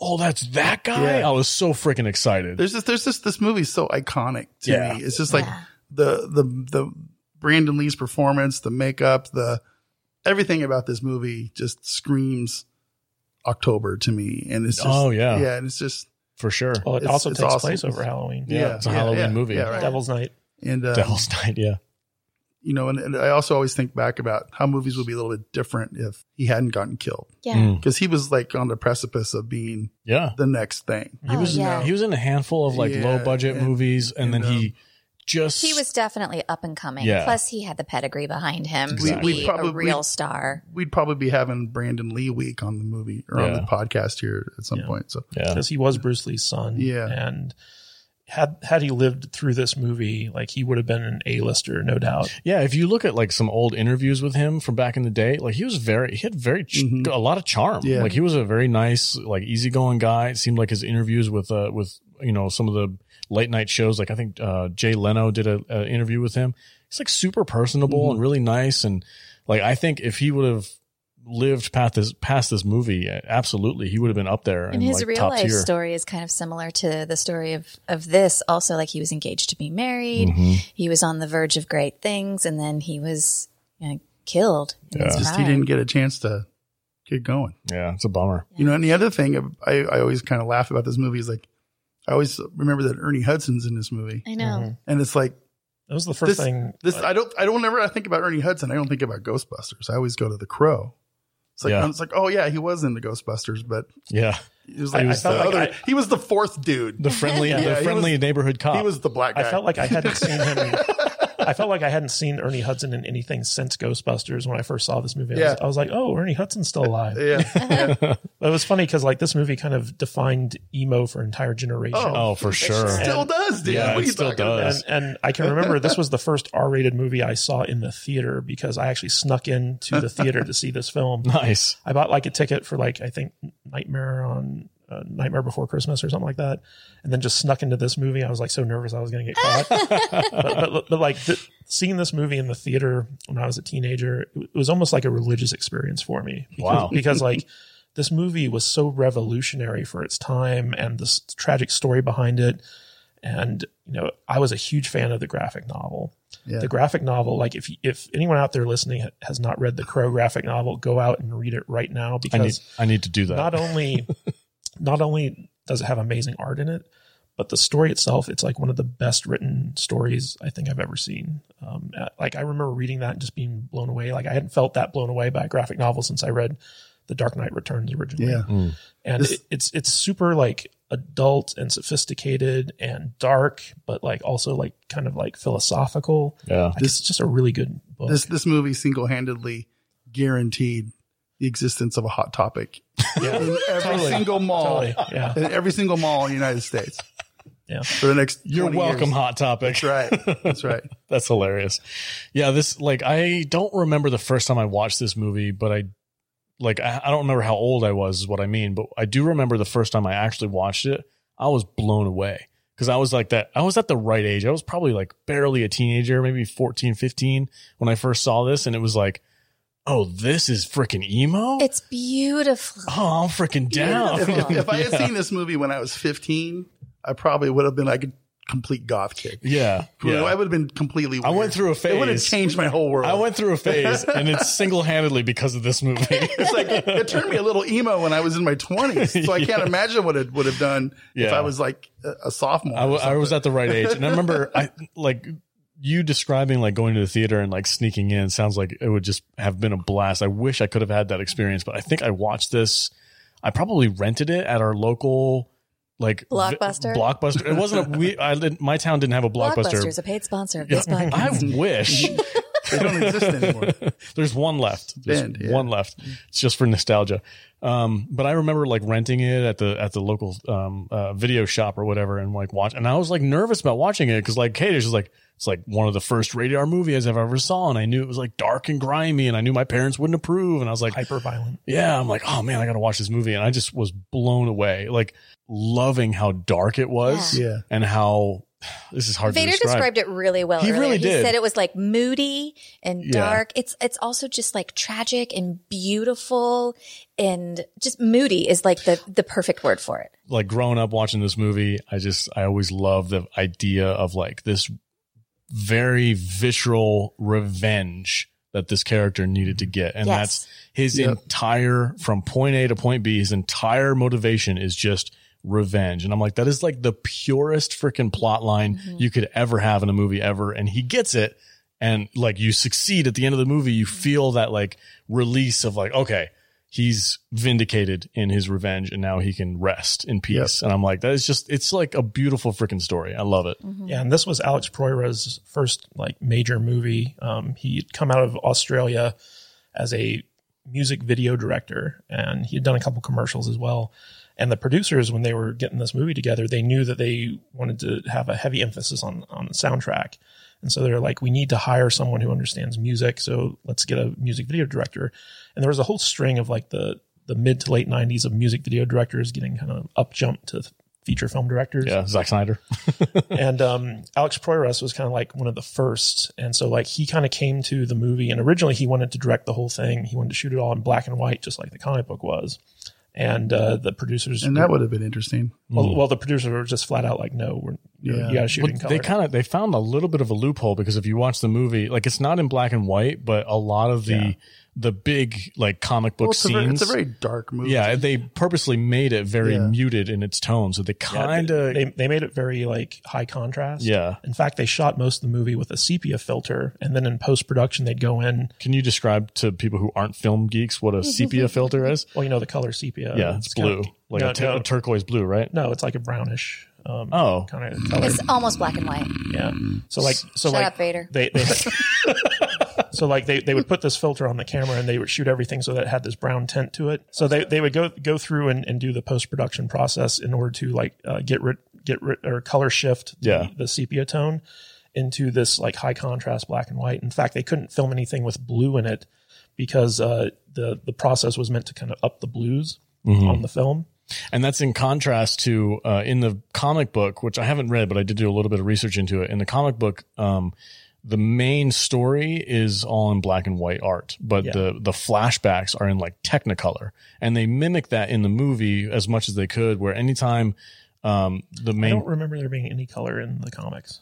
Speaker 3: oh, that's that guy.
Speaker 4: Yeah.
Speaker 3: I was so freaking excited.
Speaker 4: There's just there's just this movie's so iconic to
Speaker 3: Yeah.
Speaker 4: me. It's just like the the the Brandon Lee's performance, the makeup, the everything about this movie just screams October to me. And it's just
Speaker 3: oh yeah,
Speaker 4: yeah, and it's just
Speaker 3: for sure.
Speaker 1: Well, it
Speaker 4: It's-
Speaker 1: also
Speaker 4: it's
Speaker 1: takes
Speaker 4: awesome.
Speaker 1: place over Halloween.
Speaker 3: Yeah, it's a
Speaker 4: yeah,
Speaker 3: Halloween
Speaker 4: yeah,
Speaker 3: movie.
Speaker 4: Yeah, right.
Speaker 1: Devil's Night.
Speaker 4: And uh,
Speaker 3: Devil's Night. Yeah,
Speaker 4: you know, and, and I also always think back about how movies would be a little bit different if he hadn't gotten killed
Speaker 2: Yeah.
Speaker 3: Mm.
Speaker 4: because he was like on the precipice of being
Speaker 3: Yeah.
Speaker 4: the next thing.
Speaker 2: Oh, yeah.
Speaker 3: He was in a handful of like
Speaker 4: Yeah,
Speaker 3: low budget
Speaker 4: and-
Speaker 3: movies, and
Speaker 4: and, um,
Speaker 3: then he just
Speaker 2: He was definitely up and coming.
Speaker 3: Yeah.
Speaker 2: Plus, he had the pedigree behind him to
Speaker 3: Exactly.
Speaker 4: We- we
Speaker 2: be
Speaker 4: probably-
Speaker 2: a real star.
Speaker 4: We'd probably be having Brandon Lee week on the movie or on the
Speaker 3: Yeah.
Speaker 4: podcast here at some
Speaker 1: Yeah.
Speaker 4: point. So
Speaker 3: yeah.
Speaker 1: because he was Bruce Lee's son.
Speaker 4: Yeah.
Speaker 1: and had had he lived through this movie, like he would have been an A-lister, no doubt.
Speaker 3: Yeah, if you look at like some old interviews with him from back in the day, like he was very, he had very ch-
Speaker 4: Mhm.
Speaker 3: a lot of charm.
Speaker 4: Yeah.
Speaker 3: Like he was a very nice, like easygoing guy. It seemed like his interviews with uh with you know some of the late night shows, like I think uh Jay Leno did a, a interview with him. He's like super
Speaker 4: Mm-hmm.
Speaker 3: personable and really nice, and like I think if he would have lived past this past this movie, uh, absolutely he would have been up there and,
Speaker 2: And his
Speaker 3: like
Speaker 2: real
Speaker 3: top
Speaker 2: life
Speaker 3: tier.
Speaker 2: story is kind of similar to the story of, of this. Also, like he was engaged to be married.
Speaker 3: Mhm.
Speaker 2: He was on the verge of great things, and then he was you know, killed. In
Speaker 3: Yeah.
Speaker 2: his
Speaker 4: just he
Speaker 2: prime.
Speaker 4: didn't get a chance to get going.
Speaker 3: Yeah, it's a bummer.
Speaker 4: You know, and the other thing I, I always kind of laugh about this movie is like, I always remember that Ernie Hudson's in this movie,
Speaker 2: I know.
Speaker 1: Mhm.
Speaker 4: and it's like
Speaker 1: That was the first
Speaker 4: This-
Speaker 1: thing.
Speaker 4: this. I don't, I don't ever I think about Ernie Hudson. I don't think about Ghostbusters. I always go to The Crow. It's like
Speaker 3: Yeah.
Speaker 4: I was like, oh yeah, he was in the Ghostbusters, but
Speaker 3: Yeah,
Speaker 4: he was
Speaker 1: I-
Speaker 4: like,
Speaker 1: I
Speaker 4: the
Speaker 1: felt like
Speaker 4: other,
Speaker 1: I-
Speaker 4: he was the fourth dude.
Speaker 3: the friendly,
Speaker 4: Yeah, he
Speaker 3: the
Speaker 4: was-
Speaker 3: friendly neighborhood cop.
Speaker 4: he was the black guy.
Speaker 1: I felt like I hadn't seen him. I felt like I hadn't seen Ernie Hudson in anything since Ghostbusters when I first saw this movie. I, was,
Speaker 4: Yeah.
Speaker 1: I was like, oh, Ernie Hudson's still alive.
Speaker 4: yeah.
Speaker 1: But it was funny because like this movie kind of defined emo for an entire generation.
Speaker 3: oh, for sure.
Speaker 4: Still does, dude.
Speaker 3: Yeah,
Speaker 4: What are
Speaker 3: it
Speaker 4: you
Speaker 3: still
Speaker 4: talking about?
Speaker 3: does.
Speaker 1: and, and I can remember this was the first R-rated movie I saw in the theater because I actually snuck into the theater to see this film.
Speaker 3: Nice.
Speaker 1: I bought like a ticket for like I think Nightmare on uh, Nightmare Before Christmas or something like that, and then just snuck into this movie. I was like so nervous I was going to get caught. but, but, but like th- seeing this movie in the theater when I was a teenager, it w- it was almost like a religious experience for me. Because,
Speaker 3: Wow.
Speaker 1: Because like this movie was so revolutionary for its time and this tragic story behind it. And you know, I was a huge fan of the graphic novel
Speaker 4: Yeah.
Speaker 1: the graphic novel like if if anyone out there listening ha- has not read the crow graphic novel go out and read it right now
Speaker 3: I need
Speaker 1: because
Speaker 3: I need to do that.
Speaker 1: not only not only does it have amazing art in it but the story itself it's like one of the best written stories i think i've ever seen um, uh, like i remember reading that and just being blown away like i hadn't felt that blown away by a graphic novel since i read the dark knight returns originally
Speaker 4: Yeah.
Speaker 1: and
Speaker 4: This-
Speaker 1: it, it's it's super like adult and sophisticated and dark but like also like kind of like philosophical
Speaker 3: yeah.
Speaker 1: like, it's just a really good book.
Speaker 4: This this movie single handedly guaranteed the existence of a hot topic in every
Speaker 1: Totally.
Speaker 4: single mall,
Speaker 1: Totally. Yeah.
Speaker 4: in every single mall in the United States.
Speaker 1: Yeah.
Speaker 4: For the next,
Speaker 3: You're
Speaker 4: 20
Speaker 3: welcome,
Speaker 4: years.
Speaker 3: Hot Topic.
Speaker 4: That's right. That's right.
Speaker 3: That's hilarious. Yeah, this like I don't remember the first time I watched this movie, but I like I, I don't remember how old I was is what I mean, but I do remember the first time I actually watched it. I was blown away because I was like that I was at the right age. I was probably like barely a teenager, maybe 14, 15 when I first saw this and it was like, "Oh, this is freaking emo?"
Speaker 2: It's beautiful.
Speaker 3: oh, I'm freaking down.
Speaker 4: If, if- if I had
Speaker 3: Yeah.
Speaker 4: seen this movie when I was 15, I probably would have been like a complete goth kid.
Speaker 3: yeah. yeah.
Speaker 4: I would have been completely. Weird.
Speaker 3: I went through a
Speaker 4: It would have
Speaker 3: phase.
Speaker 4: changed my whole world.
Speaker 3: I went through a phase, and it's single handedly because of this movie.
Speaker 4: It's like it turned me a little emo when I was in my 20s, so I can't imagine what it would have done if
Speaker 3: Yeah.
Speaker 4: I was like a, a sophomore.
Speaker 3: I, w- I was at the right age, and I remember I like you describing like going to the theater and like sneaking in. Sounds like it would just have been a blast. I wish I could have had that experience, but I think I watched this. I probably rented it at our local like vi-
Speaker 2: Blockbuster?
Speaker 3: blockbuster. It wasn't. A, we I didn't, my town didn't have a
Speaker 2: Blockbuster
Speaker 3: blockbuster.
Speaker 2: is a paid sponsor of
Speaker 3: Yeah.
Speaker 2: this podcast.
Speaker 3: I wish.
Speaker 4: They don't exist anymore.
Speaker 3: There's one left. There's
Speaker 4: Bend, yeah.
Speaker 3: one left. It's just for nostalgia. Um, but I remember like renting it at the at the local um, uh, video shop or whatever, and like watch. And I was like nervous about watching it because like Kate is just like it's like one of the first radar movies I've ever saw, and I knew it was like dark and grimy, and I knew my parents wouldn't approve, and I was like,
Speaker 1: hyper violent.
Speaker 3: yeah, I'm like, oh man, I gotta watch this movie, and I just was blown away, like loving how dark it was,
Speaker 4: Yeah.
Speaker 3: and how this is hard
Speaker 2: Vader
Speaker 3: to describe.
Speaker 2: described it really well.
Speaker 3: He
Speaker 2: earlier.
Speaker 3: really did.
Speaker 2: He said it was like moody and
Speaker 3: Yeah.
Speaker 2: dark. It's it's also just like tragic and beautiful and just moody is like the the perfect word for it.
Speaker 3: like growing up watching this movie, I just I always love the idea of like this very visceral revenge that this character needed to get. And
Speaker 2: Yes.
Speaker 3: that's his
Speaker 4: Yep.
Speaker 3: entire from point A to point B, his entire motivation is just revenge. And I'm like, that is like the purest freaking plot line you could ever have in a movie ever. And he gets it. and like you succeed at the end of the movie, you feel that like release of like, okay, he's vindicated in his revenge and now he can rest in peace. And I'm like, that is just, it's like a beautiful freaking story. I love it.
Speaker 4: Mm-hmm.
Speaker 1: Yeah, and this was Alex Proyra's first like major movie. Um, he had come out of Australia as a music video director, and he had done a couple commercials as well. And the producers, when they were getting this movie together, they knew that they wanted to have a heavy emphasis on on the soundtrack. And so they're like, we need to hire someone who understands music. So let's get a music video director. And there was a whole string of like the the mid to late '90s of music video directors getting kind of up jumped to feature film directors
Speaker 3: Yeah. Zack Snyder.
Speaker 1: and um, Alex Proyas was kind of like one of the first, and so like he kind of came to the movie, and originally he wanted to direct the whole thing. He wanted to shoot it all in black and white, just like the comic book was. And uh, the producers,
Speaker 4: And that would have been interesting.
Speaker 3: Mm.
Speaker 1: well, well, the producers were just flat out like, no, we're
Speaker 4: Yeah.
Speaker 1: you got to shoot it in
Speaker 3: But
Speaker 1: color.
Speaker 3: they kind of they found a little bit of a loophole because if you watch the movie, like it's not in black and white, but a lot of the the big like comic book
Speaker 4: Well, it's, a
Speaker 3: scenes.
Speaker 4: very, it's a very dark movie.
Speaker 3: yeah, they purposely made it very
Speaker 4: Yeah.
Speaker 3: muted in its tone, so they
Speaker 1: Yeah,
Speaker 3: kind
Speaker 1: they-
Speaker 3: of
Speaker 1: they, they made it very like high contrast.
Speaker 3: Yeah.
Speaker 1: In fact, they shot most of the movie with a sepia filter, and then in post production they'd go in.
Speaker 3: Can you describe to people who aren't film geeks what a sepia filter is?
Speaker 1: Well, you know the color
Speaker 4: Uh,
Speaker 1: sepia.
Speaker 3: yeah, it's,
Speaker 1: kinda-
Speaker 3: blue, like
Speaker 1: no,
Speaker 3: a, tur-
Speaker 1: no,
Speaker 3: a turquoise blue, right?
Speaker 1: no, it's like a brownish. Um,
Speaker 3: Oh.
Speaker 1: kind of color.
Speaker 2: It's almost black and white.
Speaker 1: Yeah. So like so
Speaker 2: Shut
Speaker 1: like
Speaker 2: up, Vader.
Speaker 1: they, they So like they, they would put this filter on the camera and they would shoot everything so that it had this brown tint to it. So they, they would go go through and, and do the post production process in order to like uh, get rid get rid or color shift the,
Speaker 3: Yeah.
Speaker 1: the sepia tone into this like high contrast black and white. In fact, they couldn't film anything with blue in it because uh, the the process was meant to kind of up the blues
Speaker 3: Mm-hmm.
Speaker 1: on the film.
Speaker 3: And that's in contrast to uh, in the comic book, which I haven't read, but I did do a little bit of research into it. In the comic book, um, the main story is all in black and white art, but
Speaker 1: Yeah.
Speaker 3: the the flashbacks are in like Technicolor, and they mimic that in the movie as much as they could. Where anytime um, the
Speaker 1: I
Speaker 3: main
Speaker 1: don't remember there being any color in the comics.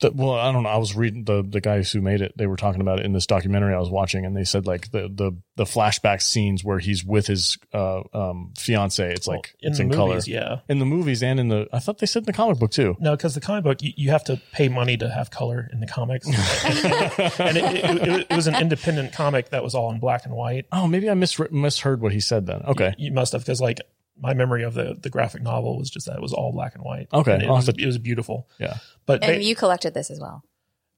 Speaker 3: the, well, I don't know. I was reading the the guys who made it. They were talking about it in this documentary I was watching, and they said like the the the flashback scenes where he's with his uh, um, fiance. It's like
Speaker 1: Well,
Speaker 3: it's
Speaker 1: the
Speaker 3: in color
Speaker 1: movies, yeah.
Speaker 3: in the movies and in the. I thought they said in the comic book too.
Speaker 1: No, because the comic book, you, you have to pay money to have color in the comics. and it, it, it, it was an independent comic that was all in black and white.
Speaker 3: Oh, maybe I misre- misheard what he said then. Okay,
Speaker 1: You must have, because like my memory of the, the graphic novel was just that it was all black and white.
Speaker 3: Okay,
Speaker 1: And it,
Speaker 3: I'll
Speaker 1: was,
Speaker 3: have to-
Speaker 1: it was beautiful.
Speaker 3: yeah.
Speaker 1: But
Speaker 2: And
Speaker 1: they-
Speaker 2: you collected this as well.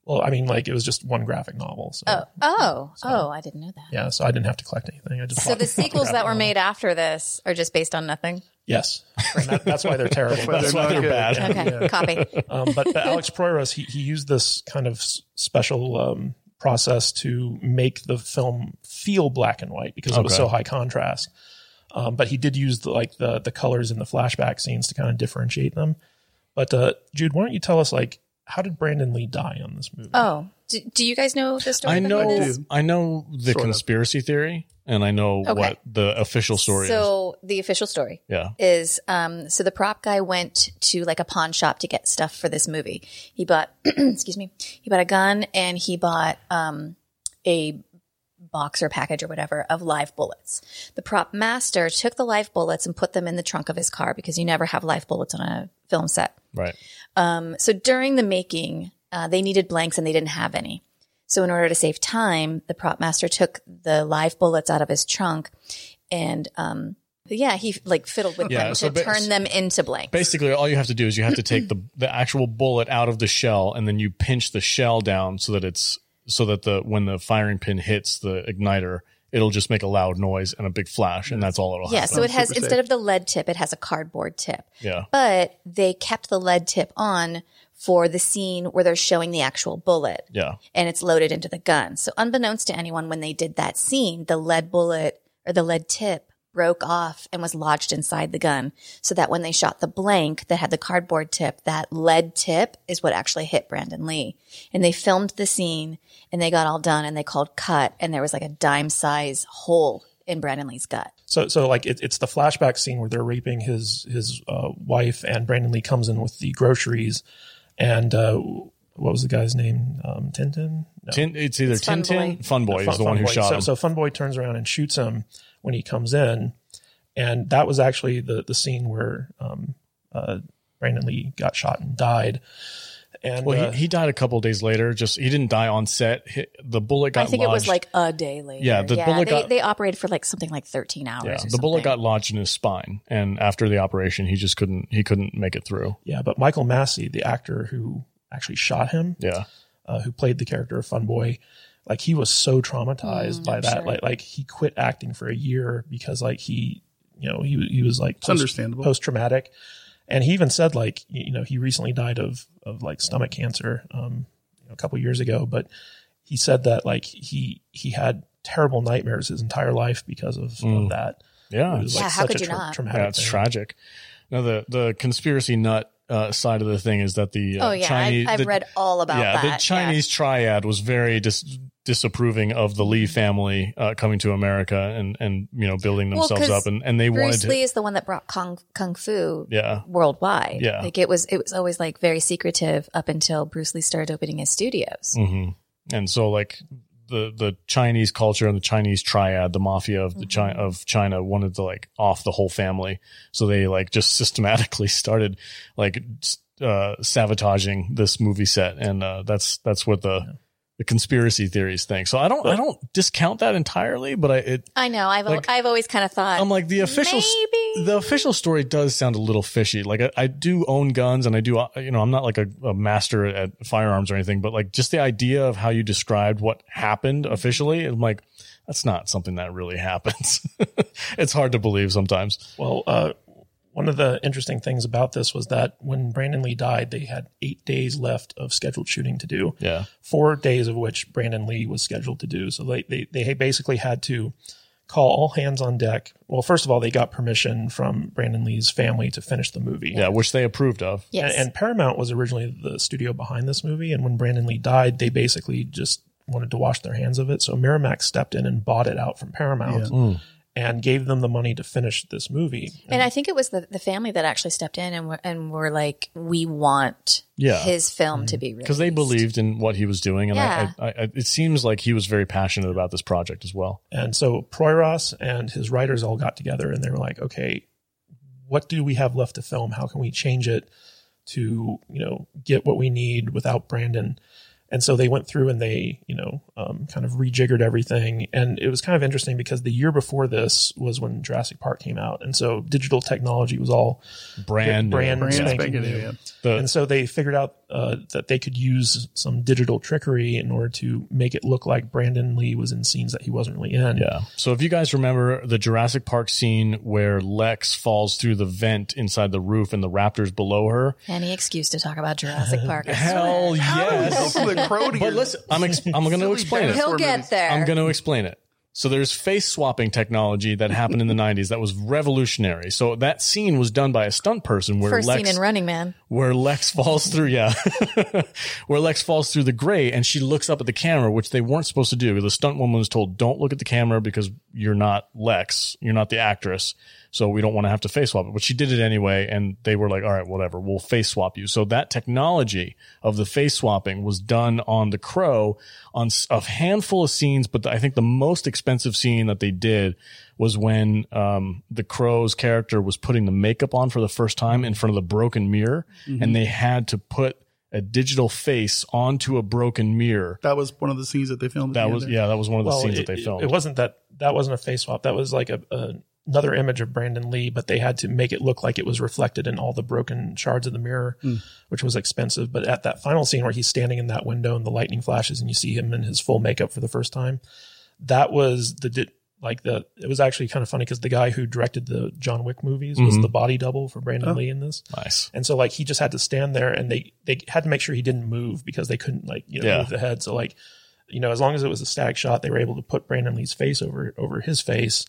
Speaker 1: well, I mean, like it was just one graphic novel. So,
Speaker 2: Oh, oh, oh! I didn't know that.
Speaker 1: yeah, so I didn't have to collect anything. I just
Speaker 2: So
Speaker 1: bought
Speaker 2: the
Speaker 1: graphic
Speaker 2: sequels that were
Speaker 1: novel.
Speaker 2: made after this are just based on nothing.
Speaker 1: Yes. And that, that's why they're terrible.
Speaker 4: That's why they're not good.
Speaker 2: Okay, copy.
Speaker 1: um, but, but Alex Proyas, he, he used this kind of s- special um, process to make the film feel black and white because it was
Speaker 3: Okay.
Speaker 1: so high contrast. Um, but he did use the, like the the colors in the flashback scenes to kind of differentiate them. But uh, Jude, why don't you tell us like how did Brandon Lee die on this movie?
Speaker 2: Oh, do, do you guys know the story?
Speaker 3: I
Speaker 2: behind
Speaker 3: know.
Speaker 2: this?
Speaker 3: I know the
Speaker 4: Sort of.
Speaker 3: conspiracy theory, and I know
Speaker 2: Okay.
Speaker 3: what the official story is.
Speaker 2: So the official story
Speaker 3: Yeah.
Speaker 2: is um, so the prop guy went to like a pawn shop to get stuff for this movie. He bought, excuse me, he bought a gun and he bought um, a box or package or whatever of live bullets. The prop master took the live bullets and put them in the trunk of his car because you never have live bullets on a film set.
Speaker 3: Right.
Speaker 2: Um, so during the making, uh, they needed blanks and they didn't have any. So in order to save time, the prop master took the live bullets out of his trunk, and um, yeah, he like fiddled with
Speaker 3: Yeah,
Speaker 2: them
Speaker 3: so
Speaker 2: to
Speaker 3: ba-
Speaker 2: turn them into blanks.
Speaker 3: Basically, all you have to do is you have to take the the actual bullet out of the shell, and then you pinch the shell down so that it's so that the when the firing pin hits the igniter, it'll just make a loud noise and a big flash, and that's all it'll
Speaker 2: yeah,
Speaker 3: happen.
Speaker 2: so it has
Speaker 4: Super safe.
Speaker 2: instead of the lead tip, it has a cardboard tip.
Speaker 3: Yeah.
Speaker 2: But they kept the lead tip on for the scene where they're showing the actual bullet.
Speaker 3: yeah,
Speaker 2: and it's loaded into the gun. So, unbeknownst to anyone, when they did that scene, the lead bullet or the lead tip broke off and was lodged inside the gun. So that when they shot the blank that had the cardboard tip, that lead tip is what actually hit Brandon Lee. And they filmed the scene and they got all done and they called cut and there was like a dime size hole in Brandon Lee's gut.
Speaker 1: So, so like it, it's the flashback scene where they're raping his his uh, wife, and Brandon Lee comes in with the groceries, and uh, what was the guy's name? Um, Tintin. No.
Speaker 3: Tin, it's either
Speaker 2: It's Fun
Speaker 3: Tin Tin Fun Boy
Speaker 1: Fun-
Speaker 3: is the one who
Speaker 1: Funboy.
Speaker 3: shot
Speaker 1: so,
Speaker 3: him.
Speaker 1: So Funboy turns around and shoots him when he comes in, and that was actually the the scene where um, uh, Brandon Lee got shot and died. And
Speaker 3: Well,
Speaker 1: uh,
Speaker 3: he, he died a couple days later. Just he didn't die on set. He- the bullet
Speaker 2: I
Speaker 3: got.
Speaker 2: think it
Speaker 3: lodged-
Speaker 2: was like a day later.
Speaker 3: Yeah, the bullet
Speaker 2: they,
Speaker 3: got-
Speaker 2: they operated for like something like 13 hours.
Speaker 3: Yeah,
Speaker 2: or
Speaker 3: the bullet
Speaker 2: something.
Speaker 3: got lodged in his spine, and after the operation, he just couldn't. He couldn't make it through.
Speaker 1: yeah, but Michael Massey, the actor who actually shot him,
Speaker 3: Yeah,
Speaker 1: uh, who played the character of Fun Boy, like he was so traumatized
Speaker 2: Mm,
Speaker 1: by
Speaker 2: I'm
Speaker 1: that,
Speaker 2: sure.
Speaker 1: like like he quit acting for a year because like he, you know, he he was like
Speaker 4: It's understandable.
Speaker 1: post traumatic, and he even said like you you know he recently died of of like stomach cancer um you know, a couple years ago, but he said that like he he had terrible nightmares his entire life because of,
Speaker 3: Mm.
Speaker 1: of that.
Speaker 3: yeah,
Speaker 1: It
Speaker 3: it's-
Speaker 1: was,
Speaker 2: Yeah, how could you
Speaker 1: tra-
Speaker 2: not?
Speaker 1: traumatic.
Speaker 3: yeah, it's
Speaker 1: thing.
Speaker 3: tragic. Now the the conspiracy nut uh, side of the thing is that the uh,
Speaker 2: Oh, yeah.
Speaker 3: Chinese,
Speaker 2: I, I've
Speaker 3: the-
Speaker 2: read all about
Speaker 3: yeah,
Speaker 2: that.
Speaker 3: the Chinese triad was very dis- disapproving of the
Speaker 2: Mm-hmm.
Speaker 3: Lee family uh, coming to America and and you know building
Speaker 2: Well,
Speaker 3: themselves
Speaker 2: 'cause
Speaker 3: up, and and they wanted
Speaker 2: Bruce
Speaker 3: to,
Speaker 2: Lee is the one that brought Kung, Kung Fu
Speaker 3: yeah.
Speaker 2: worldwide.
Speaker 3: Yeah.
Speaker 2: Like it was, it was always like very secretive up until Bruce Lee started opening his studios.
Speaker 3: hmm And so like the the Chinese culture and the Chinese triad, the mafia of the China of China wanted to like off the whole family, so they like just systematically started like s- uh, sabotaging this movie set, and uh, that's that's what the. The conspiracy theories thing. So I don't, I don't discount that entirely, but I, it,
Speaker 2: I know. I've,
Speaker 3: Like-
Speaker 2: I've always kind of thought.
Speaker 3: I'm like the official, s-
Speaker 2: Maybe.
Speaker 3: the official story does sound a little fishy. Like I, I do own guns and I do, uh, you know, I'm not like a, a master at firearms or anything, but like just the idea of how you described what happened officially, I'm like, that's not something that really happens. it's hard to believe sometimes.
Speaker 1: Well, uh, one of the interesting things about this was that when Brandon Lee died, they had eight days left of scheduled shooting to do,
Speaker 3: Yeah.
Speaker 1: four days of which Brandon Lee was scheduled to do. So they, they, they basically had to call all hands on deck. Well, first of all, they got permission from Brandon Lee's family to finish the movie.
Speaker 3: Yeah. Which they approved of.
Speaker 2: yes.
Speaker 1: And, and Paramount was originally the studio behind this movie. And when Brandon Lee died, they basically just wanted to wash their hands of it. So Miramax stepped in and bought it out from Paramount
Speaker 4: Yeah.
Speaker 3: Mm.
Speaker 1: and gave them the money to finish this movie.
Speaker 2: And I think it was the, the family that actually stepped in and were, and were like, we want
Speaker 3: Yeah.
Speaker 2: his film to be released.
Speaker 3: Because they believed in what he was doing. And
Speaker 2: Yeah.
Speaker 3: I, I, I, it seems like he was very passionate about this project as well.
Speaker 1: And so Proyras and his writers all got together and they were like, okay, what do we have left to film? How can we change it to, you know, get what we need without Brandon? And so they went through and they, you know, um, kind of rejiggered everything. And it was kind of interesting because the year before this was when Jurassic Park came out. And so digital technology was all
Speaker 3: Brand, new.
Speaker 1: Brand
Speaker 4: Brand
Speaker 1: Yeah.
Speaker 4: spanking new, yeah.
Speaker 3: The-
Speaker 1: and so they figured out uh, that they could use some digital trickery in order to make it look like Brandon Lee was in scenes that he wasn't really in.
Speaker 3: Yeah. So if you guys remember the Jurassic Park scene where Lex falls through the vent inside the roof and the raptors below her.
Speaker 2: Any excuse to talk about Jurassic Park. I
Speaker 3: Hell
Speaker 2: swear.
Speaker 3: yes.
Speaker 4: Open the crow to
Speaker 3: but
Speaker 4: your-
Speaker 3: listen, I'm ex- I'm going to
Speaker 4: Silly
Speaker 3: explain it.
Speaker 4: dinosaur
Speaker 2: He'll get
Speaker 4: movies.
Speaker 2: there.
Speaker 3: I'm going to explain it. So there's face swapping technology that happened in the 90s that was revolutionary. So that scene was done by a stunt person where
Speaker 2: First
Speaker 3: Lex
Speaker 2: scene in Running Man.
Speaker 3: where Lex falls through, yeah, where Lex falls through the gray and she looks up at the camera, which they weren't supposed to do. The stunt woman was told, don't look at the camera because you're not Lex. You're not the actress. So we don't want to have to face swap it. But she did it anyway. And they were like, all right, whatever. We'll face swap you. So that technology of the face swapping was done on the crow on s- a handful of scenes. But I think the most expensive scene that they did was when um, the crow's character was putting the makeup on for the first time in front of the broken mirror, and they had to put a digital face onto a broken mirror.
Speaker 4: That was one of the scenes that they filmed.
Speaker 3: That was
Speaker 4: together.
Speaker 3: yeah, that was one of the
Speaker 1: well,
Speaker 3: scenes
Speaker 1: it,
Speaker 3: that they
Speaker 1: it-
Speaker 3: filmed.
Speaker 1: It wasn't that that wasn't a face swap. That was like a, a another image of Brandon Lee, but they had to make it look like it was reflected in all the broken shards of the mirror, which was expensive. But at that final scene where he's standing in that window and the lightning flashes and you see him in his full makeup for the first time, that was the di- like the it was actually kind of funny because the guy who directed the John Wick movies was
Speaker 3: Mhm.
Speaker 1: the body double for Brandon Lee in this.
Speaker 3: nice.
Speaker 1: And so like he just had to stand there and they they had to make sure he didn't move because they couldn't like you know
Speaker 3: Yeah.
Speaker 1: move the head. So like you know as long as it was a static shot, they were able to put Brandon Lee's face over over his face.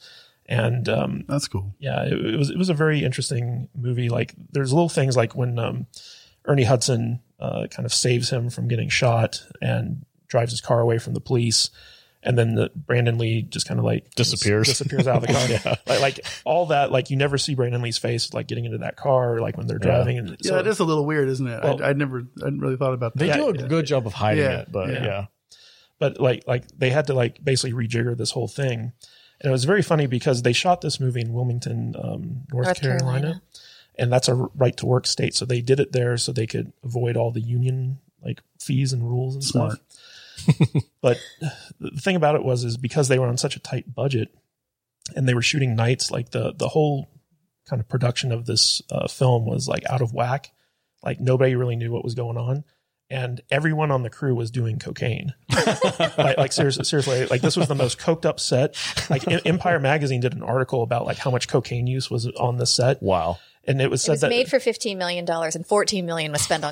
Speaker 1: And um,
Speaker 4: that's cool.
Speaker 1: yeah, it, it was it was a very interesting movie. Like there's little things like when um, Ernie Hudson uh, kind of saves him from getting shot and drives his car away from the police. And then the Brandon Lee just kind of like
Speaker 3: Disappears.
Speaker 1: disappears out of the car. like, like all that, like you never see Brandon Lee's face, like getting into that car, like when they're driving. And
Speaker 4: Yeah, it is a little weird, isn't it?
Speaker 1: Well-
Speaker 4: I, I never, I didn't really thought about that.
Speaker 3: They do a
Speaker 4: Yeah.
Speaker 3: good job of hiding
Speaker 4: Yeah,
Speaker 3: it, but yeah.
Speaker 4: yeah.
Speaker 1: but like like they had to like basically rejigger this whole thing and it was very funny because they shot this movie in wilmington um, north,
Speaker 2: North
Speaker 1: carolina,
Speaker 2: Carolina.
Speaker 1: and that's a right to work state. So they did it there so they could avoid all the union like fees and rules and
Speaker 4: Smart.
Speaker 1: stuff. but the thing about it was is because they were on such a tight budget and they were shooting nights like the the whole kind of production of this uh, film was like out of whack like nobody really knew what was going on and everyone on the crew was doing cocaine like, like seriously, seriously like this was the most coked up set like Em- empire magazine did an article about like how much cocaine use was on the set
Speaker 3: Wow.
Speaker 1: and it was
Speaker 2: It
Speaker 1: said
Speaker 2: was
Speaker 1: that
Speaker 2: made for $15 million and $14 million was spent on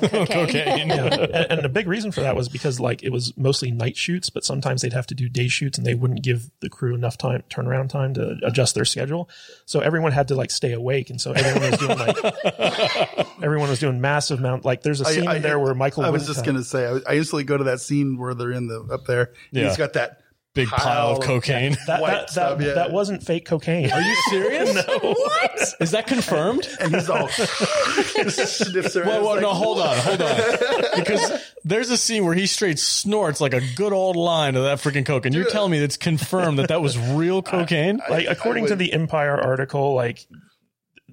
Speaker 2: cocaine.
Speaker 1: yeah. and, and a big reason for that was because like it was mostly night shoots, but sometimes they'd have to do day shoots and they wouldn't give the crew enough time turnaround time to adjust their schedule. So everyone had to like stay awake, and so everyone was doing like everyone was doing massive amount. Like there's a scene in there where Michael.
Speaker 4: I was
Speaker 1: wouldn't
Speaker 4: just
Speaker 1: come-
Speaker 4: gonna say, I, I instantly go to that scene where they're in the up there. Yeah.
Speaker 3: Yeah.
Speaker 4: He's got that
Speaker 3: Big pile of cocaine.
Speaker 1: that
Speaker 4: wipe
Speaker 1: that, that,
Speaker 4: stuff, yeah.
Speaker 1: that wasn't fake cocaine.
Speaker 3: Are you serious? no.
Speaker 2: What?
Speaker 3: Is that confirmed?
Speaker 4: and he's all sniffs around.
Speaker 3: Well, well,
Speaker 4: It's
Speaker 3: no,
Speaker 4: like,
Speaker 3: hold on, hold on. Because there's a scene where he straight snorts like a good old line of that freaking coke, and you're telling me it's confirmed that that was real cocaine?
Speaker 1: like according to
Speaker 4: would-
Speaker 1: the Empire article, like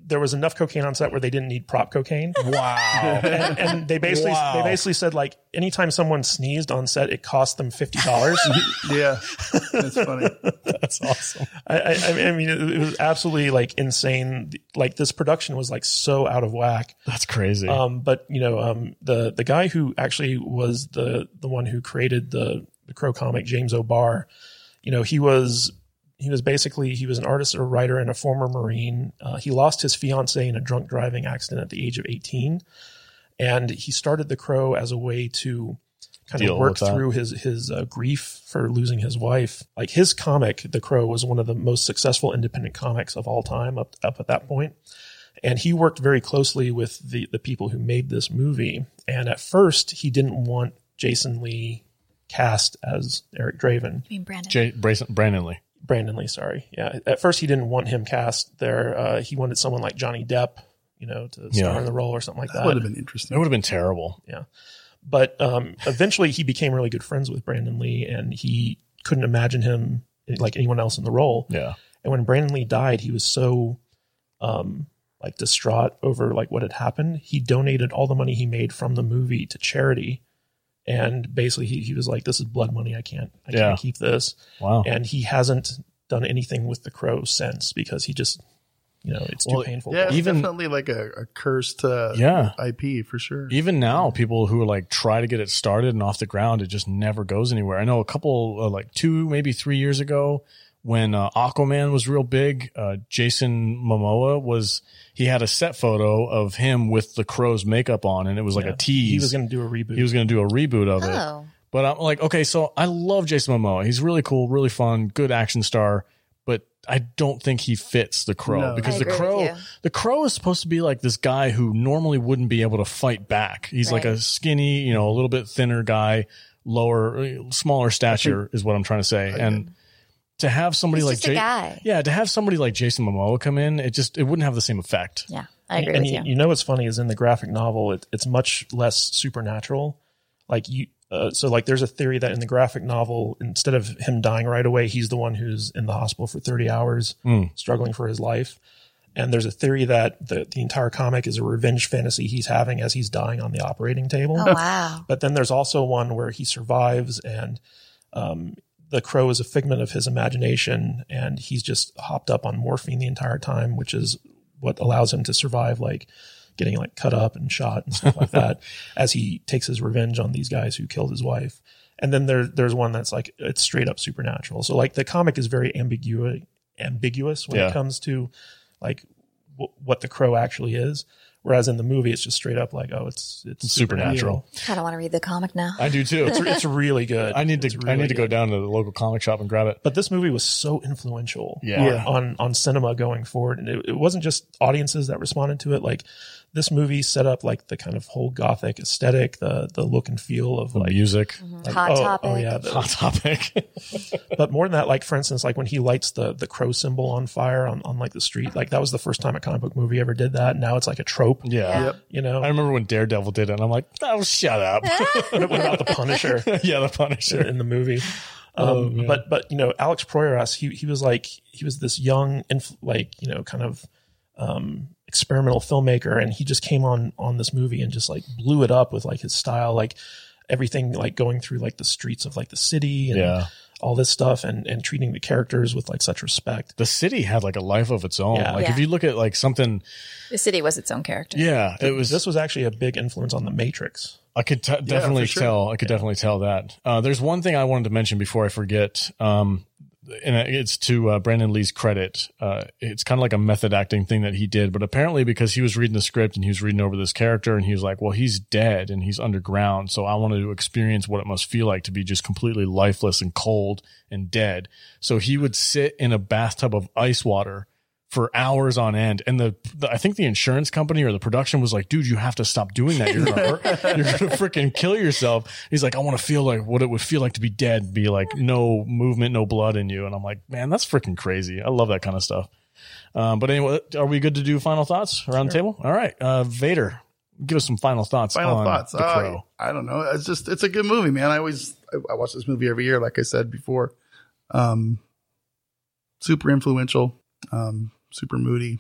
Speaker 1: there was enough cocaine on set where they didn't need prop cocaine.
Speaker 3: wow.
Speaker 1: and, and they basically
Speaker 3: Wow.
Speaker 1: they basically said like anytime someone sneezed on set, it cost them fifty dollars.
Speaker 4: Yeah, that's funny.
Speaker 3: That's awesome.
Speaker 1: I, I, I mean, it, it was absolutely like insane. Like this production was like so out of whack.
Speaker 3: That's crazy.
Speaker 1: Um, but you know, um, the the guy who actually was the the one who created the the Crow comic, James O'Barr, you know, he was he was basically he was an artist, a writer, and a former Marine. Uh, he lost his fiancee in a drunk driving accident at the age of eighteen, and he started the Crow as a way to kind
Speaker 3: Deal
Speaker 1: of work
Speaker 3: with that.
Speaker 1: through his his uh, grief for losing his wife. Like his comic, The Crow, was one of the most successful independent comics of all time up up at that point and he worked very closely with the the people who made this movie. And at first, he didn't want Jason Lee cast as Eric Draven,
Speaker 2: I mean, Brandon.
Speaker 3: Jay, Brayson, Brandon Lee.
Speaker 1: Brandon Lee. Sorry, yeah. At first, he didn't want him cast there. Uh, he wanted someone like Johnny Depp, you know, to star
Speaker 3: Yeah.
Speaker 1: in the role or something like
Speaker 4: That would
Speaker 1: that.
Speaker 4: have been
Speaker 3: That
Speaker 4: interesting.
Speaker 3: would have been terrible.
Speaker 1: But um, eventually, he became really good friends with Brandon Lee, and he couldn't imagine him like anyone else in the role.
Speaker 3: Yeah.
Speaker 1: And when Brandon Lee died, he was so um like distraught over like what had happened. He donated all the money he made from the movie to charity. And basically he, he was like, This is blood money. I can't I
Speaker 3: Yeah.
Speaker 1: can't keep this.
Speaker 3: Wow.
Speaker 1: And he hasn't done anything with the crow since because he just you know, it's
Speaker 3: Well,
Speaker 1: too painful.
Speaker 4: Yeah,
Speaker 3: Even-
Speaker 4: even, definitely like a, a cursed uh,
Speaker 3: yeah.
Speaker 4: IP for sure.
Speaker 3: Even now, people who like try to get it started and off the ground, it just never goes anywhere. I know a couple, uh, like two, maybe three years ago, when uh, Aquaman was real big, uh, Jason Momoa was he had a set photo of him with the crow's makeup on, and it was like
Speaker 1: Yeah.
Speaker 3: a tease.
Speaker 1: He was gonna do a reboot.
Speaker 3: he was going to do a reboot of it.
Speaker 2: Oh,
Speaker 3: But I'm like, okay, so I love Jason Momoa. He's really cool, really fun, good action star. But I don't think he fits the crow
Speaker 4: No.
Speaker 3: because
Speaker 2: I
Speaker 3: the
Speaker 2: agree with
Speaker 3: crow,
Speaker 2: you.
Speaker 3: the crow is supposed to be like this guy who normally wouldn't be able to fight back. He's like
Speaker 2: Right.
Speaker 3: a skinny, you know, a little bit thinner guy, lower, smaller stature is what I'm trying to say. And to have somebody
Speaker 2: he's
Speaker 3: like
Speaker 2: just a guy.
Speaker 3: yeah, to have somebody like Jason Momoa come in, it just it wouldn't have the same effect.
Speaker 2: Yeah, I agree
Speaker 1: and
Speaker 2: with you.
Speaker 1: know what's funny is in the graphic novel, it, it's much less supernatural. Like you, uh, so like there's a theory that in the graphic novel, instead of him dying right away, he's the one who's in the hospital for 30 hours, struggling for his life. And there's a theory that the, the entire comic is a revenge fantasy he's having as he's dying on the operating table.
Speaker 2: Oh, wow.
Speaker 1: But then there's also one where he survives and um, the crow is a figment of his imagination and he's just hopped up on morphine the entire time, which is what allows him to survive, like getting like cut up and shot and stuff like that as he takes his revenge on these guys who killed his wife. And then there, there's one that's like, it's straight up supernatural. So like the comic is very ambiguous, ambiguous when
Speaker 3: Yeah.
Speaker 1: it comes to like w- what the crow actually is. Whereas in the movie, it's just straight up like, oh, it's, it's
Speaker 3: Supernatural.
Speaker 2: kind of want to read the comic now.
Speaker 3: I do too.
Speaker 1: it's, it's really good.
Speaker 3: I need to
Speaker 1: It's
Speaker 3: I
Speaker 1: really
Speaker 3: need to go
Speaker 1: good.
Speaker 3: down to the local comic shop and grab it.
Speaker 1: But this movie was so influential
Speaker 3: Yeah.
Speaker 1: on-
Speaker 3: Yeah.
Speaker 1: On, on cinema going forward, and it, it wasn't just audiences that responded to it. Like this movie set up like the kind of whole gothic aesthetic, the the look and feel of
Speaker 3: The
Speaker 1: like,
Speaker 3: music,
Speaker 1: like,
Speaker 2: Hot
Speaker 1: oh,
Speaker 2: Topic.
Speaker 1: Oh yeah, the-
Speaker 3: hot topic.
Speaker 1: but more than that, like for instance, like when he lights the the crow symbol on fire on, on like the street, like that was the first time a comic book movie ever did that. Now it's like a trope.
Speaker 3: yeah.
Speaker 4: Yep.
Speaker 1: You know,
Speaker 3: I remember when Daredevil did it, and I'm like, oh, shut up.
Speaker 1: what about the Punisher?
Speaker 3: yeah, the Punisher.
Speaker 1: in the movie. Um,
Speaker 3: Oh,
Speaker 1: but but you know Alex Proyas, he he was like he was this young, inf- like you know, kind of um, experimental filmmaker and he just came on on this movie and just like blew it up with like his style like everything like going through like the streets of like the city and
Speaker 3: Yeah.
Speaker 1: all this stuff and and treating the characters with like such respect
Speaker 3: The city had like a life of its own.
Speaker 1: Yeah.
Speaker 3: Like if
Speaker 2: Yeah.
Speaker 3: you look at like something,
Speaker 2: The city was its own character.
Speaker 3: yeah, it was.
Speaker 1: this was actually a big influence on the matrix
Speaker 3: I could t- definitely
Speaker 4: for sure.
Speaker 3: tell. I could definitely tell that. Uh, there's one thing I wanted to mention before I forget, um, and it's to uh, Brandon Lee's credit. Uh, it's kind of like a method acting thing that he did, but apparently because he was reading the script and he was reading over this character, and he was like, "Well, he's dead and he's underground, so I wanted to experience what it must feel like to be just completely lifeless and cold and dead." So he would sit in a bathtub of ice water for hours on end. And the, the I think the insurance company or the production was like, dude, you have to stop doing that. You're gonna hurt, you're gonna freaking kill yourself. He's like, I want to feel like what it would feel like to be dead, be like no movement, no blood in you. And I'm like, man, that's freaking crazy. I love that kind of stuff. Um, but anyway, are we good to do final thoughts around the table? All right, uh, Vader, give us some final thoughts.
Speaker 4: Final
Speaker 3: on
Speaker 4: thoughts.
Speaker 3: The
Speaker 4: Uh,
Speaker 3: Crow.
Speaker 4: I don't know. It's just it's a good movie, man. I always I, I watch this movie every year, like I said before. Um, super influential, um, super moody,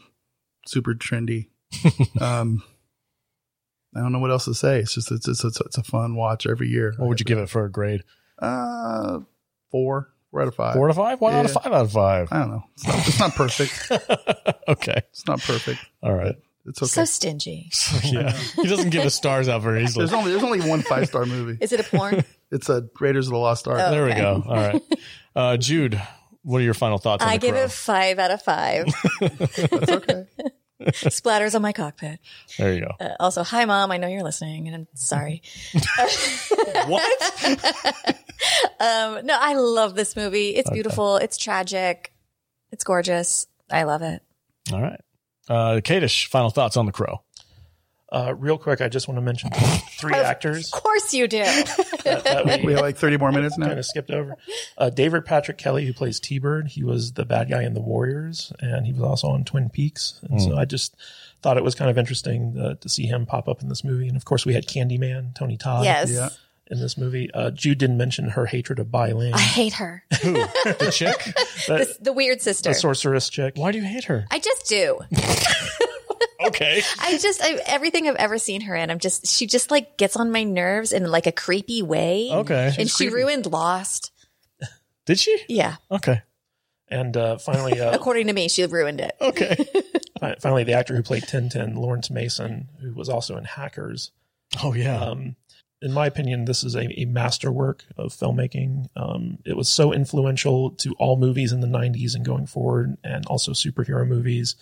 Speaker 4: super trendy. um, I don't know what else to say. It's just it's it's it's, it's a fun watch every year.
Speaker 3: What would you give it for a grade?
Speaker 4: Uh, four, four out of five.
Speaker 3: Four out of five? One out of
Speaker 4: yeah.
Speaker 3: five out of five.
Speaker 4: I don't know. It's not, it's not perfect.
Speaker 3: okay.
Speaker 4: It's not perfect.
Speaker 3: All right.
Speaker 4: It's okay.
Speaker 2: So stingy.
Speaker 3: yeah. He doesn't give his stars out very easily.
Speaker 4: there's only there's only one five star movie.
Speaker 2: Is it a porn?
Speaker 4: It's a Raiders of the Lost Ark.
Speaker 2: Oh.
Speaker 3: There we
Speaker 2: Okay.
Speaker 3: go. All right. Uh, Jude, what are your final thoughts on
Speaker 2: I
Speaker 3: the
Speaker 2: give
Speaker 3: crow?
Speaker 2: it five out of five.
Speaker 4: That's okay.
Speaker 2: Splatters on my cockpit.
Speaker 3: there you go.
Speaker 2: Uh, also, hi mom. I know you're listening, and I'm sorry.
Speaker 3: What?
Speaker 2: Um, no, I love this movie. It's beautiful. It's tragic. It's gorgeous. I love it.
Speaker 3: All right. Uh, Kadish, final thoughts on the crow.
Speaker 1: uh real quick i just want to mention three actors
Speaker 2: Of course you do.
Speaker 1: that, that
Speaker 4: We have like 30 more minutes now.
Speaker 1: kind of skipped over. Uh, David Patrick Kelly, who plays T Bird, he was the bad guy in The Warriors, and he was also on Twin Peaks. And
Speaker 3: Hmm.
Speaker 1: so I just thought it was kind of interesting uh, to see him pop up in this movie. And of course, we had Candyman, Tony Todd,
Speaker 2: yes.
Speaker 4: Yeah.
Speaker 1: in this movie. Uh, Jude didn't mention her hatred of Bai Ling,
Speaker 2: I hate her.
Speaker 3: Who? The chick?
Speaker 1: that,
Speaker 2: This, the weird sister.
Speaker 1: the sorceress chick.
Speaker 3: Why do you hate her?
Speaker 2: I just do.
Speaker 3: Okay.
Speaker 2: I just I, everything I've ever seen her in. I'm just she just like gets on my nerves in like a creepy way.
Speaker 3: Okay.
Speaker 2: and she ruined Lost.
Speaker 3: Did she?
Speaker 2: Yeah,
Speaker 3: Okay.
Speaker 1: And uh, finally, uh,
Speaker 2: according to me, she ruined it.
Speaker 3: Oh, Okay.
Speaker 1: fi- finally, the actor who played Tintin, Lawrence Mason, who was also in Hackers.
Speaker 3: Oh, yeah.
Speaker 1: Um, in my opinion, this is a, a masterwork of filmmaking. Um, it was so influential to all movies in the 90s and going forward, and also superhero movies.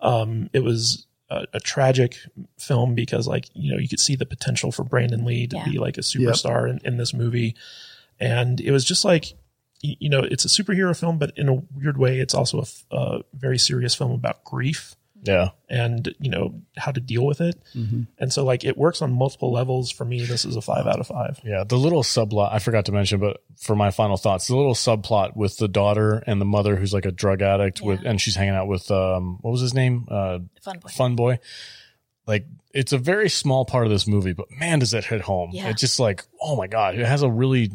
Speaker 1: Um, it was a, a tragic film because, like, you know, you could see the potential for Brandon Lee to
Speaker 2: Yeah.
Speaker 1: be like a superstar in, in this movie. And it was just like, y- you know, it's a superhero film, but in a weird way, it's also a f- a very serious film about grief
Speaker 3: yeah.
Speaker 1: and you know how to deal with it
Speaker 4: Mm-hmm.
Speaker 1: and so like it works on multiple levels for me this is a five out of five
Speaker 3: Yeah, the little subplot I forgot to mention, but for my final thoughts, the little subplot with the daughter and the mother who's like a drug addict with, and she's hanging out with um, what was his name? Uh,
Speaker 2: Fun boy.
Speaker 3: Fun boy. Like it's a very small part of this movie, but man, does it hit home!
Speaker 2: Yeah.
Speaker 3: It's just like, oh my god, it has a really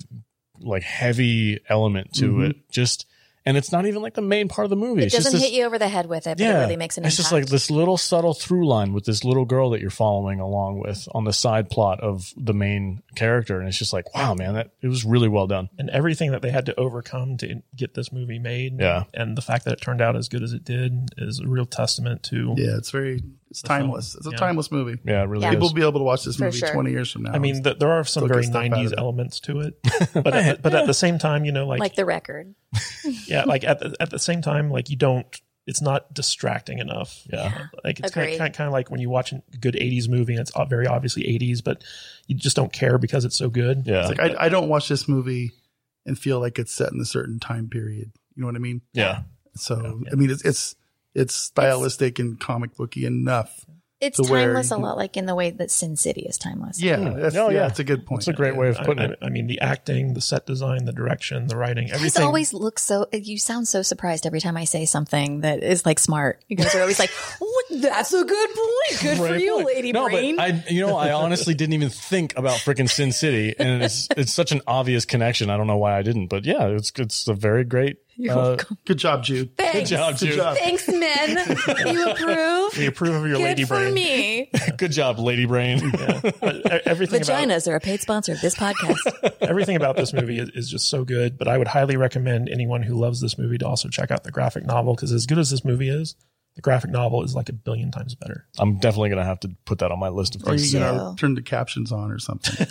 Speaker 3: like heavy element to
Speaker 4: Mhm.
Speaker 3: it. Just and it's not even like the main part of the
Speaker 2: Mm-hmm.
Speaker 3: movie.
Speaker 2: It
Speaker 3: it's
Speaker 2: doesn't
Speaker 3: just this-
Speaker 2: hit you over the head with it, but it really makes an impact.
Speaker 3: it's just like this little subtle through line with this little girl that you're following along with on the side plot of the main character, and it's just like, wow, man, that it was really well done.
Speaker 1: and everything that they had to overcome to get this movie made
Speaker 3: Yeah.
Speaker 1: and the fact that it turned out as good as it did is a real testament to
Speaker 4: Yeah, it's very it's timeless. It's a
Speaker 1: Yeah.
Speaker 4: timeless movie.
Speaker 3: Yeah, it really.
Speaker 2: Yeah.
Speaker 3: is.
Speaker 4: People will be able to watch this
Speaker 2: For
Speaker 4: movie
Speaker 2: sure.
Speaker 4: 20 years from now.
Speaker 1: I mean, th- there are some
Speaker 4: Took a
Speaker 1: very
Speaker 4: step out of
Speaker 1: '90s
Speaker 4: it.
Speaker 1: elements to it, but at, but at the same time, you know, like,
Speaker 2: like, the record.
Speaker 1: yeah, like at the, at the same time, like you don't, it's not distracting enough.
Speaker 3: Yeah.
Speaker 1: like it's kind
Speaker 2: Agreed.
Speaker 1: of, kind, of, kind of like when you watch a good '80s movie and it's o- very obviously '80s, but you just don't care because it's so good.
Speaker 3: Yeah.
Speaker 1: It's like,
Speaker 4: like I, I don't watch this movie and feel like it's set in a certain time period. You know what I mean?
Speaker 3: yeah,
Speaker 4: So
Speaker 1: Yeah.
Speaker 4: I mean, it's it's it's stylistic and comic booky enough.
Speaker 2: It's
Speaker 4: To where
Speaker 2: timeless a
Speaker 4: you-
Speaker 2: lot, like in the way that Sin City is timeless.
Speaker 4: Yeah,
Speaker 3: Hmm.
Speaker 4: that's,
Speaker 3: No,
Speaker 4: yeah,
Speaker 3: yeah.
Speaker 4: that's a good point.
Speaker 3: it's a great way of
Speaker 1: I-
Speaker 3: putting
Speaker 1: I,
Speaker 3: it.
Speaker 1: I mean, the acting, the set design, the direction, the writing,
Speaker 2: You guys
Speaker 1: everything.
Speaker 2: always look so. You sound so surprised every time I say something that is like smart. You guys are always like, "What? That's a good point. Good for
Speaker 3: Great
Speaker 2: you,
Speaker 3: point.
Speaker 2: lady
Speaker 3: no,
Speaker 2: brain."
Speaker 3: But I, you know, I honestly didn't even think about freaking Sin City, and it's it's such an obvious connection. I don't know why I didn't, but yeah, it's it's a very great
Speaker 2: You're
Speaker 3: Uh,
Speaker 2: welcome.
Speaker 4: Good job, Jude.
Speaker 2: Thanks.
Speaker 3: Good job, Jude.
Speaker 2: Thanks, men. you approve?
Speaker 1: We approve of your
Speaker 2: Good
Speaker 1: lady
Speaker 2: for
Speaker 1: brain.
Speaker 2: me.
Speaker 3: Good job, Lady Brain.
Speaker 1: But e- everything about
Speaker 2: Vaginas are a paid sponsor of this podcast.
Speaker 1: everything about this movie is, is just so good. But I would highly recommend anyone who loves this movie to also check out the graphic novel because as good as this movie is, the graphic novel is like a billion times better.
Speaker 3: I'm definitely going to have to put that on my list of
Speaker 4: Or
Speaker 3: things.
Speaker 4: you
Speaker 3: to
Speaker 4: can
Speaker 2: Yeah.
Speaker 4: uh, turn the captions on or something.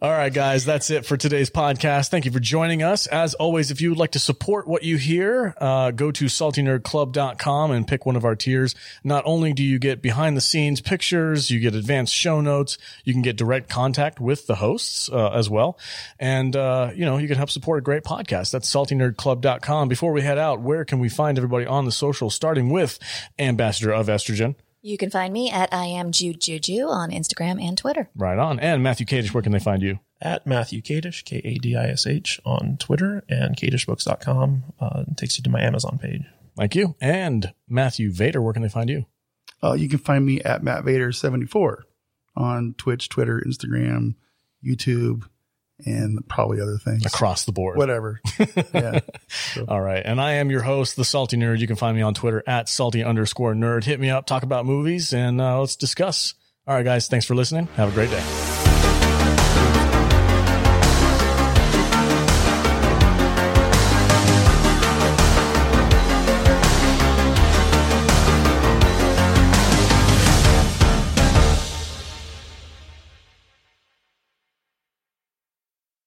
Speaker 3: All right, guys, that's it for today's podcast. Thank you for joining us. As always, if you would like to support what you hear, uh, go to saltynerdclub.com and pick one of our tiers. Not only do you get behind the scenes pictures, you get advanced show notes, you can get direct contact with the hosts uh, as well. And, uh, you know, you can help support a great podcast. That's saltynerdclub.com. Before we head out, where can we find everybody on the social, starting with Ambassador of Estrogen?
Speaker 2: You can find me at I am Jude Juju on Instagram and Twitter.
Speaker 3: Right on. And Matthew Cadish, where can they find you?
Speaker 1: At Matthew Kadish, K A D I S H, on Twitter and KadishBooks.com uh, takes you to my Amazon page.
Speaker 3: Thank you. And Matthew Vader, where can they find you?
Speaker 4: Uh, you can find me at Matt Vader 74 on Twitch, Twitter, Instagram, YouTube, and probably other things.
Speaker 3: Across the board.
Speaker 4: Whatever. yeah.
Speaker 3: All right. And I am your host, the Salty Nerd. You can find me on Twitter at salty underscore nerd. Hit me up, talk about movies, and uh, let's discuss. All right, guys. Thanks for listening. Have a great day.